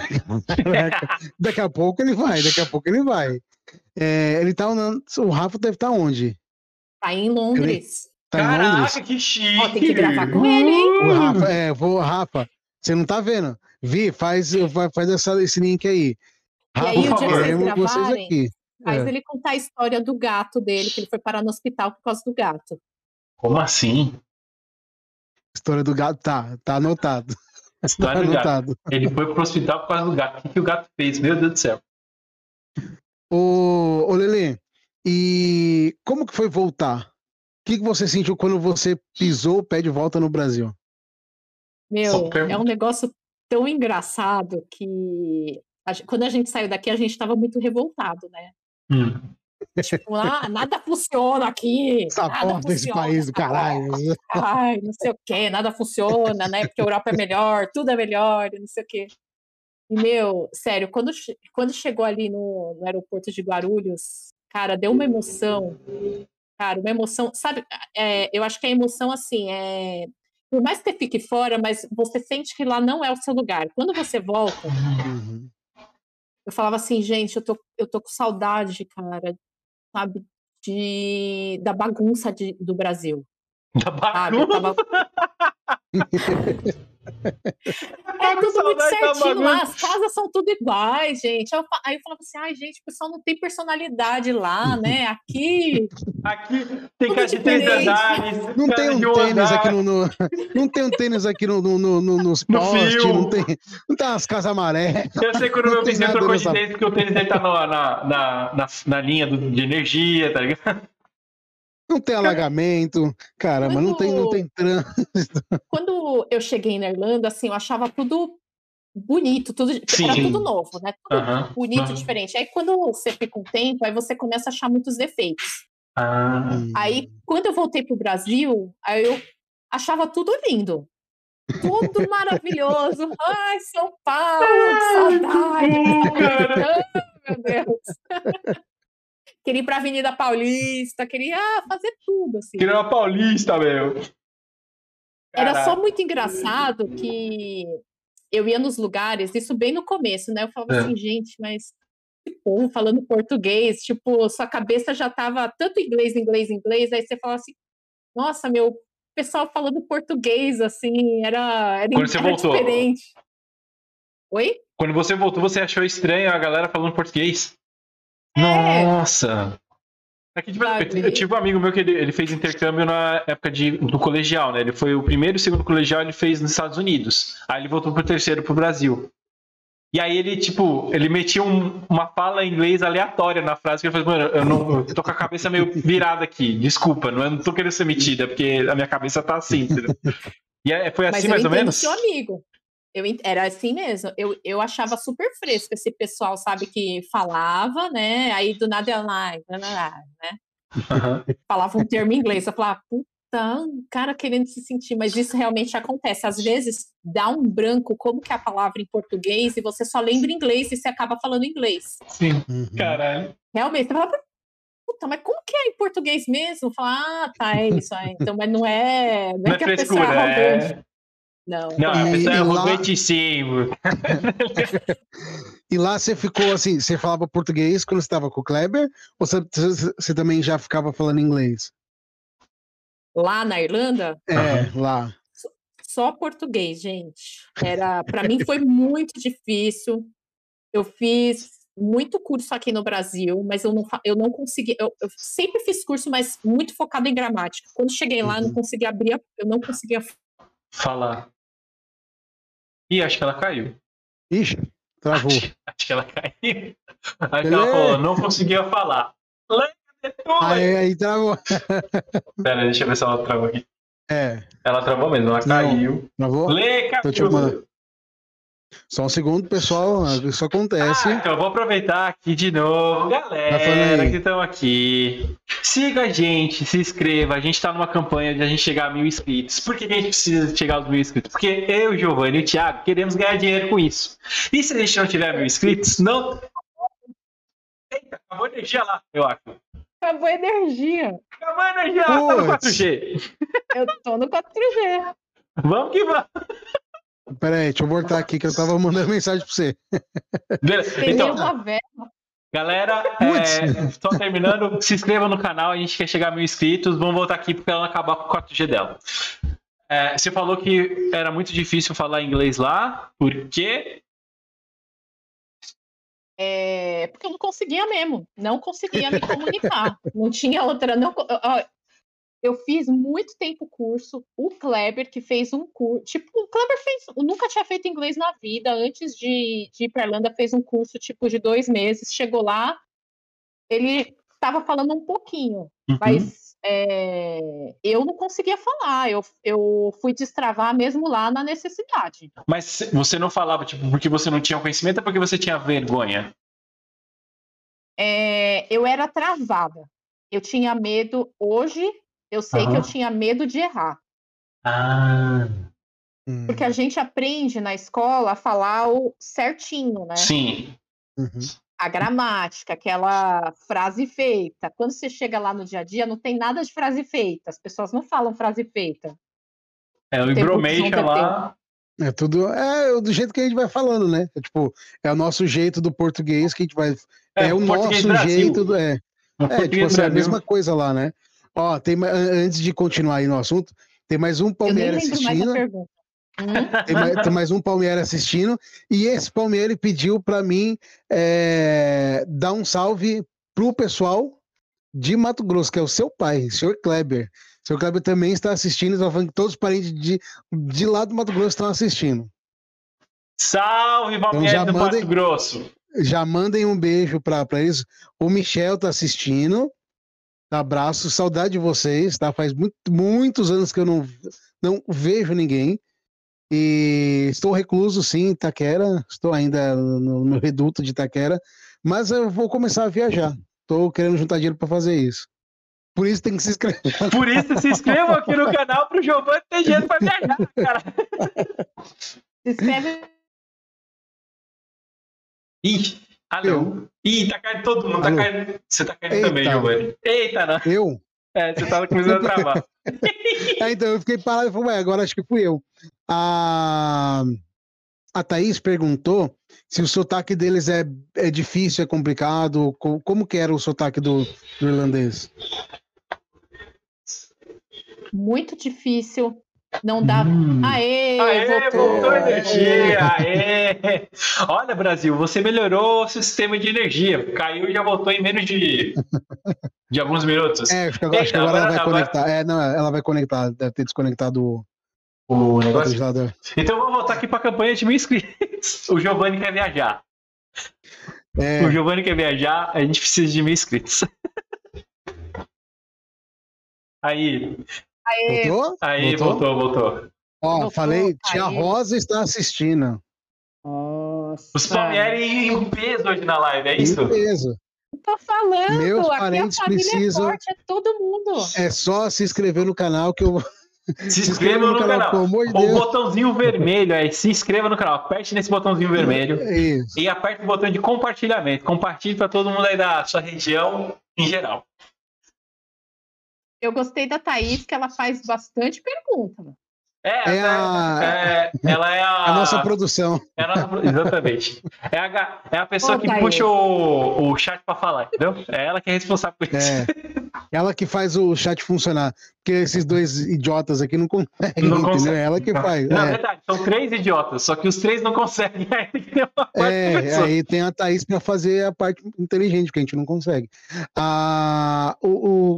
Speaker 2: daqui a pouco ele vai, daqui a pouco ele vai. É, ele tá. na- O Rafa deve estar onde?
Speaker 3: Tá em Londres.
Speaker 2: Tá em Londres?
Speaker 1: Caraca, que chique.
Speaker 3: Ó, tem que gravar com ele, hein?
Speaker 2: O Rafa, é, vou, Rafa, você não tá vendo? Vi, faz, vai- faz essa, esse link aí.
Speaker 3: E
Speaker 2: Rafa,
Speaker 3: aí,
Speaker 1: o dia que vocês
Speaker 2: queremos
Speaker 3: gravarem,
Speaker 2: aqui.
Speaker 3: Faz
Speaker 2: É.
Speaker 3: ele contar a história do gato dele, que ele foi parar no hospital por causa do gato.
Speaker 1: Como assim?
Speaker 2: História do gato, tá, tá anotado. Tá
Speaker 1: História do gato.
Speaker 2: anotado.
Speaker 1: Ele foi pro hospital por causa do gato. O que, que o gato fez? Meu Deus do céu.
Speaker 2: Ô, ô Lelê, e como que foi voltar? O que, que você sentiu quando você pisou o pé de volta no Brasil?
Speaker 1: Só
Speaker 3: Meu, é
Speaker 1: pergunta.
Speaker 3: um negócio tão engraçado que a gen- quando a gente saiu daqui, a gente estava muito revoltado, né?
Speaker 1: Hum.
Speaker 3: Tipo, ah, nada funciona aqui.
Speaker 2: Essa
Speaker 3: nada
Speaker 2: porta desse
Speaker 3: funciona,
Speaker 2: país do
Speaker 3: essa
Speaker 2: caralho.
Speaker 3: Ai, não sei o que, nada funciona, né? Porque a Europa é melhor, tudo é melhor, e não sei o que. E, meu, sério, quando, che- quando chegou ali no, no aeroporto de Guarulhos, cara, deu uma emoção. Cara, uma emoção. Sabe, é, eu acho que a emoção, assim, é. Por mais que você fique fora, mas você sente que lá não é o seu lugar. Quando você volta,
Speaker 2: Uhum.
Speaker 3: eu falava assim, gente, eu tô, eu tô com saudade, cara, sabe, de, da bagunça de- do Brasil. Ah,
Speaker 1: Da
Speaker 3: Sabe? Eu
Speaker 1: bagunça.
Speaker 3: tava É
Speaker 1: com
Speaker 3: tudo
Speaker 1: saudade
Speaker 3: muito
Speaker 1: da
Speaker 3: certinho lá,
Speaker 1: bagunça.
Speaker 3: as casas são tudo iguais, gente. Aí eu, fa- aí eu falava assim, ai, gente, o pessoal não tem personalidade lá, né? Aqui.
Speaker 1: Aqui tem
Speaker 3: Tudo
Speaker 1: cara de três
Speaker 3: diferente.
Speaker 1: andares.
Speaker 2: Não
Speaker 1: cara
Speaker 2: tem um
Speaker 1: de
Speaker 2: tênis
Speaker 1: andar.
Speaker 2: aqui no, no- não tem um tênis aqui no, no, no- no- nos
Speaker 1: No
Speaker 2: postes,
Speaker 1: fio.
Speaker 2: não tem, não tem umas casas amaré.
Speaker 1: Eu sei que o meu
Speaker 2: tem
Speaker 1: vizinho
Speaker 2: nada
Speaker 1: trocou de
Speaker 2: nessa-
Speaker 1: tênis, porque o tênis dele tá na, na, na, na, na linha do- de energia, tá ligado?
Speaker 2: Não tem alagamento, caramba, não tem, não tem trânsito.
Speaker 3: Quando eu cheguei na Irlanda, assim, eu achava tudo bonito, tudo, era
Speaker 1: Sim. Ah.
Speaker 3: tudo novo, né? Tudo
Speaker 1: Aham.
Speaker 3: bonito,
Speaker 1: aham.
Speaker 3: diferente. Aí quando você fica um tempo, aí você começa a achar muitos defeitos.
Speaker 1: Ah,
Speaker 3: Aí, quando eu voltei pro Brasil, aí eu achava tudo lindo. Tudo maravilhoso. Ai, São Paulo, que saudade.
Speaker 1: bom, cara.
Speaker 3: Ai, meu Deus. Queria ir pra Avenida Paulista, queria ah, fazer tudo, assim.
Speaker 1: Queria uma paulista, meu.
Speaker 3: Era só
Speaker 1: Caraca.
Speaker 3: muito engraçado que eu ia nos lugares, isso bem no começo, né? Eu falava
Speaker 1: É.
Speaker 3: assim, gente, mas esse povo falando português, tipo, sua cabeça já tava tanto inglês, inglês, inglês, aí você fala assim, nossa, meu, o pessoal falando português, assim, era, era,
Speaker 1: Quando você
Speaker 3: era
Speaker 1: voltou?
Speaker 3: diferente. Oi?
Speaker 1: Quando você voltou, você achou estranho a galera falando português?
Speaker 3: É.
Speaker 1: Nossa! Aqui, tipo, eu,
Speaker 3: Sabe?
Speaker 1: eu tive um amigo meu que ele, ele fez intercâmbio na época de, do colegial, né? Ele foi o primeiro e o segundo colegial ele fez nos Estados Unidos. Aí ele voltou pro terceiro pro Brasil. E aí ele, tipo, ele metia um- uma fala em inglês aleatória na frase que ele falou, mano, eu, não, eu tô com a cabeça meio virada aqui, desculpa, não, eu não tô querendo ser metida, porque a minha cabeça tá assim, entendeu? E é- foi
Speaker 3: Mas
Speaker 1: assim
Speaker 3: eu
Speaker 1: mais ou
Speaker 3: entendo
Speaker 1: menos?
Speaker 3: seu amigo. Eu, en- era assim mesmo. Eu, eu achava super fresco esse pessoal, sabe, que falava, né? Aí do nada ela lá, lá, lá, lá,
Speaker 1: Aham.
Speaker 3: falava um termo em inglês. Eu falava, puta, um cara querendo se sentir. Mas isso realmente acontece. Às vezes dá um branco, como que é a palavra em português, e você só lembra inglês e você acaba falando inglês.
Speaker 1: Sim,
Speaker 2: Uhum.
Speaker 1: caralho.
Speaker 3: Realmente, você fala, puta, mas como que é em português mesmo? Fala, ah, tá, é isso aí. Então, mas não é. Não
Speaker 1: Não
Speaker 3: é,
Speaker 1: é
Speaker 3: que a pessoa é
Speaker 1: frescura,
Speaker 3: arrogante.
Speaker 1: é.
Speaker 3: Não.
Speaker 1: Não, a
Speaker 2: E-
Speaker 1: pessoa é
Speaker 2: e lá-
Speaker 1: arrogante sim.
Speaker 2: E lá você ficou assim, você falava português quando você estava com o Kleber? Ou você, você- você também já ficava falando inglês?
Speaker 3: Lá na Irlanda,
Speaker 2: É, lá.
Speaker 3: só português, gente. Era para mim foi muito difícil. Eu fiz muito curso aqui no Brasil, mas eu não, fa- eu não consegui. Eu, eu sempre fiz curso, mas muito focado em gramática. Quando cheguei lá, eu não
Speaker 2: Uhum.
Speaker 3: consegui abrir. a- Eu não conseguia.
Speaker 1: falar. Ih, acho que ela caiu.
Speaker 2: Ixi,
Speaker 1: Acho,
Speaker 2: travou.
Speaker 1: acho que ela caiu. Aí que
Speaker 2: Beleza.
Speaker 1: ela falou, não conseguia falar. Lá, depois.
Speaker 2: Aí, aí travou.
Speaker 1: Pera, deixa eu ver se ela travou aqui.
Speaker 2: É,
Speaker 1: Ela travou mesmo, ela
Speaker 2: Não.
Speaker 1: caiu.
Speaker 2: travou.
Speaker 1: Lê,
Speaker 2: Tô te
Speaker 1: caiu.
Speaker 2: mandando. Só um segundo, pessoal. Isso acontece.
Speaker 1: Ah, então eu vou aproveitar aqui de novo.
Speaker 2: falando
Speaker 1: Galera
Speaker 2: assim? aí.
Speaker 1: que estão aqui, siga a gente, se inscreva. A gente tá numa campanha de a gente chegar a mil inscritos. Por que que a gente precisa chegar aos mil inscritos? Porque eu, Giovanni e o Thiago queremos ganhar dinheiro com isso. E se a gente não tiver mil inscritos, não. Eita, acabou a energia lá, eu acho.
Speaker 3: Acabou a energia.
Speaker 1: Acabou a energia lá, tá no
Speaker 2: Puts.
Speaker 1: 4G.
Speaker 3: Eu tô no 4G.
Speaker 1: Vamos que vamos.
Speaker 2: Pera aí, deixa eu voltar aqui que eu tava mandando mensagem pra você.
Speaker 1: Beleza.
Speaker 3: Peguei
Speaker 1: Então,
Speaker 3: uma velha.
Speaker 1: Galera, é, só terminando, se inscreva no canal, a gente quer chegar a mil inscritos. Vamos voltar aqui porque ela acabar com o 4G dela. É, você falou que era muito difícil falar inglês lá, porque
Speaker 3: É, porque eu não conseguia mesmo, não conseguia me comunicar, não tinha outra. Não, co- ó, eu fiz muito tempo curso, o Kleber que fez um curso, tipo, o Kleber fez, nunca tinha feito inglês na vida, antes de, de ir para Irlanda fez um curso tipo de dois meses, chegou lá, ele estava falando um pouquinho,
Speaker 1: Uhum.
Speaker 3: mas é, eu não conseguia falar, eu, eu fui destravar mesmo lá na necessidade.
Speaker 1: Mas você não falava, tipo, porque você não tinha conhecimento ou porque você tinha vergonha?
Speaker 3: É, eu era travada. Eu tinha medo. Hoje, eu sei que
Speaker 1: Aham.
Speaker 3: eu tinha medo de errar.
Speaker 1: Ah,
Speaker 2: Hum,
Speaker 1: Uhum.
Speaker 3: Porque a gente aprende na escola a falar o certinho, né?
Speaker 1: sim.
Speaker 2: uhum.
Speaker 3: A gramática, aquela frase feita. Quando você chega lá no dia a dia, não tem nada de frase feita. As pessoas não falam frase feita.
Speaker 1: É o
Speaker 3: Tem
Speaker 1: Ibromation
Speaker 3: produção
Speaker 1: lá.
Speaker 2: É tudo. É o- do jeito que a gente vai falando, né? É, tipo, é o nosso jeito do português que a gente vai. É, o
Speaker 1: português
Speaker 2: nosso
Speaker 1: Brasil.
Speaker 2: jeito. do- É,
Speaker 1: O
Speaker 2: é
Speaker 1: português
Speaker 2: tipo assim, é a
Speaker 1: Brasil.
Speaker 2: mesma coisa lá, né? Ó, tem, ma- an- antes de continuar aí no assunto, tem mais um
Speaker 3: Eu nem
Speaker 2: Palmeiras
Speaker 3: lembro mais
Speaker 2: assistindo.
Speaker 3: a pergunta. Hum?
Speaker 2: Tem mais, tem mais um Palmeiras assistindo. E esse Palmeiras pediu pra mim é, dar um salve pro pessoal de Mato Grosso, que é o seu pai, senhor Kleber. O senhor Kleber também está assistindo, está falando que todos os parentes de, de lá do Mato Grosso estão assistindo.
Speaker 1: Salve, Palmeiras
Speaker 2: Então já
Speaker 1: do
Speaker 2: mandem-
Speaker 1: Mato Grosso.
Speaker 2: Já mandem um beijo pra pra eles. O Michel tá assistindo. Abraço, saudade de vocês, tá? Faz muito- muitos anos que eu não, não vejo ninguém. E estou recluso, sim, em Itaquera. Estou ainda no, no reduto de Itaquera. Mas eu vou começar a viajar. Estou querendo juntar dinheiro para fazer isso. Por isso tem que se inscrever.
Speaker 1: Por isso, se inscrevam aqui no canal pro Giovanni ter jeito pra viajar, cara.
Speaker 3: Se inscreve.
Speaker 1: Ih, alô. Ih, tá caindo todo mundo. Tá
Speaker 2: Alô.
Speaker 1: caindo... Você tá caindo
Speaker 2: Eita.
Speaker 1: também, Giovanni. Eita, não.
Speaker 2: Eu?
Speaker 1: É, você tava começando a travar.
Speaker 2: Ah, então eu fiquei parado e falei, ué, agora acho que fui eu. A, a Thaís perguntou se o sotaque deles é, é difícil, é complicado, co- como que era o sotaque do, do irlandês?
Speaker 3: Muito difícil. Não dá.
Speaker 1: Hum.
Speaker 3: Aê,
Speaker 1: Aê, voltou,
Speaker 3: voltou.
Speaker 1: a energia! Aê! Olha, Brasil, você melhorou o sistema de energia. Caiu e já voltou em menos de, de alguns minutos.
Speaker 2: É, acho que agora, acho que
Speaker 1: Eita,
Speaker 2: agora ela vai
Speaker 1: agora- tá, agora-
Speaker 2: conectar. É, não, ela vai conectar, deve ter desconectado o
Speaker 1: O
Speaker 2: o
Speaker 1: negócio.
Speaker 2: controlador.
Speaker 1: Então vamos voltar aqui para a campanha de mil inscritos. O Giovanni quer viajar.
Speaker 2: É,
Speaker 1: O Giovanni quer viajar, a gente precisa de mil inscritos. Aí,
Speaker 2: voltou?
Speaker 1: aí, voltou, É, voltou.
Speaker 2: Ó,
Speaker 3: Voltou,
Speaker 2: falei, tia
Speaker 3: aí.
Speaker 2: Rosa está assistindo.
Speaker 1: Os
Speaker 3: Nossa.
Speaker 1: Palmieri
Speaker 3: É.
Speaker 1: em peso hoje na live, é isso?
Speaker 2: Beleza.
Speaker 3: Tô falando,
Speaker 2: Meus
Speaker 3: aqui a
Speaker 2: parentes
Speaker 3: família
Speaker 2: precisam-
Speaker 3: é forte, é todo mundo.
Speaker 2: É só se inscrever no canal que eu
Speaker 1: Se inscreva no
Speaker 2: pelo
Speaker 1: canal.
Speaker 2: amor de
Speaker 1: O
Speaker 2: Deus.
Speaker 1: botãozinho vermelho aí, se inscreva no canal. Aperte nesse botãozinho vermelho.
Speaker 2: É isso.
Speaker 1: E aperta o botão de compartilhamento. Compartilhe para todo mundo aí da sua região em geral.
Speaker 3: Eu gostei da Thaís, que ela faz bastante pergunta.
Speaker 1: É,
Speaker 2: É
Speaker 1: essa-
Speaker 2: a,
Speaker 1: é, ela é a,
Speaker 2: a nossa produção.
Speaker 1: é a nossa pro- Exatamente. É a, ga- é a pessoa
Speaker 3: Ô,
Speaker 1: que
Speaker 3: Thaís.
Speaker 1: puxa o, o chat para falar, entendeu? É ela que é responsável por isso.
Speaker 2: É. Ela que faz o chat funcionar. Porque esses dois idiotas aqui não conseguem,
Speaker 1: Não
Speaker 2: entendeu?
Speaker 1: consegue.
Speaker 2: É Ela que faz.
Speaker 1: Na
Speaker 2: É,
Speaker 1: verdade, são três idiotas, só que os três não conseguem. Aí tem que ter uma quarta
Speaker 2: É,
Speaker 1: pessoa.
Speaker 2: aí tem a Thaís para fazer a parte inteligente, que a gente não consegue. Ah, o,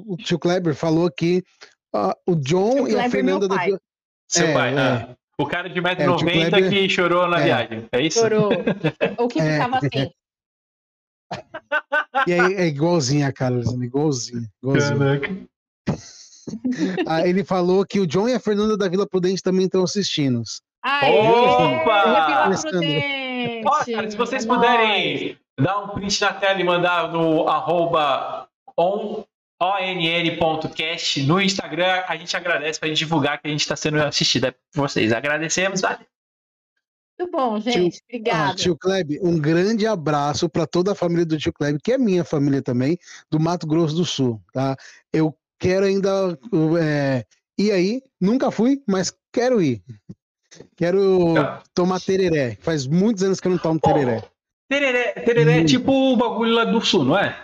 Speaker 2: o, o tio Kleber falou que ah, o John
Speaker 3: Tio
Speaker 2: e
Speaker 3: Kleber, é
Speaker 2: a
Speaker 3: meu
Speaker 2: Fernanda da
Speaker 3: pai.
Speaker 1: Seu
Speaker 2: é,
Speaker 1: pai,
Speaker 2: é.
Speaker 1: né? O cara de
Speaker 2: É, o tio
Speaker 1: 1,90m
Speaker 2: Kleber-
Speaker 1: que chorou na
Speaker 2: É.
Speaker 1: viagem. É isso?
Speaker 3: Chorou. Ou que
Speaker 2: É.
Speaker 3: ficava assim.
Speaker 2: E aí é igualzinha, cara, igualzinha. igualzinha.
Speaker 1: Caraca.
Speaker 2: Ah, ele falou que o John e a Fernanda da Vila Prudente também estão assistindo.
Speaker 3: Aê!
Speaker 1: Opa!
Speaker 3: Vila Prudente!
Speaker 1: Ó, cara, se vocês
Speaker 3: Nós.
Speaker 1: puderem dar um print na tela e mandar no arroba on- onn.cast no Instagram, a gente agradece pra gente divulgar que a gente está sendo assistido é por vocês. Agradecemos. valeu.
Speaker 3: Muito bom, gente.
Speaker 2: Ah,
Speaker 3: Obrigada.
Speaker 2: tio Kleb, um grande abraço para toda a família do tio Kleb, que é minha família também, do Mato Grosso do Sul, tá? Eu quero ainda uh, é, E aí, nunca fui, mas quero ir. Quero
Speaker 1: Tá.
Speaker 2: tomar tereré. Faz muitos anos que eu não tomo tereré.
Speaker 1: Tereré, tereré é
Speaker 2: Hum.
Speaker 1: tipo o bagulho lá do sul, não é?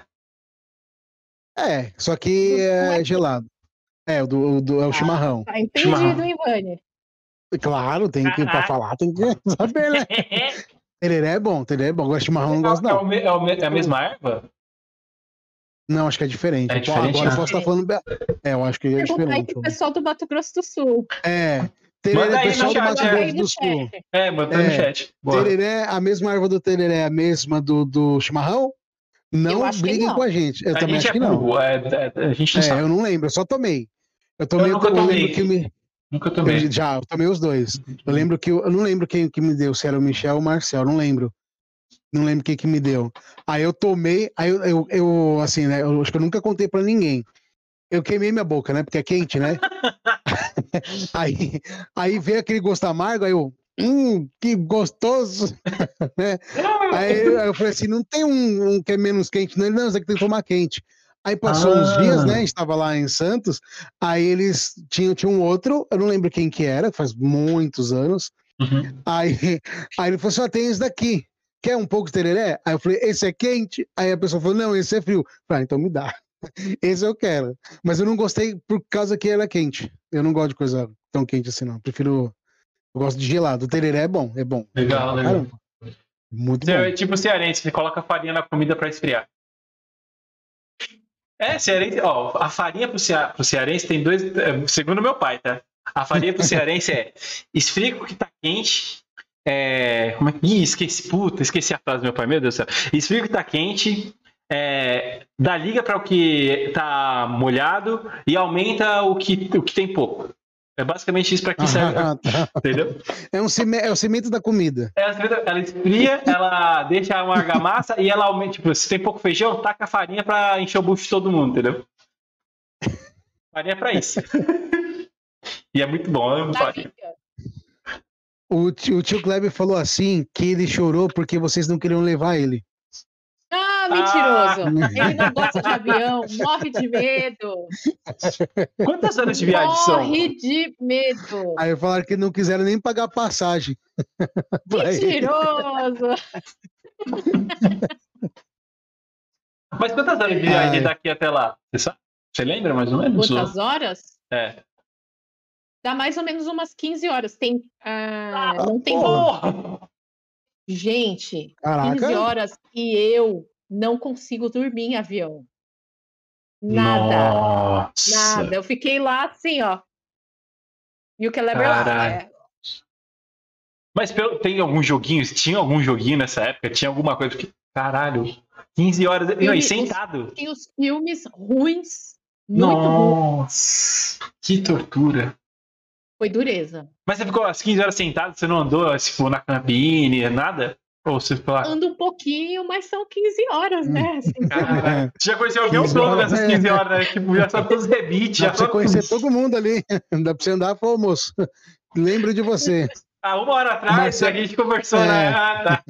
Speaker 2: É, só que é gelado. É, o do, o do- é o
Speaker 3: Ah.
Speaker 2: chimarrão.
Speaker 3: Tá entendido,
Speaker 2: Ah.
Speaker 1: Chimarrão.
Speaker 3: hein, Vânia?
Speaker 2: Claro, tem que, pra
Speaker 1: Caraca.
Speaker 2: falar, tem que saber, né? Tereré é bom, tereré é bom. Agora chimarrão eu não gosto,
Speaker 1: É,
Speaker 2: não.
Speaker 1: o me- é o me- é a mesma erva?
Speaker 2: Não, acho que é diferente.
Speaker 1: É
Speaker 2: Pô,
Speaker 1: diferente,
Speaker 2: Agora
Speaker 1: né?
Speaker 2: eu posso estar falando. be- É, eu acho que é
Speaker 3: Perguntar aí
Speaker 2: diferente.
Speaker 3: pro pessoal do Mato Grosso do Sul.
Speaker 2: É. Tereré,
Speaker 1: Manda aí no
Speaker 2: pessoal do
Speaker 1: chat,
Speaker 2: Mato
Speaker 1: é.
Speaker 2: Grosso do Sul.
Speaker 3: chat.
Speaker 1: É, botando no
Speaker 2: É.
Speaker 1: chat. Boa.
Speaker 2: Tereré, a mesma árvore do tereré, é a mesma do, do chimarrão? Não
Speaker 3: Eu acho que
Speaker 2: briguem
Speaker 3: não.
Speaker 2: com a gente. Eu
Speaker 1: a
Speaker 2: também
Speaker 1: gente
Speaker 2: acho
Speaker 1: é
Speaker 2: que não.
Speaker 1: burro, é, é, a gente não
Speaker 2: É,
Speaker 1: sabe.
Speaker 2: eu não lembro, eu só tomei. Eu tomei,
Speaker 1: nunca
Speaker 2: eu
Speaker 1: tomei.
Speaker 2: lembro que me-
Speaker 1: Nunca tomei.
Speaker 2: eu já, eu tomei os dois. Eu lembro que eu, eu não lembro quem que me deu, se era o Michel ou o Marcel, eu não lembro. Não lembro quem que me deu. Aí eu tomei, aí eu, eu, eu, assim, né, eu acho que eu nunca contei pra ninguém. Eu queimei minha boca, né? Porque é quente, né? aí, aí veio aquele gosto amargo, aí eu, hum, que gostoso. Aí eu, aí eu falei assim, não tem um, um que é menos quente, não, Ele, não, isso aqui tem que tomar quente. Aí passou uns dias, né? A gente tava lá em Santos, aí eles tinham, tinha um outro, eu não lembro quem que era, faz muitos anos.
Speaker 1: Uhum.
Speaker 2: Aí, aí ele falou assim: ó, tem esse daqui. Quer um pouco de tereré? Aí eu falei, esse é quente? Aí a pessoa falou, não, esse é frio. Eu Falei, ah, então me dá. Esse eu quero. Mas eu não gostei por causa que era quente. Eu não gosto de coisa tão quente assim, não. Prefiro. Eu gosto de gelado. O tereré é bom, é bom.
Speaker 1: Legal, legal.
Speaker 2: Caramba. Muito
Speaker 1: Você
Speaker 2: bom.
Speaker 1: é tipo cearense, que coloca farinha na comida pra esfriar. É, cearense, ó, a farinha pro, cea, pro cearense tem dois. é, Segundo meu pai, tá? A farinha pro cearense é esfria com o que tá quente. É, como é que. Ih, esqueci, puta, esqueci a frase do meu pai, meu Deus do céu. Esfria o que tá quente. É, dá liga pra o que tá molhado e aumenta o que, o que tem pouco. É basicamente isso pra quem serve,
Speaker 2: Ah, tá.
Speaker 1: entendeu?
Speaker 2: é, um cime- é o cimento da comida.
Speaker 1: Ela esfria, ela esfria, ela deixa uma argamassa e ela aumenta. Tipo, se tem pouco feijão, taca a farinha pra encher o bucho de todo mundo, entendeu? Farinha é pra isso. e é muito bom, eu amo
Speaker 3: Tá
Speaker 1: farinha.
Speaker 3: ligado?
Speaker 2: O tio, o tio Kleber falou assim que ele chorou porque vocês não queriam levar ele.
Speaker 3: Ah, mentiroso. Ele não gosta de avião, morre de medo.
Speaker 1: Quantas horas de viagem são?
Speaker 3: Morre de medo.
Speaker 2: Aí falaram que não quiseram nem pagar a passagem. pra ele.
Speaker 3: Mentiroso.
Speaker 1: Mas quantas horas de viagem
Speaker 2: Ai.
Speaker 1: daqui até lá? Você sabe? Você lembra mais ou menos?
Speaker 3: Quantas horas?
Speaker 1: É.
Speaker 3: Dá mais ou menos umas 15 horas. Tem. ah,
Speaker 1: Ah,
Speaker 3: não tem.
Speaker 2: porra.
Speaker 1: Porra!
Speaker 3: Gente, 15
Speaker 2: Caraca.
Speaker 3: horas e eu não consigo dormir em avião. Nada,
Speaker 1: Nossa!
Speaker 3: nada. Eu fiquei lá assim, ó. E o que lá?
Speaker 1: Caralho.
Speaker 3: É,
Speaker 1: Mas pelo- tem algum joguinho? Tinha algum joguinho nessa época? Tinha alguma coisa? Porque, caralho, 15 horas. Não, e
Speaker 3: Ele-
Speaker 1: sentado.
Speaker 3: tem os filmes ruins, muito ruins.
Speaker 1: Nossa, que tortura.
Speaker 3: Foi dureza.
Speaker 1: Mas você ficou às 15 horas sentado, você não andou, tipo, na cabine, nada? Ou você ficou lá?
Speaker 3: Anda um pouquinho, mas são 15 horas,
Speaker 1: Hum.
Speaker 3: né? Assim,
Speaker 1: Caralho. Você já conheceu alguém um
Speaker 2: 15
Speaker 1: plano
Speaker 2: horas,
Speaker 1: nessas
Speaker 2: né?
Speaker 1: 15 horas, né? Tipo, já sabe todos os rebites, já
Speaker 2: Dá pra você
Speaker 1: sabe
Speaker 2: conhecer
Speaker 1: tudo.
Speaker 2: todo mundo ali. Dá pra você andar, pô, moço. Lembro de você.
Speaker 1: Ah, uma hora atrás,
Speaker 2: Marcelo-
Speaker 1: a gente conversou,
Speaker 2: É.
Speaker 1: né? Ah, tá.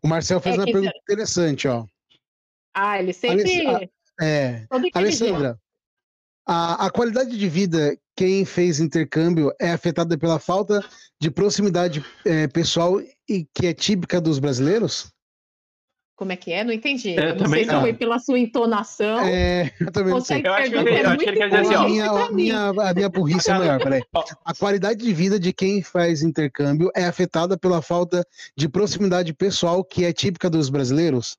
Speaker 2: O Marcel fez
Speaker 3: É
Speaker 2: uma
Speaker 3: que-
Speaker 2: pergunta interessante, ó.
Speaker 3: ah, ele sempre.
Speaker 2: Alessa- É.
Speaker 3: todo inteligente.
Speaker 2: Alessandra, a, a qualidade de vida, quem fez intercâmbio, é afetada pela falta de proximidade eh, pessoal e que é típica dos brasileiros?
Speaker 3: Como é que é? Não entendi.
Speaker 1: Eu
Speaker 3: Eu não
Speaker 1: também
Speaker 3: sei se
Speaker 2: não.
Speaker 3: foi pela sua entonação.
Speaker 2: É, eu também não
Speaker 3: ou se a
Speaker 2: sei.
Speaker 1: Eu acho que
Speaker 3: pergunta
Speaker 1: ele- eu
Speaker 3: é
Speaker 1: acho que ele
Speaker 3: muito
Speaker 1: quer dizer
Speaker 2: A
Speaker 1: assim, ó.
Speaker 3: longe
Speaker 2: minha,
Speaker 3: pra
Speaker 2: a
Speaker 3: mim.
Speaker 2: minha, a minha burrice é maior, peraí.
Speaker 1: Ó.
Speaker 2: A qualidade de vida de quem faz intercâmbio é afetada pela falta de proximidade pessoal que é típica dos brasileiros?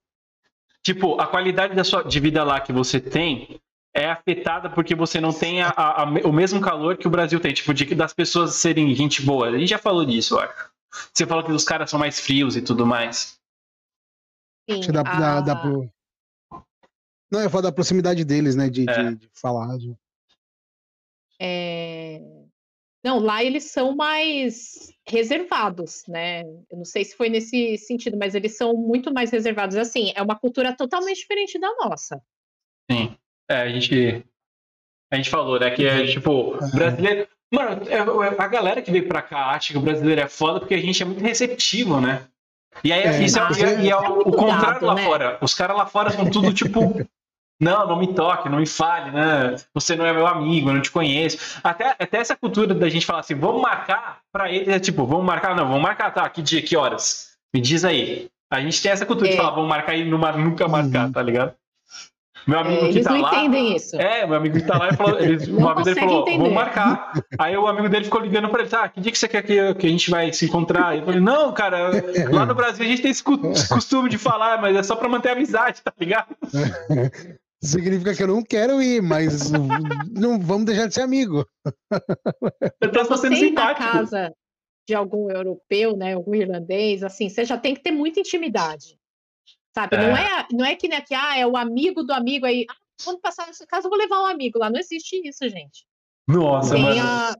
Speaker 1: Tipo, a qualidade da sua, de vida lá que você tem é afetada porque você não tem a- a- a me- o mesmo calor que o Brasil tem. Tipo, de, que- das pessoas serem gente boa. A gente já falou disso, eu acho. Você falou que os caras são mais frios e tudo mais.
Speaker 3: Sim, ah.
Speaker 2: Acho que dá, dá- dá
Speaker 3: a-
Speaker 2: pro- Não, eu falo da proximidade deles, né? De, de-
Speaker 1: É.
Speaker 2: de falar. de-
Speaker 3: É, Não, lá eles são mais reservados, né? Eu não sei se foi nesse sentido, mas eles são muito mais reservados. Assim, é uma cultura totalmente diferente da nossa.
Speaker 1: É, a gente. A gente falou, né? Que
Speaker 3: Uhum.
Speaker 1: é tipo, brasileiro. Mano, é- é- a galera que veio pra cá acha que o brasileiro é foda porque a gente é muito receptivo, né? E aí,
Speaker 2: É,
Speaker 1: isso é, e é- e é
Speaker 3: é
Speaker 1: o,
Speaker 3: muito
Speaker 1: o contrário
Speaker 3: dado,
Speaker 1: lá
Speaker 3: né?
Speaker 1: fora. Os caras lá fora são tudo, tipo, Não, não me toque, não me fale, né? Você não é meu amigo, eu não te conheço. Até, até essa cultura da gente falar assim, vamos marcar pra ele, é tipo, vamos marcar, não, vamos marcar, tá? Que dia, que horas? Me diz aí. A gente tem essa cultura de
Speaker 3: É.
Speaker 1: falar, vamos marcar e numa- nunca marcar,
Speaker 2: Uhum.
Speaker 1: tá ligado? Meu amigo
Speaker 3: É,
Speaker 1: que
Speaker 3: eles
Speaker 1: tá
Speaker 3: não
Speaker 1: lá.
Speaker 3: entendem isso.
Speaker 1: É, meu amigo que tá lá, ele falou, ele, uma vez ele
Speaker 3: Então. consegue
Speaker 1: falou,
Speaker 3: entender.
Speaker 1: vamos marcar. Aí o amigo dele ficou ligando pra ele, tá, que dia que você quer que, eu- que a gente vai se encontrar? Eu falei, não, cara,
Speaker 2: É,
Speaker 1: lá no Brasil a gente tem esse cu- esse costume de falar, mas é só pra manter a amizade, tá ligado?
Speaker 2: Significa que eu não quero ir, mas não vamos deixar de ser amigo.
Speaker 1: Eu tô sendo
Speaker 3: Você ir na
Speaker 1: simpático.
Speaker 3: casa de algum europeu, né, algum irlandês, assim, você já tem que ter muita intimidade, sabe? Não é, não é que, né, que ah, é o amigo do amigo aí. Ah, quando passar nessa casa, eu vou levar um amigo lá. Não existe isso, gente.
Speaker 1: Nossa,
Speaker 3: Tem
Speaker 1: mano.
Speaker 3: a-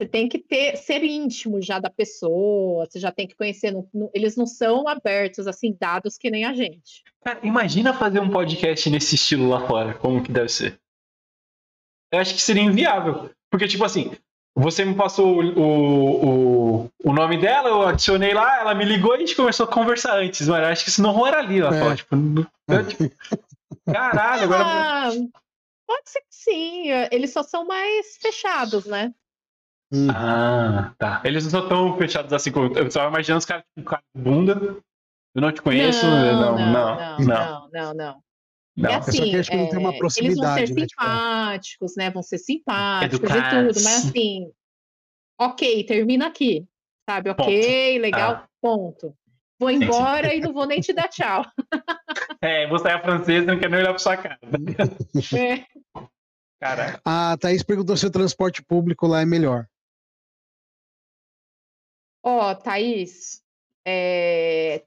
Speaker 3: Você tem que ter, ser íntimo já da pessoa, você já tem que conhecer. não- não- eles não são abertos, assim, dados que nem a gente.
Speaker 1: Cara, imagina fazer um podcast nesse estilo lá fora, como que deve ser. Eu acho que seria inviável. Porque, tipo assim, você me passou o, o, o, o nome dela, eu adicionei lá, ela me ligou e a gente começou a conversar antes, mano. Eu acho que isso não rolaria lá
Speaker 2: É.
Speaker 1: fora. Tipo, não- eu, tipo, caralho, agora.
Speaker 3: Ah, pode ser que sim, eh, eles só são mais fechados, né?
Speaker 2: Hum.
Speaker 1: Ah, tá. Eles não são tão fechados assim como. Eu tava imaginando os caras, tipo, cara de bunda. Eu não te conheço. Não, não, não. não,
Speaker 3: não, não, não.
Speaker 1: não.
Speaker 3: É
Speaker 2: só
Speaker 3: assim,
Speaker 2: que acho que não tem uma
Speaker 3: é, eles vão ser
Speaker 2: proximidade, né, tipo, é.
Speaker 3: simpáticos, né? Vão ser simpáticos de
Speaker 1: Educados.
Speaker 3: tudo, mas assim, ok, termina aqui, sabe? Ok, legal,
Speaker 1: Ah.
Speaker 3: ponto. Vou
Speaker 1: sim.
Speaker 3: embora e não vou nem te dar tchau.
Speaker 1: É, você é francês, não quer nem olhar pra sua cara.
Speaker 3: É,
Speaker 1: Caralho.
Speaker 2: A Thaís perguntou se o transporte público lá é melhor.
Speaker 3: Ó, Thaís, é,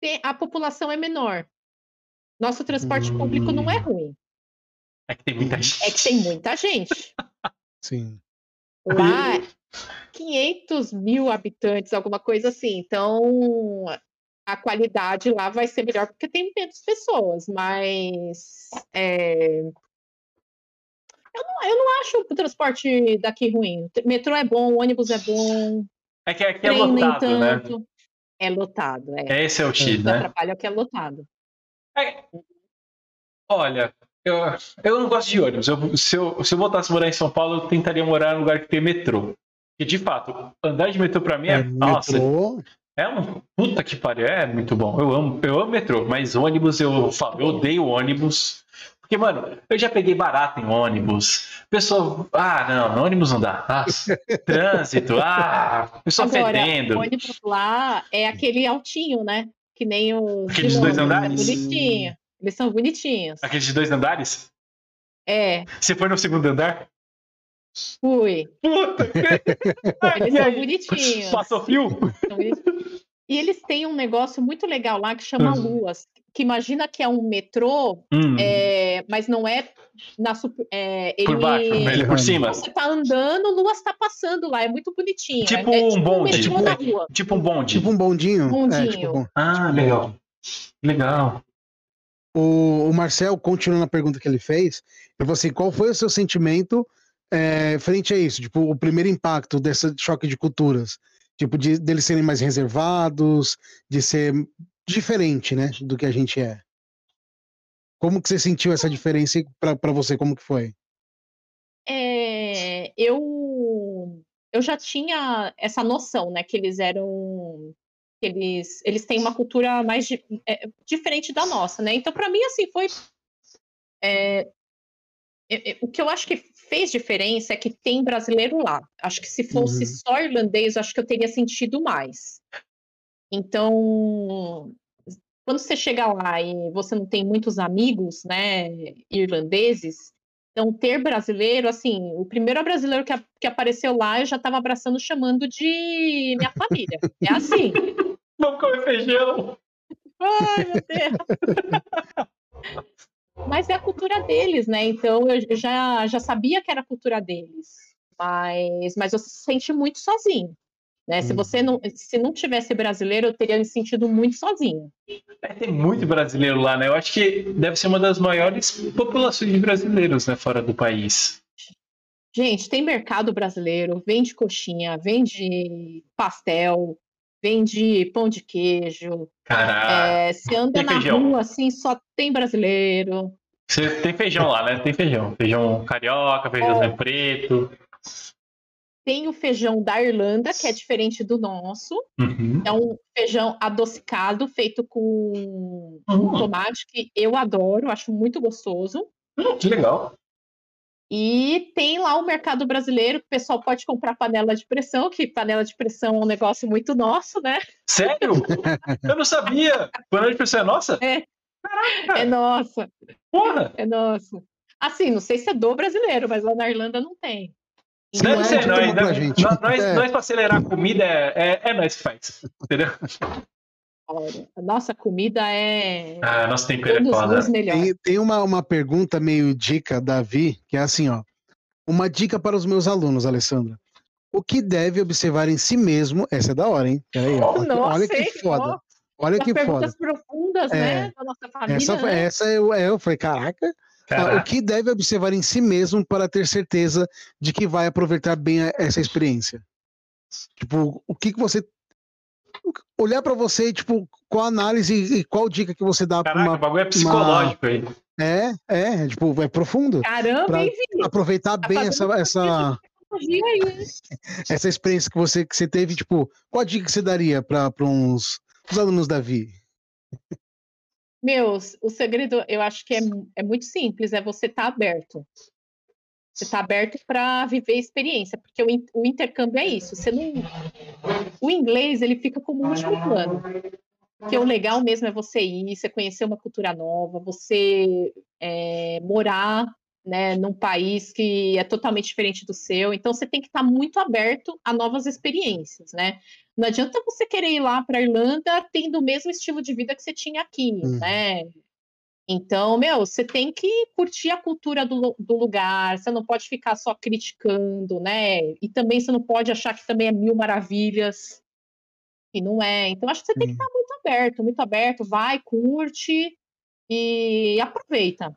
Speaker 3: tem- a população é menor. Nosso transporte público não é
Speaker 1: Hum.
Speaker 3: ruim,
Speaker 1: É que tem muita gente.
Speaker 3: é que tem muita gente.
Speaker 2: Sim.
Speaker 3: Lá, 500 mil habitantes, alguma coisa assim. Então, a qualidade lá vai ser melhor porque tem menos pessoas, mas. é, Eu, não, eu não acho o transporte daqui ruim. O Metrô é bom, ônibus é bom,
Speaker 1: É que aqui é
Speaker 3: trem nem
Speaker 1: lotado, né?
Speaker 3: tanto. É lotado, então, é.
Speaker 1: Esse é o X,
Speaker 3: Só
Speaker 1: né?
Speaker 3: atrapalha o que é lotado.
Speaker 1: Olha, eu, eu não gosto de ônibus. Eu- se, eu, se eu voltasse a morar em São Paulo, eu tentaria morar num lugar que tem metrô. E de fato, andar de metrô pra mim é.
Speaker 2: É,
Speaker 1: nossa,
Speaker 2: metrô,
Speaker 1: é um. Puta que pariu, é muito bom. Eu amo, eu amo metrô, mas ônibus eu falo, eu odeio ônibus. Porque, mano, eu já peguei barato em ônibus. Pessoa. Ah, não, ônibus não dá. Ah, trânsito, ah, pessoa
Speaker 3: Agora,
Speaker 1: fedendo.
Speaker 3: O ônibus lá é aquele altinho, né? Que nem os. de
Speaker 1: Aqueles dois
Speaker 3: Londres, é
Speaker 1: andares?
Speaker 3: bonitinho. Eles são bonitinhos.
Speaker 1: Aqueles de dois andares?
Speaker 3: É,
Speaker 1: Você foi no segundo andar?
Speaker 3: fui.
Speaker 1: Puta!
Speaker 3: Eles
Speaker 1: E
Speaker 3: são
Speaker 1: aí?
Speaker 3: bonitinhos.
Speaker 1: Passou fio?
Speaker 3: Então, eles- E eles têm um negócio muito legal lá que chama
Speaker 1: Uhum.
Speaker 3: Luas. Que imagina que é um metrô,
Speaker 1: Hum,
Speaker 3: é, mas não é na super. é, ele...
Speaker 1: por baixo, ele por cima.
Speaker 3: Você tá andando, Luas tá passando lá. É muito bonitinho. é-
Speaker 1: Tipo
Speaker 3: é,
Speaker 1: um
Speaker 3: tipo
Speaker 1: bonde.
Speaker 3: metrô na rua.
Speaker 1: Tipo um bonde.
Speaker 2: tipo um bondinho. É,
Speaker 3: Bondinho.
Speaker 2: tipo, bom.
Speaker 1: Ah, legal. Legal.
Speaker 2: o, o Marcel, continuando a pergunta que ele fez, ele falou assim: qual foi o seu sentimento é, frente a isso? Tipo, o primeiro impacto desse choque de culturas? Tipo, de, deles serem mais reservados, de ser diferente, né? Do que a gente é. Como que você sentiu essa diferença e pra pra você, como que foi?
Speaker 3: É, eu, eu já tinha essa noção, né? Que eles eram. que eles, eles têm uma cultura mais di- é, diferente da nossa, né? Então, para mim, assim, foi. é, é, é, o que eu acho que fez diferença é que tem brasileiro lá. Acho que se fosse
Speaker 2: Uhum.
Speaker 3: só irlandês, eu acho que eu teria sentido mais. Então, quando você chega lá e você não tem muitos amigos, né, irlandeses, então ter brasileiro, assim, o primeiro brasileiro que, a- que apareceu lá, eu já estava abraçando, chamando de minha família. É assim.
Speaker 1: Vamos comer feijão.
Speaker 3: Ai, meu Deus! Mas é a cultura deles, né? Então eu eu já, já sabia que era a cultura deles. Mas, mas você se sente muito sozinho. Né? Se
Speaker 2: Hum.
Speaker 3: você não, se não tivesse brasileiro, eu teria me sentido muito sozinho.
Speaker 1: É, tem muito brasileiro lá, né? Eu acho que deve ser uma das maiores populações de brasileiros, né? Fora do país.
Speaker 3: Gente, tem mercado brasileiro, vende coxinha, vende pastel, Vende pão de queijo.
Speaker 1: Caralho.
Speaker 3: É, você anda
Speaker 1: Ah, tem
Speaker 3: na
Speaker 1: feijão.
Speaker 3: rua, assim, só tem brasileiro.
Speaker 1: Você tem feijão lá, né? Tem feijão. Feijão carioca, feijão
Speaker 3: É.
Speaker 1: preto.
Speaker 3: Tem o feijão da Irlanda, que é diferente do nosso.
Speaker 1: Uhum.
Speaker 3: É um feijão adocicado, feito com
Speaker 1: Hum,
Speaker 3: tomate, que eu adoro, acho muito gostoso.
Speaker 1: hum, que legal.
Speaker 3: E tem lá o mercado brasileiro, que o pessoal pode comprar panela de pressão, que panela de pressão é um negócio muito nosso, né?
Speaker 1: Sério? Eu não sabia. Panela de pressão é nossa?
Speaker 3: É nossa,
Speaker 1: Porra.
Speaker 3: é nossa. Assim, não sei se é do brasileiro, mas lá na Irlanda não tem. Então,
Speaker 1: Deve
Speaker 2: é
Speaker 1: ser
Speaker 2: de
Speaker 1: nós,
Speaker 2: tomar pra
Speaker 1: né?
Speaker 2: gente.
Speaker 1: Nós, nós,
Speaker 2: É.
Speaker 1: nós pra acelerar a comida é, é, é nós que faz. Entendeu?
Speaker 3: Olha, a nossa comida é
Speaker 1: Ah, nosso tempero é
Speaker 3: todos
Speaker 1: foda.
Speaker 3: os melhores.
Speaker 2: Tem, tem uma, uma pergunta meio dica, Davi, que é assim, ó. Uma dica para os meus alunos, Alessandra. O que deve observar em si mesmo? Essa é da hora, hein? Peraí, ó.
Speaker 3: Nossa,
Speaker 2: Olha que
Speaker 3: hein?
Speaker 2: foda.
Speaker 3: Nossa,
Speaker 2: Olha
Speaker 3: as
Speaker 2: que foda.
Speaker 3: perguntas profundas, né? Da nossa família.
Speaker 2: Essa, foi-
Speaker 3: né?
Speaker 2: essa eu, é, eu falei, caraca. Ah, O
Speaker 1: Caraca.
Speaker 2: que deve observar em si mesmo para ter certeza de que vai aproveitar bem a- essa experiência? Tipo, o que, que você. Olhar para você, tipo, qual análise e qual dica que você dá para
Speaker 1: Caraca, o
Speaker 2: uma.
Speaker 1: bagulho é psicológico aí.
Speaker 2: É, é, tipo, é profundo.
Speaker 3: Caramba,
Speaker 2: pra-
Speaker 3: hein, Vini?
Speaker 2: Aproveitar bem
Speaker 3: fazendo
Speaker 2: essa,
Speaker 3: uma
Speaker 2: essa,
Speaker 3: Tecnologia aí, hein?
Speaker 2: essa experiência que você, que você teve, tipo, qual a dica que você daria para uns os alunos da Vi?
Speaker 3: Meus, o segredo eu acho que é, mu- é muito simples, é você estar aberto. Você estar aberto para viver a experiência, porque o, in- o intercâmbio é isso. Você não, o inglês ele fica como último plano. Porque o legal mesmo é você ir, você conhecer uma cultura nova, você eh, morar né, num país que é totalmente diferente do seu. Então você tem que estar muito aberto a novas experiências, né? Não adianta você querer ir lá para Irlanda tendo o mesmo estilo de vida que você tinha aqui,
Speaker 2: Uhum.
Speaker 3: né? Então, meu, você tem que curtir a cultura do, lu- do lugar, você não pode ficar só criticando, né? E também você não pode achar que também é mil maravilhas, e não é. Então, acho que você tem que
Speaker 2: Sim.
Speaker 3: estar muito aberto, muito aberto, vai, curte e aproveita.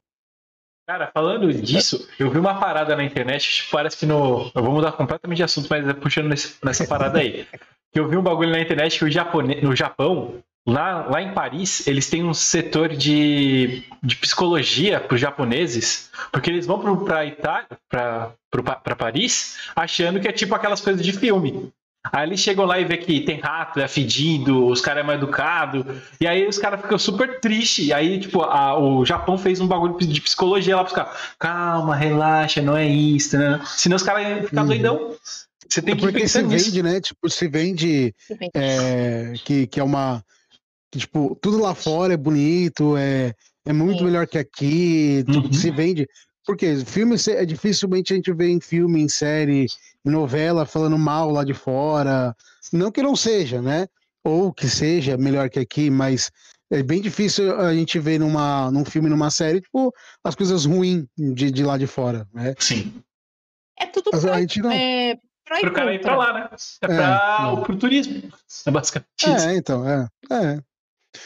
Speaker 1: Cara, falando disso, eu vi uma parada na internet, tipo, parece que no. Eu vou mudar completamente de assunto, mas é puxando nesse- nessa parada aí. Que eu vi um bagulho na internet que o japonês, no Japão, lá, lá em Paris, eles têm um setor de, de psicologia para os japoneses, porque eles vão pro, pra Itália, pra, pro, Pa- pra Paris, achando que é tipo aquelas coisas de filme. Aí eles chegam lá e vê que tem rato, é fedido, os caras é mal educado, e aí os caras ficam super tristes. E aí, tipo, a- o Japão fez um bagulho de psicologia lá pros caras. Calma, relaxa, não é isso, né? Senão os caras iam ficar
Speaker 2: Uhum. É
Speaker 1: doidão. Você tem que
Speaker 2: Porque
Speaker 1: pensar
Speaker 2: se
Speaker 1: nisso.
Speaker 2: vende, né? Tipo, se vende.
Speaker 3: Tudo bem.
Speaker 2: é, que, que é uma. que, tipo, tudo lá fora é bonito, é, é muito
Speaker 3: Sim.
Speaker 2: melhor que aqui, tipo,
Speaker 1: Uhum.
Speaker 2: se vende. Porque filme se- é dificilmente a gente vê em filme, em série, em novela falando mal lá de fora. Não que não seja, né? Ou que seja melhor que aqui, mas é bem difícil a gente ver numa, num filme, numa série, tipo, as coisas ruins de, de lá de fora, né?
Speaker 1: Sim.
Speaker 3: É tudo
Speaker 2: Mas a
Speaker 3: pra,
Speaker 2: gente não.
Speaker 3: é, pró e
Speaker 1: Pro cara ir pra
Speaker 3: contra.
Speaker 1: lá, né? É pra, pro turismo. É basicamente isso.
Speaker 2: É, então, é. é.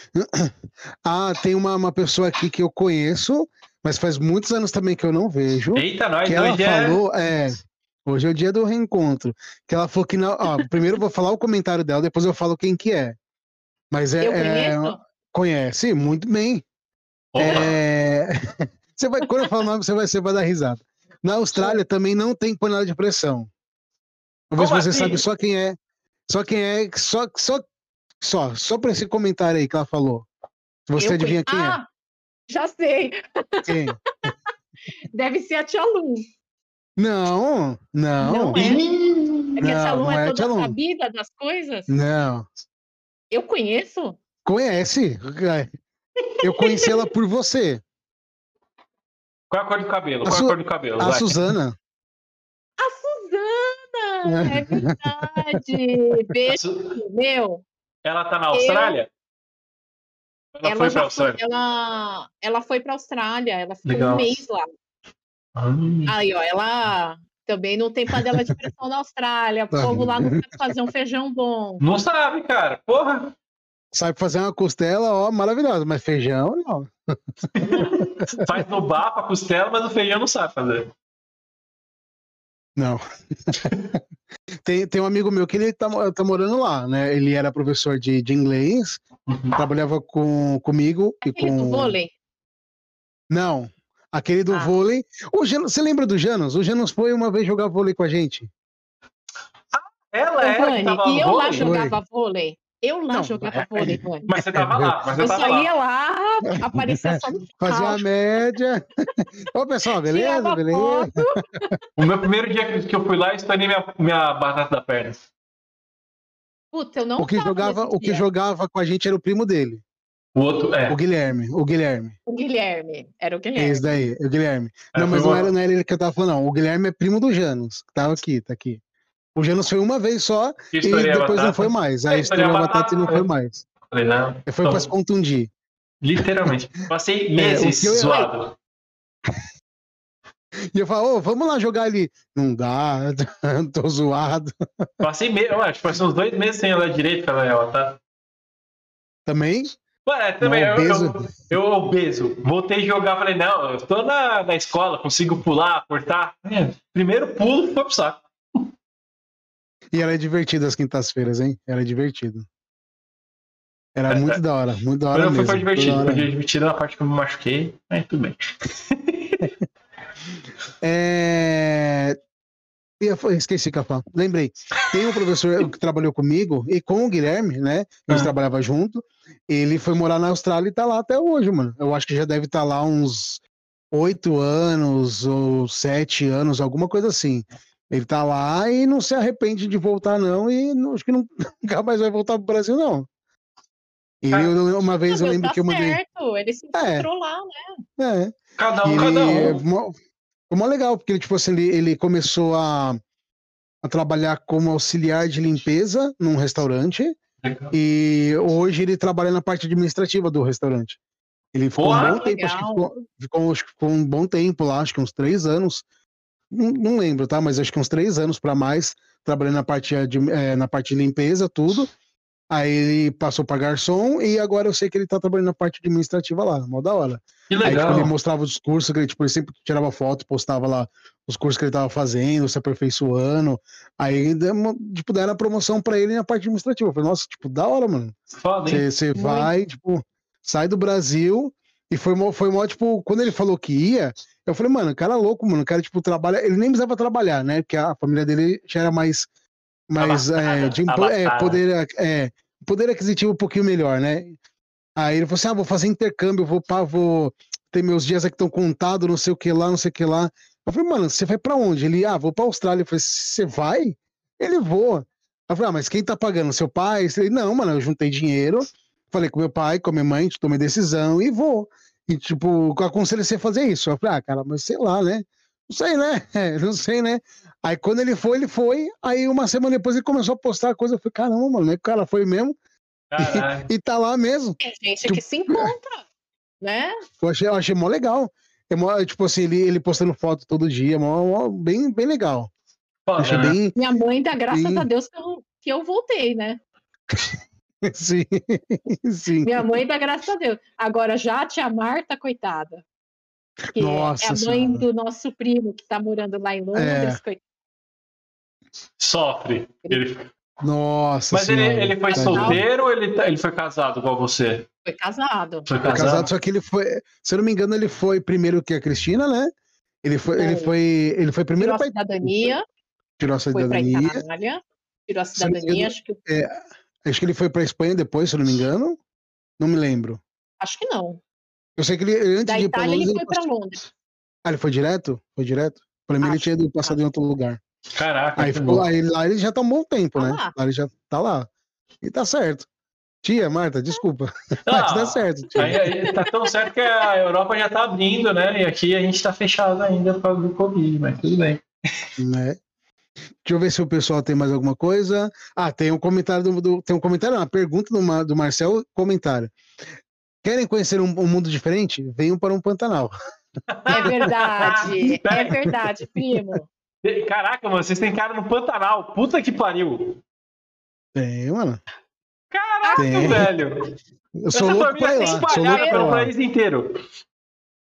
Speaker 2: Ah, tem uma, uma pessoa aqui que eu conheço, mas faz muitos anos também que eu não vejo.
Speaker 1: Eita, nós
Speaker 2: que ela
Speaker 1: hoje
Speaker 2: falou, é. Hoje é o dia do reencontro. Que ela falou que não. Ó, primeiro eu vou falar o comentário dela, depois eu falo quem que é. Mas é.
Speaker 3: Eu
Speaker 2: é-
Speaker 3: conheço?
Speaker 2: conhece? Muito bem.
Speaker 1: é. Opa,
Speaker 2: É, Você vai, quando eu falar o nome, você vai, você vai dar risada. Na Austrália também não tem panela de pressão. Talvez
Speaker 1: Como
Speaker 2: você
Speaker 1: assim?
Speaker 2: sabe só quem é. Só quem é. Só, só, só, só pra esse comentário aí que ela falou. Você
Speaker 3: Eu
Speaker 2: adivinha
Speaker 3: conhe-
Speaker 2: quem
Speaker 3: Ah, já sei.
Speaker 2: é? Quem?
Speaker 3: Deve ser a Tia Lu.
Speaker 2: Não, não.
Speaker 3: Não é. É que a
Speaker 2: Não,
Speaker 3: Tia Lu
Speaker 2: não é
Speaker 3: é
Speaker 2: a Tia
Speaker 3: toda
Speaker 2: Lu. Hum.
Speaker 3: sabida das coisas.
Speaker 2: Não.
Speaker 3: Eu conheço?
Speaker 2: Conhece? Eu conheci ela por você.
Speaker 1: qual é a cor do cabelo?
Speaker 2: A
Speaker 1: Qual é a
Speaker 2: Su-
Speaker 1: cor do cabelo?
Speaker 2: A
Speaker 1: Vai.
Speaker 2: Suzana.
Speaker 3: A Suzana! É verdade!
Speaker 1: A
Speaker 3: Beijo,
Speaker 1: Su-
Speaker 3: meu.
Speaker 1: Ela tá na Austrália? Ela,
Speaker 3: Ela
Speaker 1: foi
Speaker 3: já
Speaker 1: pra Austrália.
Speaker 3: ela, ela foi pra Austrália, ela ficou
Speaker 1: Legal.
Speaker 3: um mês lá.
Speaker 1: Hum.
Speaker 3: Aí, ó, ela também não tem panela de pressão na Austrália. O
Speaker 2: Tá
Speaker 3: povo
Speaker 2: vendo?
Speaker 3: lá não sabe fazer um feijão bom.
Speaker 1: Não sabe, cara. Porra.
Speaker 2: Sabe fazer uma costela, ó, maravilhosa, mas feijão, não.
Speaker 1: Faz no bar pra costela, mas o feijão não sabe fazer.
Speaker 2: Não. Tem, tem um amigo meu que ele tá, tá morando lá, né? Ele era professor de, de inglês, trabalhava com, comigo e
Speaker 3: Aquele do
Speaker 2: com.
Speaker 3: vôlei.
Speaker 2: Não, aquele do
Speaker 3: Ah.
Speaker 2: vôlei. O Janus, você lembra do Janus? O Janus foi uma vez jogar vôlei com a gente.
Speaker 1: Ela
Speaker 3: Ô,
Speaker 1: era
Speaker 3: Vani,
Speaker 1: que tava
Speaker 3: e eu lá
Speaker 1: vôlei?
Speaker 3: jogava vôlei. Eu lá
Speaker 2: Não,
Speaker 3: jogava
Speaker 2: é-
Speaker 3: vôlei, Vani.
Speaker 1: Mas você tava lá, mas você
Speaker 3: Eu
Speaker 1: tava
Speaker 3: só
Speaker 1: lá.
Speaker 3: ia lá, aparecia só no
Speaker 2: Fazia
Speaker 3: final,
Speaker 2: a média. Ô, pessoal, beleza?
Speaker 3: tirava
Speaker 2: Beleza?
Speaker 3: foto.
Speaker 1: O meu primeiro dia que eu fui lá, eu estourei minha, minha batata da perna.
Speaker 3: Puta, eu não
Speaker 2: O que,
Speaker 3: tava
Speaker 2: jogava,
Speaker 3: nesse
Speaker 2: o que
Speaker 3: dia.
Speaker 2: jogava com a gente era o primo dele,
Speaker 1: O outro, é.
Speaker 2: o Guilherme. O Guilherme.
Speaker 3: O Guilherme. Era o
Speaker 2: É.
Speaker 3: Guilherme.
Speaker 2: Esse daí, o Guilherme.
Speaker 1: É,
Speaker 2: não,
Speaker 1: foi
Speaker 2: mas não
Speaker 1: uma-
Speaker 2: era, não era ele que eu tava falando, não. O Guilherme é primo do Janus, que tava aqui, tá aqui. O Janus foi uma vez só
Speaker 1: que
Speaker 2: e
Speaker 1: estourei a
Speaker 2: depois não
Speaker 1: batata.
Speaker 2: foi mais.
Speaker 1: É,
Speaker 2: Aí
Speaker 1: estourei a
Speaker 2: estourou a batata e não
Speaker 1: batata,
Speaker 2: foi mais.
Speaker 1: Falei, não.
Speaker 2: Ele foi
Speaker 1: Então,
Speaker 2: pra se contundir.
Speaker 1: Literalmente. Passei
Speaker 2: É, o
Speaker 1: meses
Speaker 2: que eu-
Speaker 1: zoado.
Speaker 2: E eu falo, ô, vamos lá jogar ali. Não dá, tô zoado.
Speaker 1: Passei meses, acho que passei uns dois meses sem andar direito pela ela, tá?
Speaker 2: Também?
Speaker 1: Ué, é, também,
Speaker 2: Não,
Speaker 1: eu,
Speaker 2: obeso.
Speaker 1: eu, eu obeso. Voltei a jogar, falei, não, eu tô na, na escola, consigo pular, cortar. É, primeiro pulo foi pro saco.
Speaker 2: E era divertido as quintas-feiras, hein? Era divertido. Era muito da hora, muito da
Speaker 1: Mas É,
Speaker 2: hora
Speaker 1: não foi pra
Speaker 2: mesmo. toda
Speaker 1: divertido,
Speaker 2: hora.
Speaker 1: foi divertido na é parte que eu me machuquei, mas tudo bem.
Speaker 2: É... e Eu fa- esqueci o que eu ia falar. Lembrei. Tem um professor que trabalhou comigo e com o Guilherme, né? Eles
Speaker 1: Ah.
Speaker 2: trabalhavam junto. Ele foi morar na Austrália e tá lá até hoje, mano. Eu acho que já deve estar lá uns oito anos ou sete anos, alguma coisa assim. Ele tá lá e não se arrepende de voltar, não. E não- acho que não, nunca mais vai voltar pro Brasil, não. E
Speaker 1: Cara,
Speaker 2: eu- uma vez eu
Speaker 3: Meu,
Speaker 2: lembro
Speaker 3: tá
Speaker 2: que eu mandei.
Speaker 3: certo, ele se
Speaker 2: É.
Speaker 3: encontrou lá, né?
Speaker 2: É,
Speaker 1: Cada um,
Speaker 2: e
Speaker 1: cada
Speaker 2: ele é
Speaker 1: um.
Speaker 2: mó, é mó legal, porque ele, tipo assim, ele, ele começou a, a trabalhar como auxiliar de limpeza num restaurante e hoje ele trabalha na parte administrativa do restaurante. Ele ficou
Speaker 1: Porra,
Speaker 2: um bom tempo, acho que
Speaker 3: legal.
Speaker 2: ficou, ficou- acho que ficou um bom tempo lá, acho que uns três anos, não, não lembro, tá? Mas acho que uns três anos para mais, trabalhando na parte, admi- eh, na parte de limpeza, tudo. Aí ele passou para garçom e agora eu sei que ele tá trabalhando na parte administrativa lá, mó da hora.
Speaker 1: Que
Speaker 2: Aí, tipo,
Speaker 1: legal.
Speaker 2: ele mostrava os cursos que ele, tipo, ele sempre tirava foto, postava lá os cursos que ele tava fazendo, se aperfeiçoando. Aí, deu uma- tipo, deram a promoção pra ele na parte administrativa. Eu falei, nossa, tipo, da hora, mano.
Speaker 1: Foda, hein?
Speaker 2: Você
Speaker 3: Muito.
Speaker 2: vai, tipo, sai do Brasil. E foi mó, foi mó, tipo, quando ele falou que ia, eu falei, mano, o cara é louco, mano. O cara, tipo, trabalha. Ele nem precisava trabalhar, né? Porque a família dele já era mais. mais é, de, impo- é,
Speaker 1: abastada.
Speaker 2: poder, ac- é, poder aquisitivo um pouquinho melhor, né? Aí ele falou assim: ah, vou fazer intercâmbio, vou, pá, vou ter meus dias aqui estão contados, não sei o que lá, não sei o que lá. Eu falei, mano, você vai pra onde? Ele, ah, vou pra Austrália. Eu falei, você vai? Ele voa. Eu falei, ah, mas quem tá pagando? Seu pai? Ele, não, mano, eu juntei dinheiro, falei com meu pai, com a minha mãe, tomei decisão e vou. E, tipo, eu aconselho você a fazer isso. Eu falei, ah, cara, mas sei lá, né? Não sei, né? É, não sei, né? Aí quando ele foi, ele foi. Aí uma semana depois ele começou a postar a coisa. Eu falei, caramba, mano, né? o cara foi mesmo
Speaker 1: Caralho.
Speaker 2: e tá lá mesmo.
Speaker 3: Tem gente É que se encontra, né?
Speaker 2: Eu achei, eu achei mó legal. É mó, tipo assim, ele, ele postando foto todo dia, mó, mó- bem, bem legal. Eu
Speaker 1: Foda,
Speaker 2: achei
Speaker 1: né?
Speaker 2: bem.
Speaker 3: Minha mãe dá graças
Speaker 2: Sim.
Speaker 3: a Deus que eu, que eu voltei, né?
Speaker 2: Sim, sim.
Speaker 3: Minha mãe dá graças a Deus. Agora já a tia Marta, coitada. Que
Speaker 2: Nossa
Speaker 3: é a mãe
Speaker 2: Senhora. É.
Speaker 3: do nosso primo que tá morando lá em Londres, coitada.
Speaker 1: Sofre. Ele-
Speaker 2: Nossa.
Speaker 1: Mas ele,
Speaker 2: Senhora,
Speaker 1: ele foi
Speaker 2: tadinho.
Speaker 1: solteiro ou ele, tá- ele foi casado igual você?
Speaker 3: Foi casado.
Speaker 1: Foi
Speaker 2: Foi
Speaker 1: casado?
Speaker 2: casado, só que ele foi. Se eu não me engano, ele foi primeiro que a Cristina, né? Ele foi, ele
Speaker 3: Foi.
Speaker 2: foi, ele foi primeiro
Speaker 3: Tirou a
Speaker 2: para
Speaker 3: cidadania,
Speaker 2: tirou a
Speaker 3: foi pra
Speaker 2: cidadania.
Speaker 3: Itália. Tirou
Speaker 2: eu
Speaker 3: a
Speaker 2: não me
Speaker 3: cidadania,
Speaker 2: engano,
Speaker 3: acho que,
Speaker 2: Acho que ele foi para Espanha depois, se eu não me engano. Não me lembro.
Speaker 3: acho que não.
Speaker 2: Eu sei que ele antes
Speaker 3: Da
Speaker 2: de ir pra
Speaker 3: Itália
Speaker 2: Londres,
Speaker 3: ele
Speaker 2: ele
Speaker 3: foi pra
Speaker 2: passou-
Speaker 3: Londres.
Speaker 2: Ah, ele foi direto? Foi direto? Pra mim ele
Speaker 3: Acho tá.
Speaker 2: tinha ido passado em outro lugar.
Speaker 1: Caraca,
Speaker 2: Aí,
Speaker 1: que
Speaker 2: ficou,
Speaker 1: Ah, bom.
Speaker 2: aí lá ele já tá um bom tempo,
Speaker 3: Tá
Speaker 2: né?
Speaker 3: lá.
Speaker 2: Lá. ele já tá lá. E tá certo. Tia, Marta, desculpa. Mas
Speaker 1: Ah,
Speaker 2: tá certo. tia.
Speaker 1: aí, aí tá tão certo que a Europa já tá abrindo, né? E aqui a gente tá fechado ainda por causa do Covid, mas tudo bem.
Speaker 2: Né? Deixa eu ver se o pessoal tem mais alguma coisa. Ah, tem um comentário do. do- tem um comentário, uma pergunta do, Ma- do Marcel, comentário. Querem conhecer um, um mundo diferente? Venham para um Pantanal. Tá.
Speaker 3: É verdade, é verdade, primo.
Speaker 1: E- Caraca, mano, vocês têm cara no Pantanal. Puta que pariu.
Speaker 2: Tem, mano.
Speaker 1: Caraca,
Speaker 2: Tem.
Speaker 1: velho.
Speaker 2: Eu
Speaker 1: Essa
Speaker 2: sou louco pra
Speaker 1: família tem
Speaker 2: ir lá. Sou louco
Speaker 1: espalhada
Speaker 2: pra ir
Speaker 1: pelo
Speaker 2: lá.
Speaker 1: país inteiro.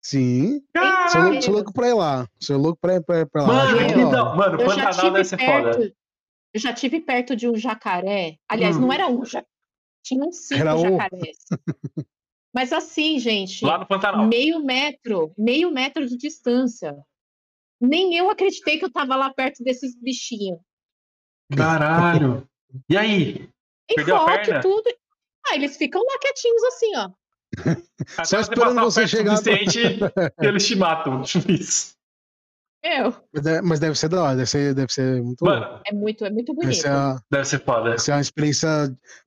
Speaker 2: Sim.
Speaker 1: Caraca.
Speaker 2: Sou louco,
Speaker 3: Caralho.
Speaker 2: sou louco pra ir lá. Sou louco pra ir pra, ir pra lá.
Speaker 1: Mano,
Speaker 2: Acho que é
Speaker 3: Meu.
Speaker 2: da hora.
Speaker 1: então, mano,
Speaker 3: Eu já
Speaker 1: Pantanal deve
Speaker 3: estive
Speaker 1: ser
Speaker 3: perto.
Speaker 1: foda.
Speaker 3: Eu já tive perto de um jacaré. Aliás,
Speaker 2: Hum.
Speaker 3: não era um jacaré. Tinham cinco
Speaker 2: Era um. o-
Speaker 3: jacarés. Mas assim, gente,
Speaker 1: Lá no Pantanal.
Speaker 3: meio metro, meio metro de distância. Nem eu acreditei que eu tava lá perto desses bichinhos.
Speaker 1: Caralho. E aí?
Speaker 3: Em
Speaker 1: Perdeu a
Speaker 3: foto,
Speaker 1: perna?
Speaker 3: tudo. Ah, eles ficam lá quietinhos assim, ó.
Speaker 1: Agora
Speaker 2: esperando
Speaker 1: passar
Speaker 2: você
Speaker 1: perto o
Speaker 2: chegar do-
Speaker 1: suficiente, eles te matam. Tipo isso.
Speaker 3: Eu.
Speaker 2: Mas de- Mas deve ser da hora, deve ser, deve ser muito louco.
Speaker 1: Mano,
Speaker 3: É muito, é muito
Speaker 2: Deve
Speaker 3: bonito.
Speaker 2: ser uma,
Speaker 1: deve ser foda.
Speaker 2: deve ser uma experiência.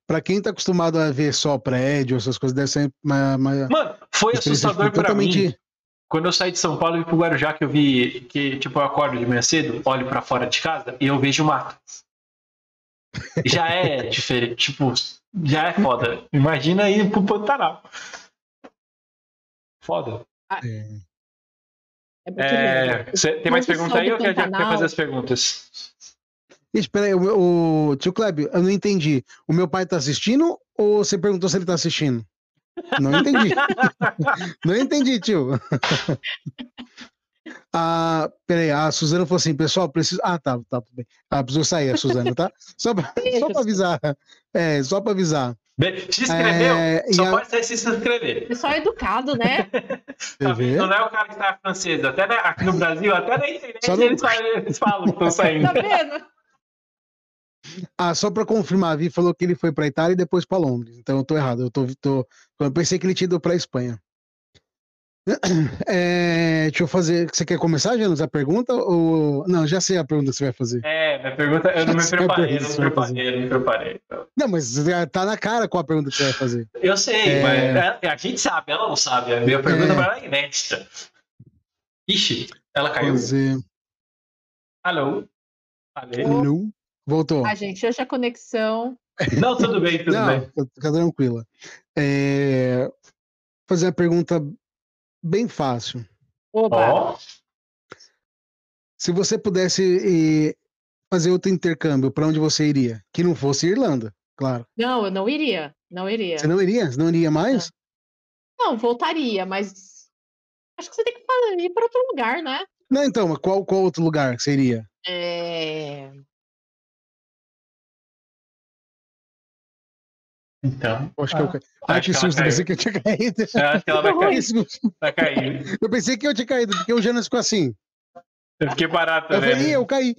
Speaker 2: Pra quem tá acostumado a ver só prédio, essas coisas, deve ser uma, uma
Speaker 1: Mano, foi
Speaker 2: experiência
Speaker 1: assustador pra mim.
Speaker 2: totalmente.
Speaker 1: Quando eu saí de São Paulo e fui pro Guarujá, que eu vi que, tipo, eu acordo de manhã cedo, olho pra fora de casa e eu vejo mato. Já é diferente, tipo, já é foda. Imagina ir pro Pantanal. Foda.
Speaker 3: É muito lindo.
Speaker 1: É, cê- tem mais
Speaker 3: Pôr do
Speaker 1: pergunta
Speaker 3: sol
Speaker 1: aí
Speaker 3: do
Speaker 1: ou quer, quer
Speaker 3: Pantanal.
Speaker 1: fazer as perguntas?
Speaker 2: Ixi, peraí, o, meu- o tio Kleber, eu não entendi. O meu pai tá assistindo ou você perguntou se ele tá assistindo? Não entendi. não entendi, tio. Ah, peraí, a Suzana falou assim, pessoal, preciso. Ah, tá, tá, tudo bem. Ah, preciso sair, a Suzana, tá? Só pra, só pra avisar. É, só pra avisar.
Speaker 1: Bem, Se inscreveu?
Speaker 2: É, e
Speaker 1: Só
Speaker 2: a-
Speaker 1: pode sair se inscrever.
Speaker 3: Pessoal educado, né?
Speaker 1: Tá
Speaker 2: TV?
Speaker 1: vendo? Não é o cara que tá francês. Até na- aqui no Brasil, até na internet,
Speaker 2: Só no-
Speaker 1: eles, falam, eles falam que estão saindo.
Speaker 3: Tá vendo?
Speaker 2: Ah, só pra confirmar, a Vi falou que ele foi pra Itália e depois pra Londres. Então eu tô errado. Eu, tô, tô- eu pensei que ele tinha ido pra Espanha. É, deixa eu fazer. Você quer começar, Janus, a pergunta? Ou... Não, já sei a pergunta que você vai fazer.
Speaker 1: É, minha pergunta, eu não me
Speaker 2: Isso que é
Speaker 1: preparei, eu não me
Speaker 2: burrice, né,
Speaker 1: preparei, eu não me preparei.
Speaker 2: Não, mas já tá na cara qual a pergunta que você vai fazer.
Speaker 1: Eu sei,
Speaker 2: É.
Speaker 1: mas a, a gente sabe, ela não sabe. A minha pergunta
Speaker 2: É.
Speaker 1: para ela é inédita. Ixi, ela caiu.
Speaker 2: Fazer.
Speaker 1: Alô? Falei.
Speaker 2: Não. Voltou.
Speaker 3: Ah, gente, hoje a conexão.
Speaker 1: Não, tudo bem, Tá tudo
Speaker 2: Não,
Speaker 1: bem.
Speaker 2: fica tranquila. É, fazer uma pergunta bem fácil.
Speaker 3: Oba!
Speaker 1: Ó,
Speaker 2: Se você pudesse eh, fazer outro intercâmbio, pra onde você iria? Que não fosse Irlanda, claro.
Speaker 3: Não, eu não iria. Não iria.
Speaker 2: Você não iria? Você não iria mais?
Speaker 3: Não, voltaria, mas. Acho que você tem que fa- ir para outro lugar, né?
Speaker 2: Não, então, mas qual, qual outro lugar que você iria?
Speaker 3: É...
Speaker 1: então.
Speaker 2: Eu acho que eu... ca- Ai,
Speaker 1: acho
Speaker 2: que
Speaker 1: que ela
Speaker 2: susto, eu
Speaker 1: caiu.
Speaker 2: pensei que eu tinha caído.
Speaker 1: Eu acho que ela Ah, vai cair.
Speaker 2: Esse susto,
Speaker 1: Vai cair.
Speaker 2: Eu pensei que eu tinha caído, porque o Jonas ficou assim.
Speaker 1: Eu fiquei parado
Speaker 2: Eu
Speaker 1: também. né?
Speaker 2: falei, "Ih, eu caí.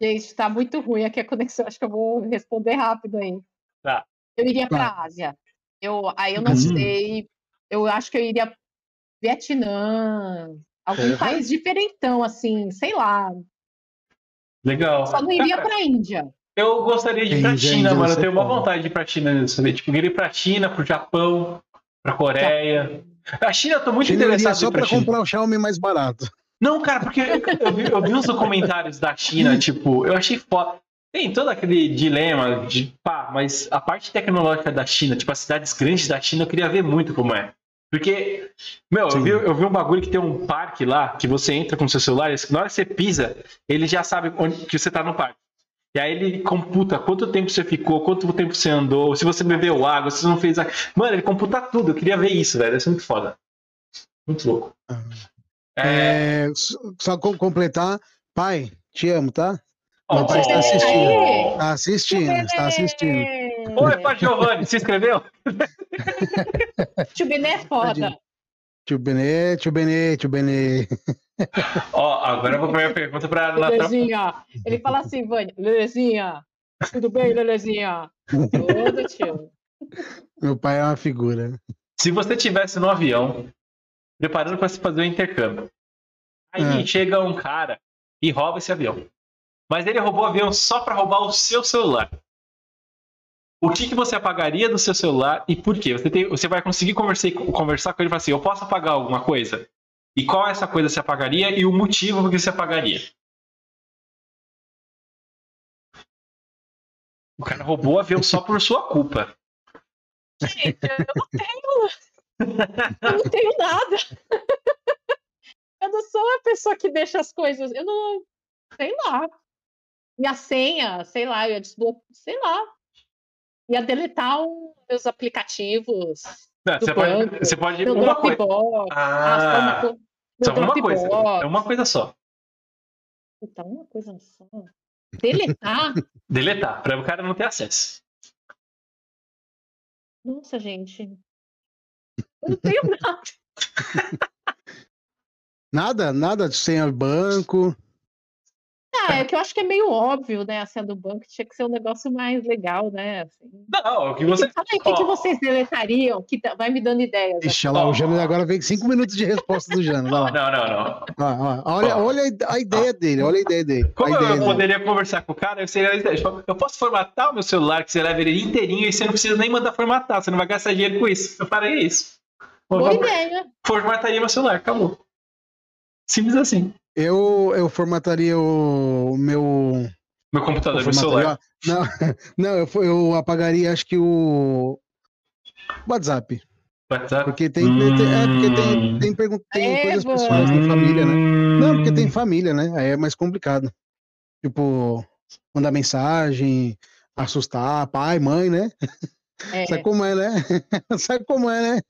Speaker 3: Gente, tá muito ruim aqui a conexão. Acho que eu vou responder rápido aí.
Speaker 1: Tá.
Speaker 3: Eu iria para
Speaker 2: Claro.
Speaker 3: a Ásia. Eu, aí eu não
Speaker 1: Hum.
Speaker 2: Uhum.
Speaker 3: sei. Eu acho que eu iria Vietnã, algum
Speaker 2: Porra.
Speaker 3: país diferentão, assim, sei lá.
Speaker 1: Legal.
Speaker 3: Só não iria
Speaker 1: Cara,
Speaker 3: para a Índia.
Speaker 1: Eu gostaria de ir pra
Speaker 2: Índia,
Speaker 1: China,
Speaker 2: Índia,
Speaker 1: mano. Eu
Speaker 2: você
Speaker 1: tenho uma
Speaker 2: fala.
Speaker 1: vontade de ir pra China nisso. sabe? Tipo, eu queria ir pra China, pro Japão, pra Coreia. A China, eu tô muito
Speaker 2: Ele iria
Speaker 1: interessado em
Speaker 2: só
Speaker 1: ir pra
Speaker 2: pra
Speaker 1: China.
Speaker 2: comprar o Xiaomi mais barato.
Speaker 1: Não, cara, porque eu vi, eu vi uns documentários da China, tipo, eu achei foda. Tem todo aquele dilema de pá, mas a parte tecnológica da China, tipo, as cidades grandes da China, eu queria ver muito como é. Porque, meu, eu
Speaker 2: Sim.
Speaker 1: vi, eu vi um bagulho que tem um parque lá, que você entra com seu celular, e na hora que você pisa, ele já sabe onde que você tá no parque. E aí ele computa quanto tempo você ficou, quanto tempo você andou, se você bebeu água, se você não fez. a- Mano, ele computa tudo, eu queria ver isso, velho. Deve ser muito foda. Muito louco.
Speaker 2: Ah.
Speaker 1: É,
Speaker 2: É, só- só com- completar. Pai, te amo, tá?
Speaker 1: ó,
Speaker 2: Meu pai está
Speaker 1: ó,
Speaker 2: assistindo.
Speaker 1: ó.
Speaker 2: Tá assistindo, tá assistindo.
Speaker 3: É.
Speaker 1: Oi, Pai Giovanni, se inscreveu?
Speaker 3: Tio Bené é foda.
Speaker 2: Tio Benê, tio Benê, tio Benê.
Speaker 1: Ó, agora eu vou pra minha pergunta pra Natal.
Speaker 3: Lelezinha. Ele fala assim, Vânia. Lelezinha. Tudo bem, Lelezinha? Tudo, tio.
Speaker 2: Meu pai é uma figura.
Speaker 1: Se você estivesse no avião, preparando pra se fazer o intercâmbio, aí
Speaker 2: Ah.
Speaker 1: chega um cara e rouba esse avião. Mas ele roubou o avião só pra roubar o seu celular. O que, que você apagaria do seu celular e por quê? Você, tem- você vai conseguir conversar, conversar com ele e falar assim: eu posso apagar alguma coisa? E qual essa coisa você apagaria e o motivo por que você apagaria? O cara roubou o avião só por sua culpa.
Speaker 3: Gente, eu não tenho. Eu não tenho nada. Eu não sou a pessoa que deixa as coisas. Eu não. Sei lá. Minha senha, sei lá, eu ia desbloquear, sei lá. Ia deletar os meus aplicativos.
Speaker 1: Não,
Speaker 3: Do
Speaker 1: você, pode,
Speaker 3: banco.
Speaker 1: você pode.
Speaker 3: Meu
Speaker 1: Uma coisa.
Speaker 3: Dropbox. Ah,
Speaker 1: Ah,
Speaker 3: só uma co- meu
Speaker 1: só uma
Speaker 3: Dropbox.
Speaker 1: coisa. É uma coisa só.
Speaker 3: Puta, uma coisa só. Deletar?
Speaker 1: Deletar, pra o cara não ter acesso.
Speaker 3: Nossa, gente. Eu não tenho nada.
Speaker 2: Nada, nada de senha de banco.
Speaker 3: Ah, é que eu acho que é meio óbvio, né? A senha do banco tinha que ser um negócio mais legal, né? Assim.
Speaker 1: Não, o que
Speaker 3: Você...
Speaker 1: você.
Speaker 3: Fala aí, o que, que
Speaker 1: Ó.
Speaker 3: vocês deletariam? Que tá- vai me dando ideias. né?
Speaker 2: Ixi, olha lá, o Jânio agora vem com cinco minutos de resposta do Jânio. Vai lá.
Speaker 1: Não, não, não.
Speaker 2: Ó, ó, Ah, Olha, olha a ide- a ideia dele, olha a ideia dele. A
Speaker 1: Ah. Como é
Speaker 2: ideia
Speaker 1: eu
Speaker 2: dele.
Speaker 1: poderia conversar com o cara, eu seria. tipo, Eu posso formatar o meu celular, que você leva ele inteirinho, e você não precisa nem mandar formatar, você não vai gastar dinheiro com isso. Eu parei isso.
Speaker 3: Boa
Speaker 1: Eu
Speaker 3: ideia.
Speaker 1: formataria meu celular, acabou. Simples assim.
Speaker 2: Eu, eu formataria o o meu.
Speaker 1: Meu computador, meu
Speaker 2: formataria,
Speaker 1: celular.
Speaker 2: ó. Não, não eu, fo- eu apagaria, acho que o. WhatsApp.
Speaker 1: WhatsApp.
Speaker 2: Porque tem. tem- é, porque
Speaker 1: Hum.
Speaker 2: tem, tem, pergun- tem
Speaker 3: É,
Speaker 2: coisas
Speaker 3: boa.
Speaker 2: pessoais da família, né? Não, porque
Speaker 1: Hum.
Speaker 2: tem família, né? Aí é mais complicado. Tipo, mandar mensagem, assustar, pai, mãe, né?
Speaker 3: É.
Speaker 2: Sabe como é, né? Sabe como é, né?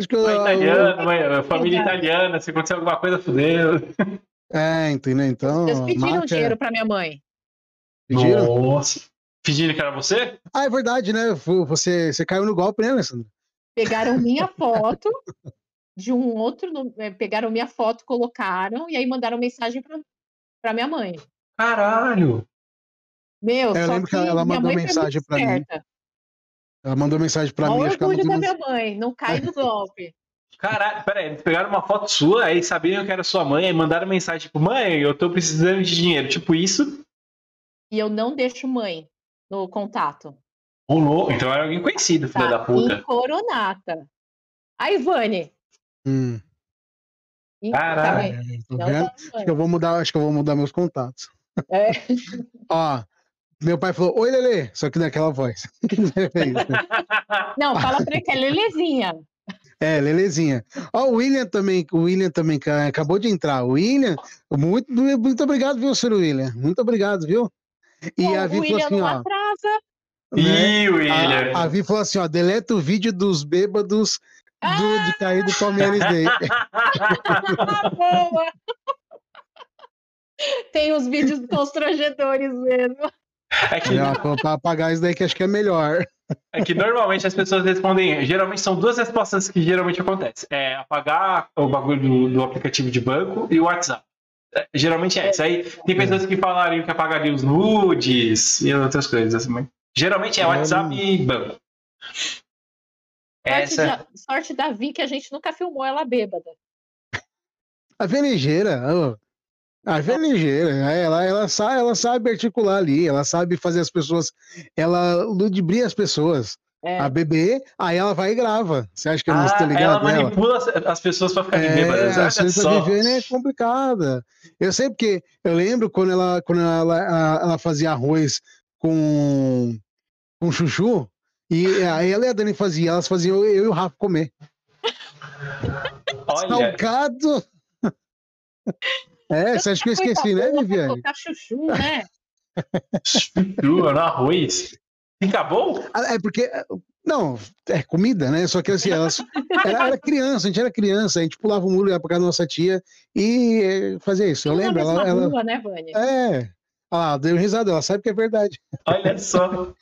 Speaker 2: Acho que eu,
Speaker 1: Mãe italiana, mãe- família
Speaker 3: Verdade.
Speaker 1: italiana, se acontecer alguma coisa, fudeu.
Speaker 2: É, entendeu? Então.
Speaker 3: Vocês pediram
Speaker 2: máfia-
Speaker 3: dinheiro pra minha mãe.
Speaker 2: Pediram?
Speaker 1: Nossa. Pedindo que era você?
Speaker 2: Ah, é verdade, né? Fu- Você, você caiu no golpe, né, Alessandro?
Speaker 3: Pegaram minha foto de um outro. nu- eh, Pegaram minha foto, colocaram e aí mandaram mensagem pra, pra minha mãe.
Speaker 1: Caralho.
Speaker 3: Meu,
Speaker 2: É, eu
Speaker 3: só
Speaker 2: lembro que
Speaker 3: que
Speaker 2: ela
Speaker 3: minha
Speaker 2: mandou
Speaker 3: mãe foi
Speaker 2: mensagem
Speaker 3: muito
Speaker 2: pra mim.
Speaker 3: esperta.
Speaker 2: Ela mandou mensagem pra
Speaker 3: Olha
Speaker 2: mim.
Speaker 3: o
Speaker 2: Acho que ela
Speaker 3: orgulho da
Speaker 2: mandou mensagem.
Speaker 3: minha mãe, não cai no golpe.
Speaker 1: Caralho, peraí, eles pegaram uma foto sua, aí sabiam que era sua mãe, aí mandaram mensagem, tipo, mãe, eu tô precisando de dinheiro. Tipo, isso.
Speaker 3: E eu não deixo mãe no contato.
Speaker 1: Ou não. Então era alguém conhecido, filha da
Speaker 3: Tá? Em
Speaker 1: puta.
Speaker 3: Coronata. A Ivane.
Speaker 2: Hum,
Speaker 3: em-
Speaker 1: Caralho.
Speaker 3: tá
Speaker 2: tô
Speaker 3: vendo?
Speaker 2: vendo?
Speaker 3: Não,
Speaker 2: Acho que eu vou mudar, acho que eu vou mudar meus contatos.
Speaker 3: tá, é.
Speaker 2: Ó, meu pai falou, oi, Lele, só que naquela voz.
Speaker 3: Não, fala pra ele que é Lelezinha.
Speaker 2: É, Lelezinha. Ó, o William também, o William também ca- acabou de entrar. O William, muito, muito obrigado, viu, Sr. William? Muito obrigado, viu? E
Speaker 3: Pô,
Speaker 2: a Vi
Speaker 3: o
Speaker 2: falou
Speaker 3: William
Speaker 2: assim,
Speaker 3: não
Speaker 2: ó.
Speaker 3: atrasa.
Speaker 2: né?
Speaker 1: Ih, William.
Speaker 2: A, a Vi falou assim, ó, deleta o vídeo dos bêbados do,
Speaker 1: Ah!
Speaker 2: de cair do Palmeiras Day.
Speaker 3: Ah, boa! Tem os vídeos constrangedores mesmo.
Speaker 1: É que,
Speaker 2: Ela falou pra apagar isso daí que acho que é melhor.
Speaker 1: é que normalmente as pessoas respondem. Geralmente são duas respostas que geralmente acontecem: é apagar o bagulho do, do aplicativo de banco e o WhatsApp. É, geralmente é isso. Aí tem pessoas que falariam que apagariam os nudes e outras coisas assim. mas Geralmente é WhatsApp e banco.
Speaker 3: Sorte,
Speaker 1: Essa.
Speaker 3: da, sorte da Vi que a gente nunca filmou ela bêbada.
Speaker 2: A Vi é ligeira, ô. A Vi é ligeira, né? ela, ela, sabe, ela sabe articular ali, ela sabe fazer as pessoas, ela ludibria as pessoas.
Speaker 3: É.
Speaker 2: A bebê, aí ela vai e grava. Você acha que eu não
Speaker 1: Ah,
Speaker 2: estou
Speaker 1: ela
Speaker 2: ligado nela?
Speaker 1: manipula as- as pessoas pra ficarem bêbadas.
Speaker 2: É, a
Speaker 1: né? Olha
Speaker 2: Santa
Speaker 1: só.
Speaker 2: Viviane é complicada. Eu sei porque eu lembro quando ela, quando ela, a- ela fazia arroz com, com chuchu, e aí ela e a Dani faziam, elas faziam eu, eu e o Rafa comer.
Speaker 1: Olha,
Speaker 2: Salgado! É, você acha que eu esqueci, né, Viviane?
Speaker 3: Colocar chuchu, né?
Speaker 1: crua no arroz. Fica bom?
Speaker 2: Ah, É porque. Não, é comida, né? Só que assim, elas. Era, era criança, a gente era criança, a gente pulava o muro ia pra casa da nossa tia e eh, fazia isso. Eu
Speaker 3: Tudo na
Speaker 2: lembro, ela,
Speaker 3: mesma
Speaker 2: ela,
Speaker 3: rua, né, Vânia?
Speaker 2: É. Ah, deu risada, ela sabe que é verdade.
Speaker 1: Olha só.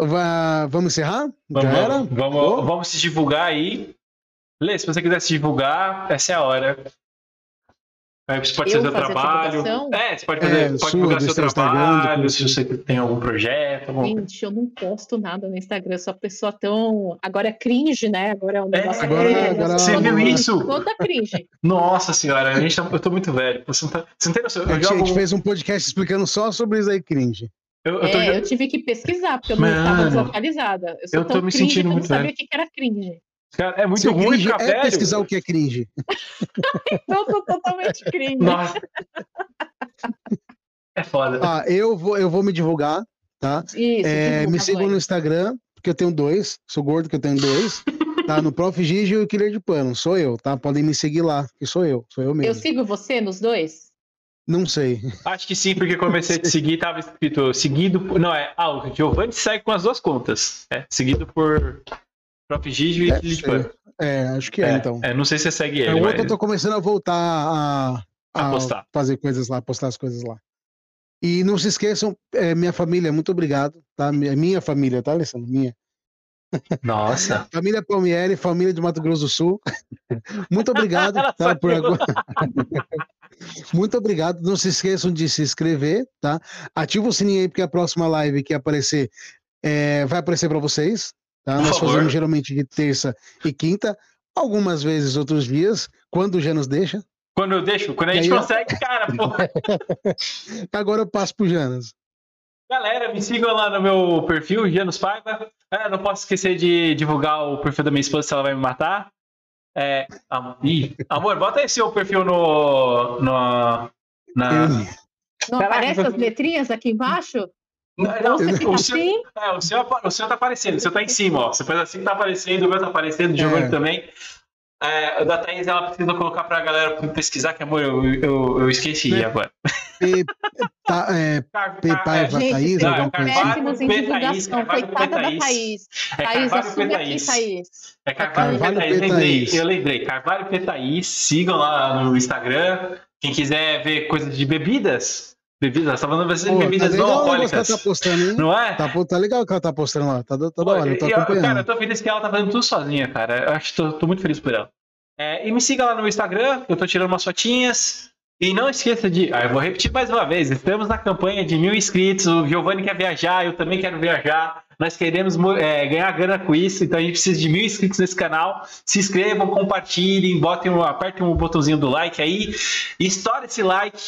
Speaker 2: Va- vamos encerrar?
Speaker 1: Vamos,
Speaker 2: Já era?
Speaker 1: vamos, vamos, vamos se divulgar aí. Lê, se você quiser se divulgar, essa é a hora. Aí você pode
Speaker 3: Eu
Speaker 1: fazer o
Speaker 3: fazer a
Speaker 1: trabalho.
Speaker 3: divulgação?
Speaker 1: É, você pode, fazer,
Speaker 2: É,
Speaker 1: pode
Speaker 2: sua,
Speaker 1: divulgar
Speaker 2: do
Speaker 1: seu
Speaker 2: seu Instagram, do
Speaker 1: trabalho,
Speaker 2: que
Speaker 1: se
Speaker 2: você-
Speaker 1: você tem algum projeto. algum-
Speaker 3: Gente, eu não posto nada no Instagram, eu sou a pessoa tão. Agora é cringe, né? Agora é um
Speaker 1: É,
Speaker 3: negócio.
Speaker 2: agora-
Speaker 3: é,
Speaker 2: agora-
Speaker 3: eu
Speaker 1: você
Speaker 3: sou toda-
Speaker 1: viu isso?
Speaker 3: Toda cringe.
Speaker 1: Nossa senhora, a gente tá- eu tô muito velho. Você não, tá, você não tem noção.
Speaker 2: A
Speaker 1: Eu,
Speaker 2: gente, a gente
Speaker 1: jogo,
Speaker 2: fez um podcast explicando só sobre isso aí, cringe.
Speaker 1: eu, eu tô
Speaker 3: É,
Speaker 1: jo-
Speaker 3: eu tive que pesquisar, porque eu não estava
Speaker 1: Mano,
Speaker 3: deslocalizada. Eu sou
Speaker 1: eu tô
Speaker 3: tão
Speaker 1: me
Speaker 3: cringe
Speaker 1: sentindo
Speaker 3: que eu não
Speaker 1: muito né?
Speaker 3: sabia
Speaker 1: velho.
Speaker 3: o que que era cringe.
Speaker 1: cara, é muito
Speaker 2: Ser
Speaker 1: ruim
Speaker 2: cringe
Speaker 1: ficar
Speaker 2: é
Speaker 1: velho.
Speaker 2: pesquisar o que é cringe.
Speaker 3: Eu sou totalmente cringe.
Speaker 1: Nossa. É foda.
Speaker 2: Ah, eu vou, eu vou me divulgar, tá?
Speaker 3: Isso,
Speaker 2: É,
Speaker 3: divulga,
Speaker 2: me sigam
Speaker 3: Vânia.
Speaker 2: no Instagram, porque eu tenho dois. Sou gordo, que eu tenho dois. Tá? No Prof. Gigi e o Killer de Pano. Sou eu, tá? Podem me seguir lá, que sou eu. Sou eu
Speaker 3: Eu
Speaker 2: mesmo.
Speaker 3: sigo você nos dois?
Speaker 2: Não sei.
Speaker 1: Acho que sim, porque comecei a te seguir, tava escrito seguido. por- Não, é. Ah, o Giovanni segue com as duas contas. É, seguido por Prof. Gigi e
Speaker 2: É,
Speaker 1: Felipe
Speaker 2: sei.
Speaker 1: Pan.
Speaker 2: É, acho que é, então.
Speaker 1: não sei se você segue
Speaker 2: É,
Speaker 1: ele,
Speaker 2: o outro
Speaker 1: mas
Speaker 2: eu tô começando a voltar a,
Speaker 1: A postar.
Speaker 2: fazer coisas lá, postar as coisas lá. E não se esqueçam, é, minha família, muito obrigado, tá? Minha, minha família, tá, Alessandro? Minha.
Speaker 1: Nossa.
Speaker 2: Família Palmieri, família de Mato Grosso do Sul. Muito obrigado
Speaker 1: Ela
Speaker 2: tá, por
Speaker 1: saiu.
Speaker 2: agora. Muito obrigado. Não se esqueçam de se inscrever, tá? Ativa o sininho aí porque a próxima live que aparecer é, vai aparecer para vocês, tá?
Speaker 1: Por
Speaker 2: Nós
Speaker 1: favor.
Speaker 2: fazemos geralmente de terça e quinta, algumas vezes outros dias, quando já nos deixa.
Speaker 1: Quando eu deixo, quando a
Speaker 2: E
Speaker 1: gente
Speaker 2: aí, ó.
Speaker 1: consegue, cara, pô.
Speaker 2: Agora eu passo pro Janas.
Speaker 1: Galera, me sigam lá no meu perfil, Janus Paiva. É, não posso esquecer de divulgar o perfil da minha esposa, se ela vai me matar. É, am- ih, amor, bota aí seu perfil no. no na,
Speaker 2: Eu-
Speaker 3: Não
Speaker 1: Caraca, tá-
Speaker 3: aparecem
Speaker 1: eu-
Speaker 3: as letrinhas aqui embaixo?
Speaker 1: Não, não,
Speaker 3: Você
Speaker 1: o,
Speaker 3: fica
Speaker 1: seu,
Speaker 3: assim?
Speaker 1: é, o, seu, apa- o seu tá aparecendo, o seu tá em cima, ó. Você faz assim que tá aparecendo, o meu tá aparecendo, o
Speaker 2: É.
Speaker 1: Giovanni também. É, o da Thaís, ela precisa colocar pra galera pesquisar, que amor, eu, eu, eu esqueci
Speaker 2: Né?
Speaker 1: agora.
Speaker 2: Pe- tá, é,
Speaker 1: Car-
Speaker 2: Pe-
Speaker 1: car-
Speaker 2: Paiva.
Speaker 3: Gente,
Speaker 2: Thaís, um
Speaker 3: vocês
Speaker 1: alguma
Speaker 3: são
Speaker 1: coisa?
Speaker 3: péssimos em
Speaker 1: Carvalho,
Speaker 3: divulgação.
Speaker 1: Pethaís,
Speaker 3: Coitada da
Speaker 1: Carvalho,
Speaker 3: Thaís.
Speaker 1: é
Speaker 3: Thaís,
Speaker 1: Carvalho
Speaker 3: assume aqui,
Speaker 1: Pethaís.
Speaker 3: Thaís.
Speaker 1: É Carvalho,
Speaker 2: Carvalho
Speaker 1: Petaís,
Speaker 2: Petaís.
Speaker 1: lembrei, eu lembrei. Carvalho Petaís, sigam lá no Instagram. Quem quiser ver coisas de bebidas, bebidas, nós tava falando de
Speaker 2: pô, tá
Speaker 1: bebidas não
Speaker 2: legal o negócio que ela
Speaker 1: alcoólicas,
Speaker 2: tá postando, hein?
Speaker 1: não é?
Speaker 2: Tá, pô- tá legal o que ela tá postando lá. Tá, da- tá da
Speaker 1: Pô,
Speaker 2: hora, eu tô
Speaker 1: e eu- cara,
Speaker 2: acompanhando.
Speaker 1: eu tô feliz que ela tá fazendo tudo sozinha, cara. Eu acho que tô, tô muito feliz por ela. É, e me siga lá no Instagram, eu tô tirando umas fotinhas. E não esqueça de. Ah, eu vou repetir mais uma vez. Estamos na campanha de mil inscritos. O Giovanni quer viajar, eu também quero viajar. Nós queremos mo- é, ganhar grana com isso, então a gente precisa de mil inscritos nesse canal. Se inscrevam, compartilhem, botem um, apertem o botãozinho do like aí. Estoura esse like.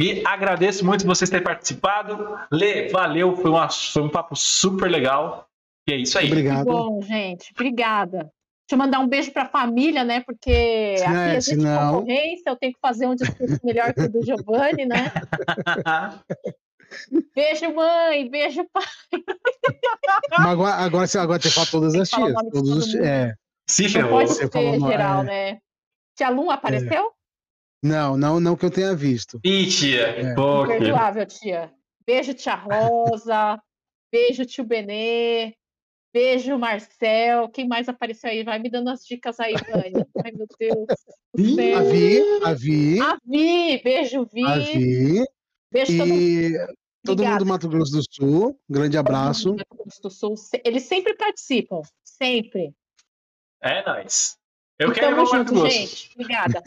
Speaker 1: E agradeço muito vocês terem participado. Lê, valeu, foi, uma- foi um papo super legal. E é isso aí.
Speaker 3: Que
Speaker 2: Obrigado.
Speaker 3: bom, gente. Obrigada. Deixa eu mandar um beijo para a família, né? Porque
Speaker 2: Se não é-
Speaker 3: aqui a
Speaker 2: se
Speaker 3: gente
Speaker 2: não-
Speaker 3: concorrência, eu tenho que fazer um discurso melhor que o do Giovanni, né? Beijo, mãe. Beijo, pai.
Speaker 2: Mas agora, agora, você- agora tem que falar todas
Speaker 3: Tem
Speaker 2: as
Speaker 3: que falar o
Speaker 2: tias.
Speaker 3: nome de
Speaker 2: Todos os,
Speaker 3: todo
Speaker 2: ti-
Speaker 3: mundo.
Speaker 2: é.
Speaker 1: Se
Speaker 3: Não
Speaker 1: ferrou.
Speaker 3: pode
Speaker 2: Você falou
Speaker 3: ser
Speaker 2: no-
Speaker 3: geral,
Speaker 2: é.
Speaker 3: né? Tia Lum apareceu?
Speaker 2: Não, não, não que eu tenha visto.
Speaker 1: Ih, tia.
Speaker 2: É.
Speaker 1: Pô, que-
Speaker 3: Imperdoável, tia. Beijo, tia Rosa. beijo, tio Benê. Beijo, Marcel. Quem mais apareceu aí? Vai me dando as dicas aí, Vânia. Ai, meu Deus. do
Speaker 1: Ih,
Speaker 2: A
Speaker 3: céu.
Speaker 2: Vi, a Vi,
Speaker 3: A Vi. Beijo, Vi.
Speaker 2: a Vi.
Speaker 3: Beijo, todo mundo.
Speaker 2: E todo mundo
Speaker 3: um Obrigada.
Speaker 2: do Mato Grosso do Sul. Grande abraço.
Speaker 3: Mato Grosso do Sul. Se- Eles sempre participam. Sempre.
Speaker 1: É nóis. Eu
Speaker 3: E
Speaker 1: quero ir
Speaker 3: tamo
Speaker 1: pro Mato
Speaker 3: junto,
Speaker 1: Grosso.
Speaker 3: gente. Obrigada.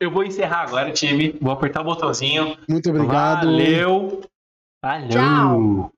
Speaker 1: Eu vou encerrar agora, time. Vou apertar o botãozinho.
Speaker 2: Muito obrigado.
Speaker 1: Valeu. Valeu.
Speaker 3: Tchau.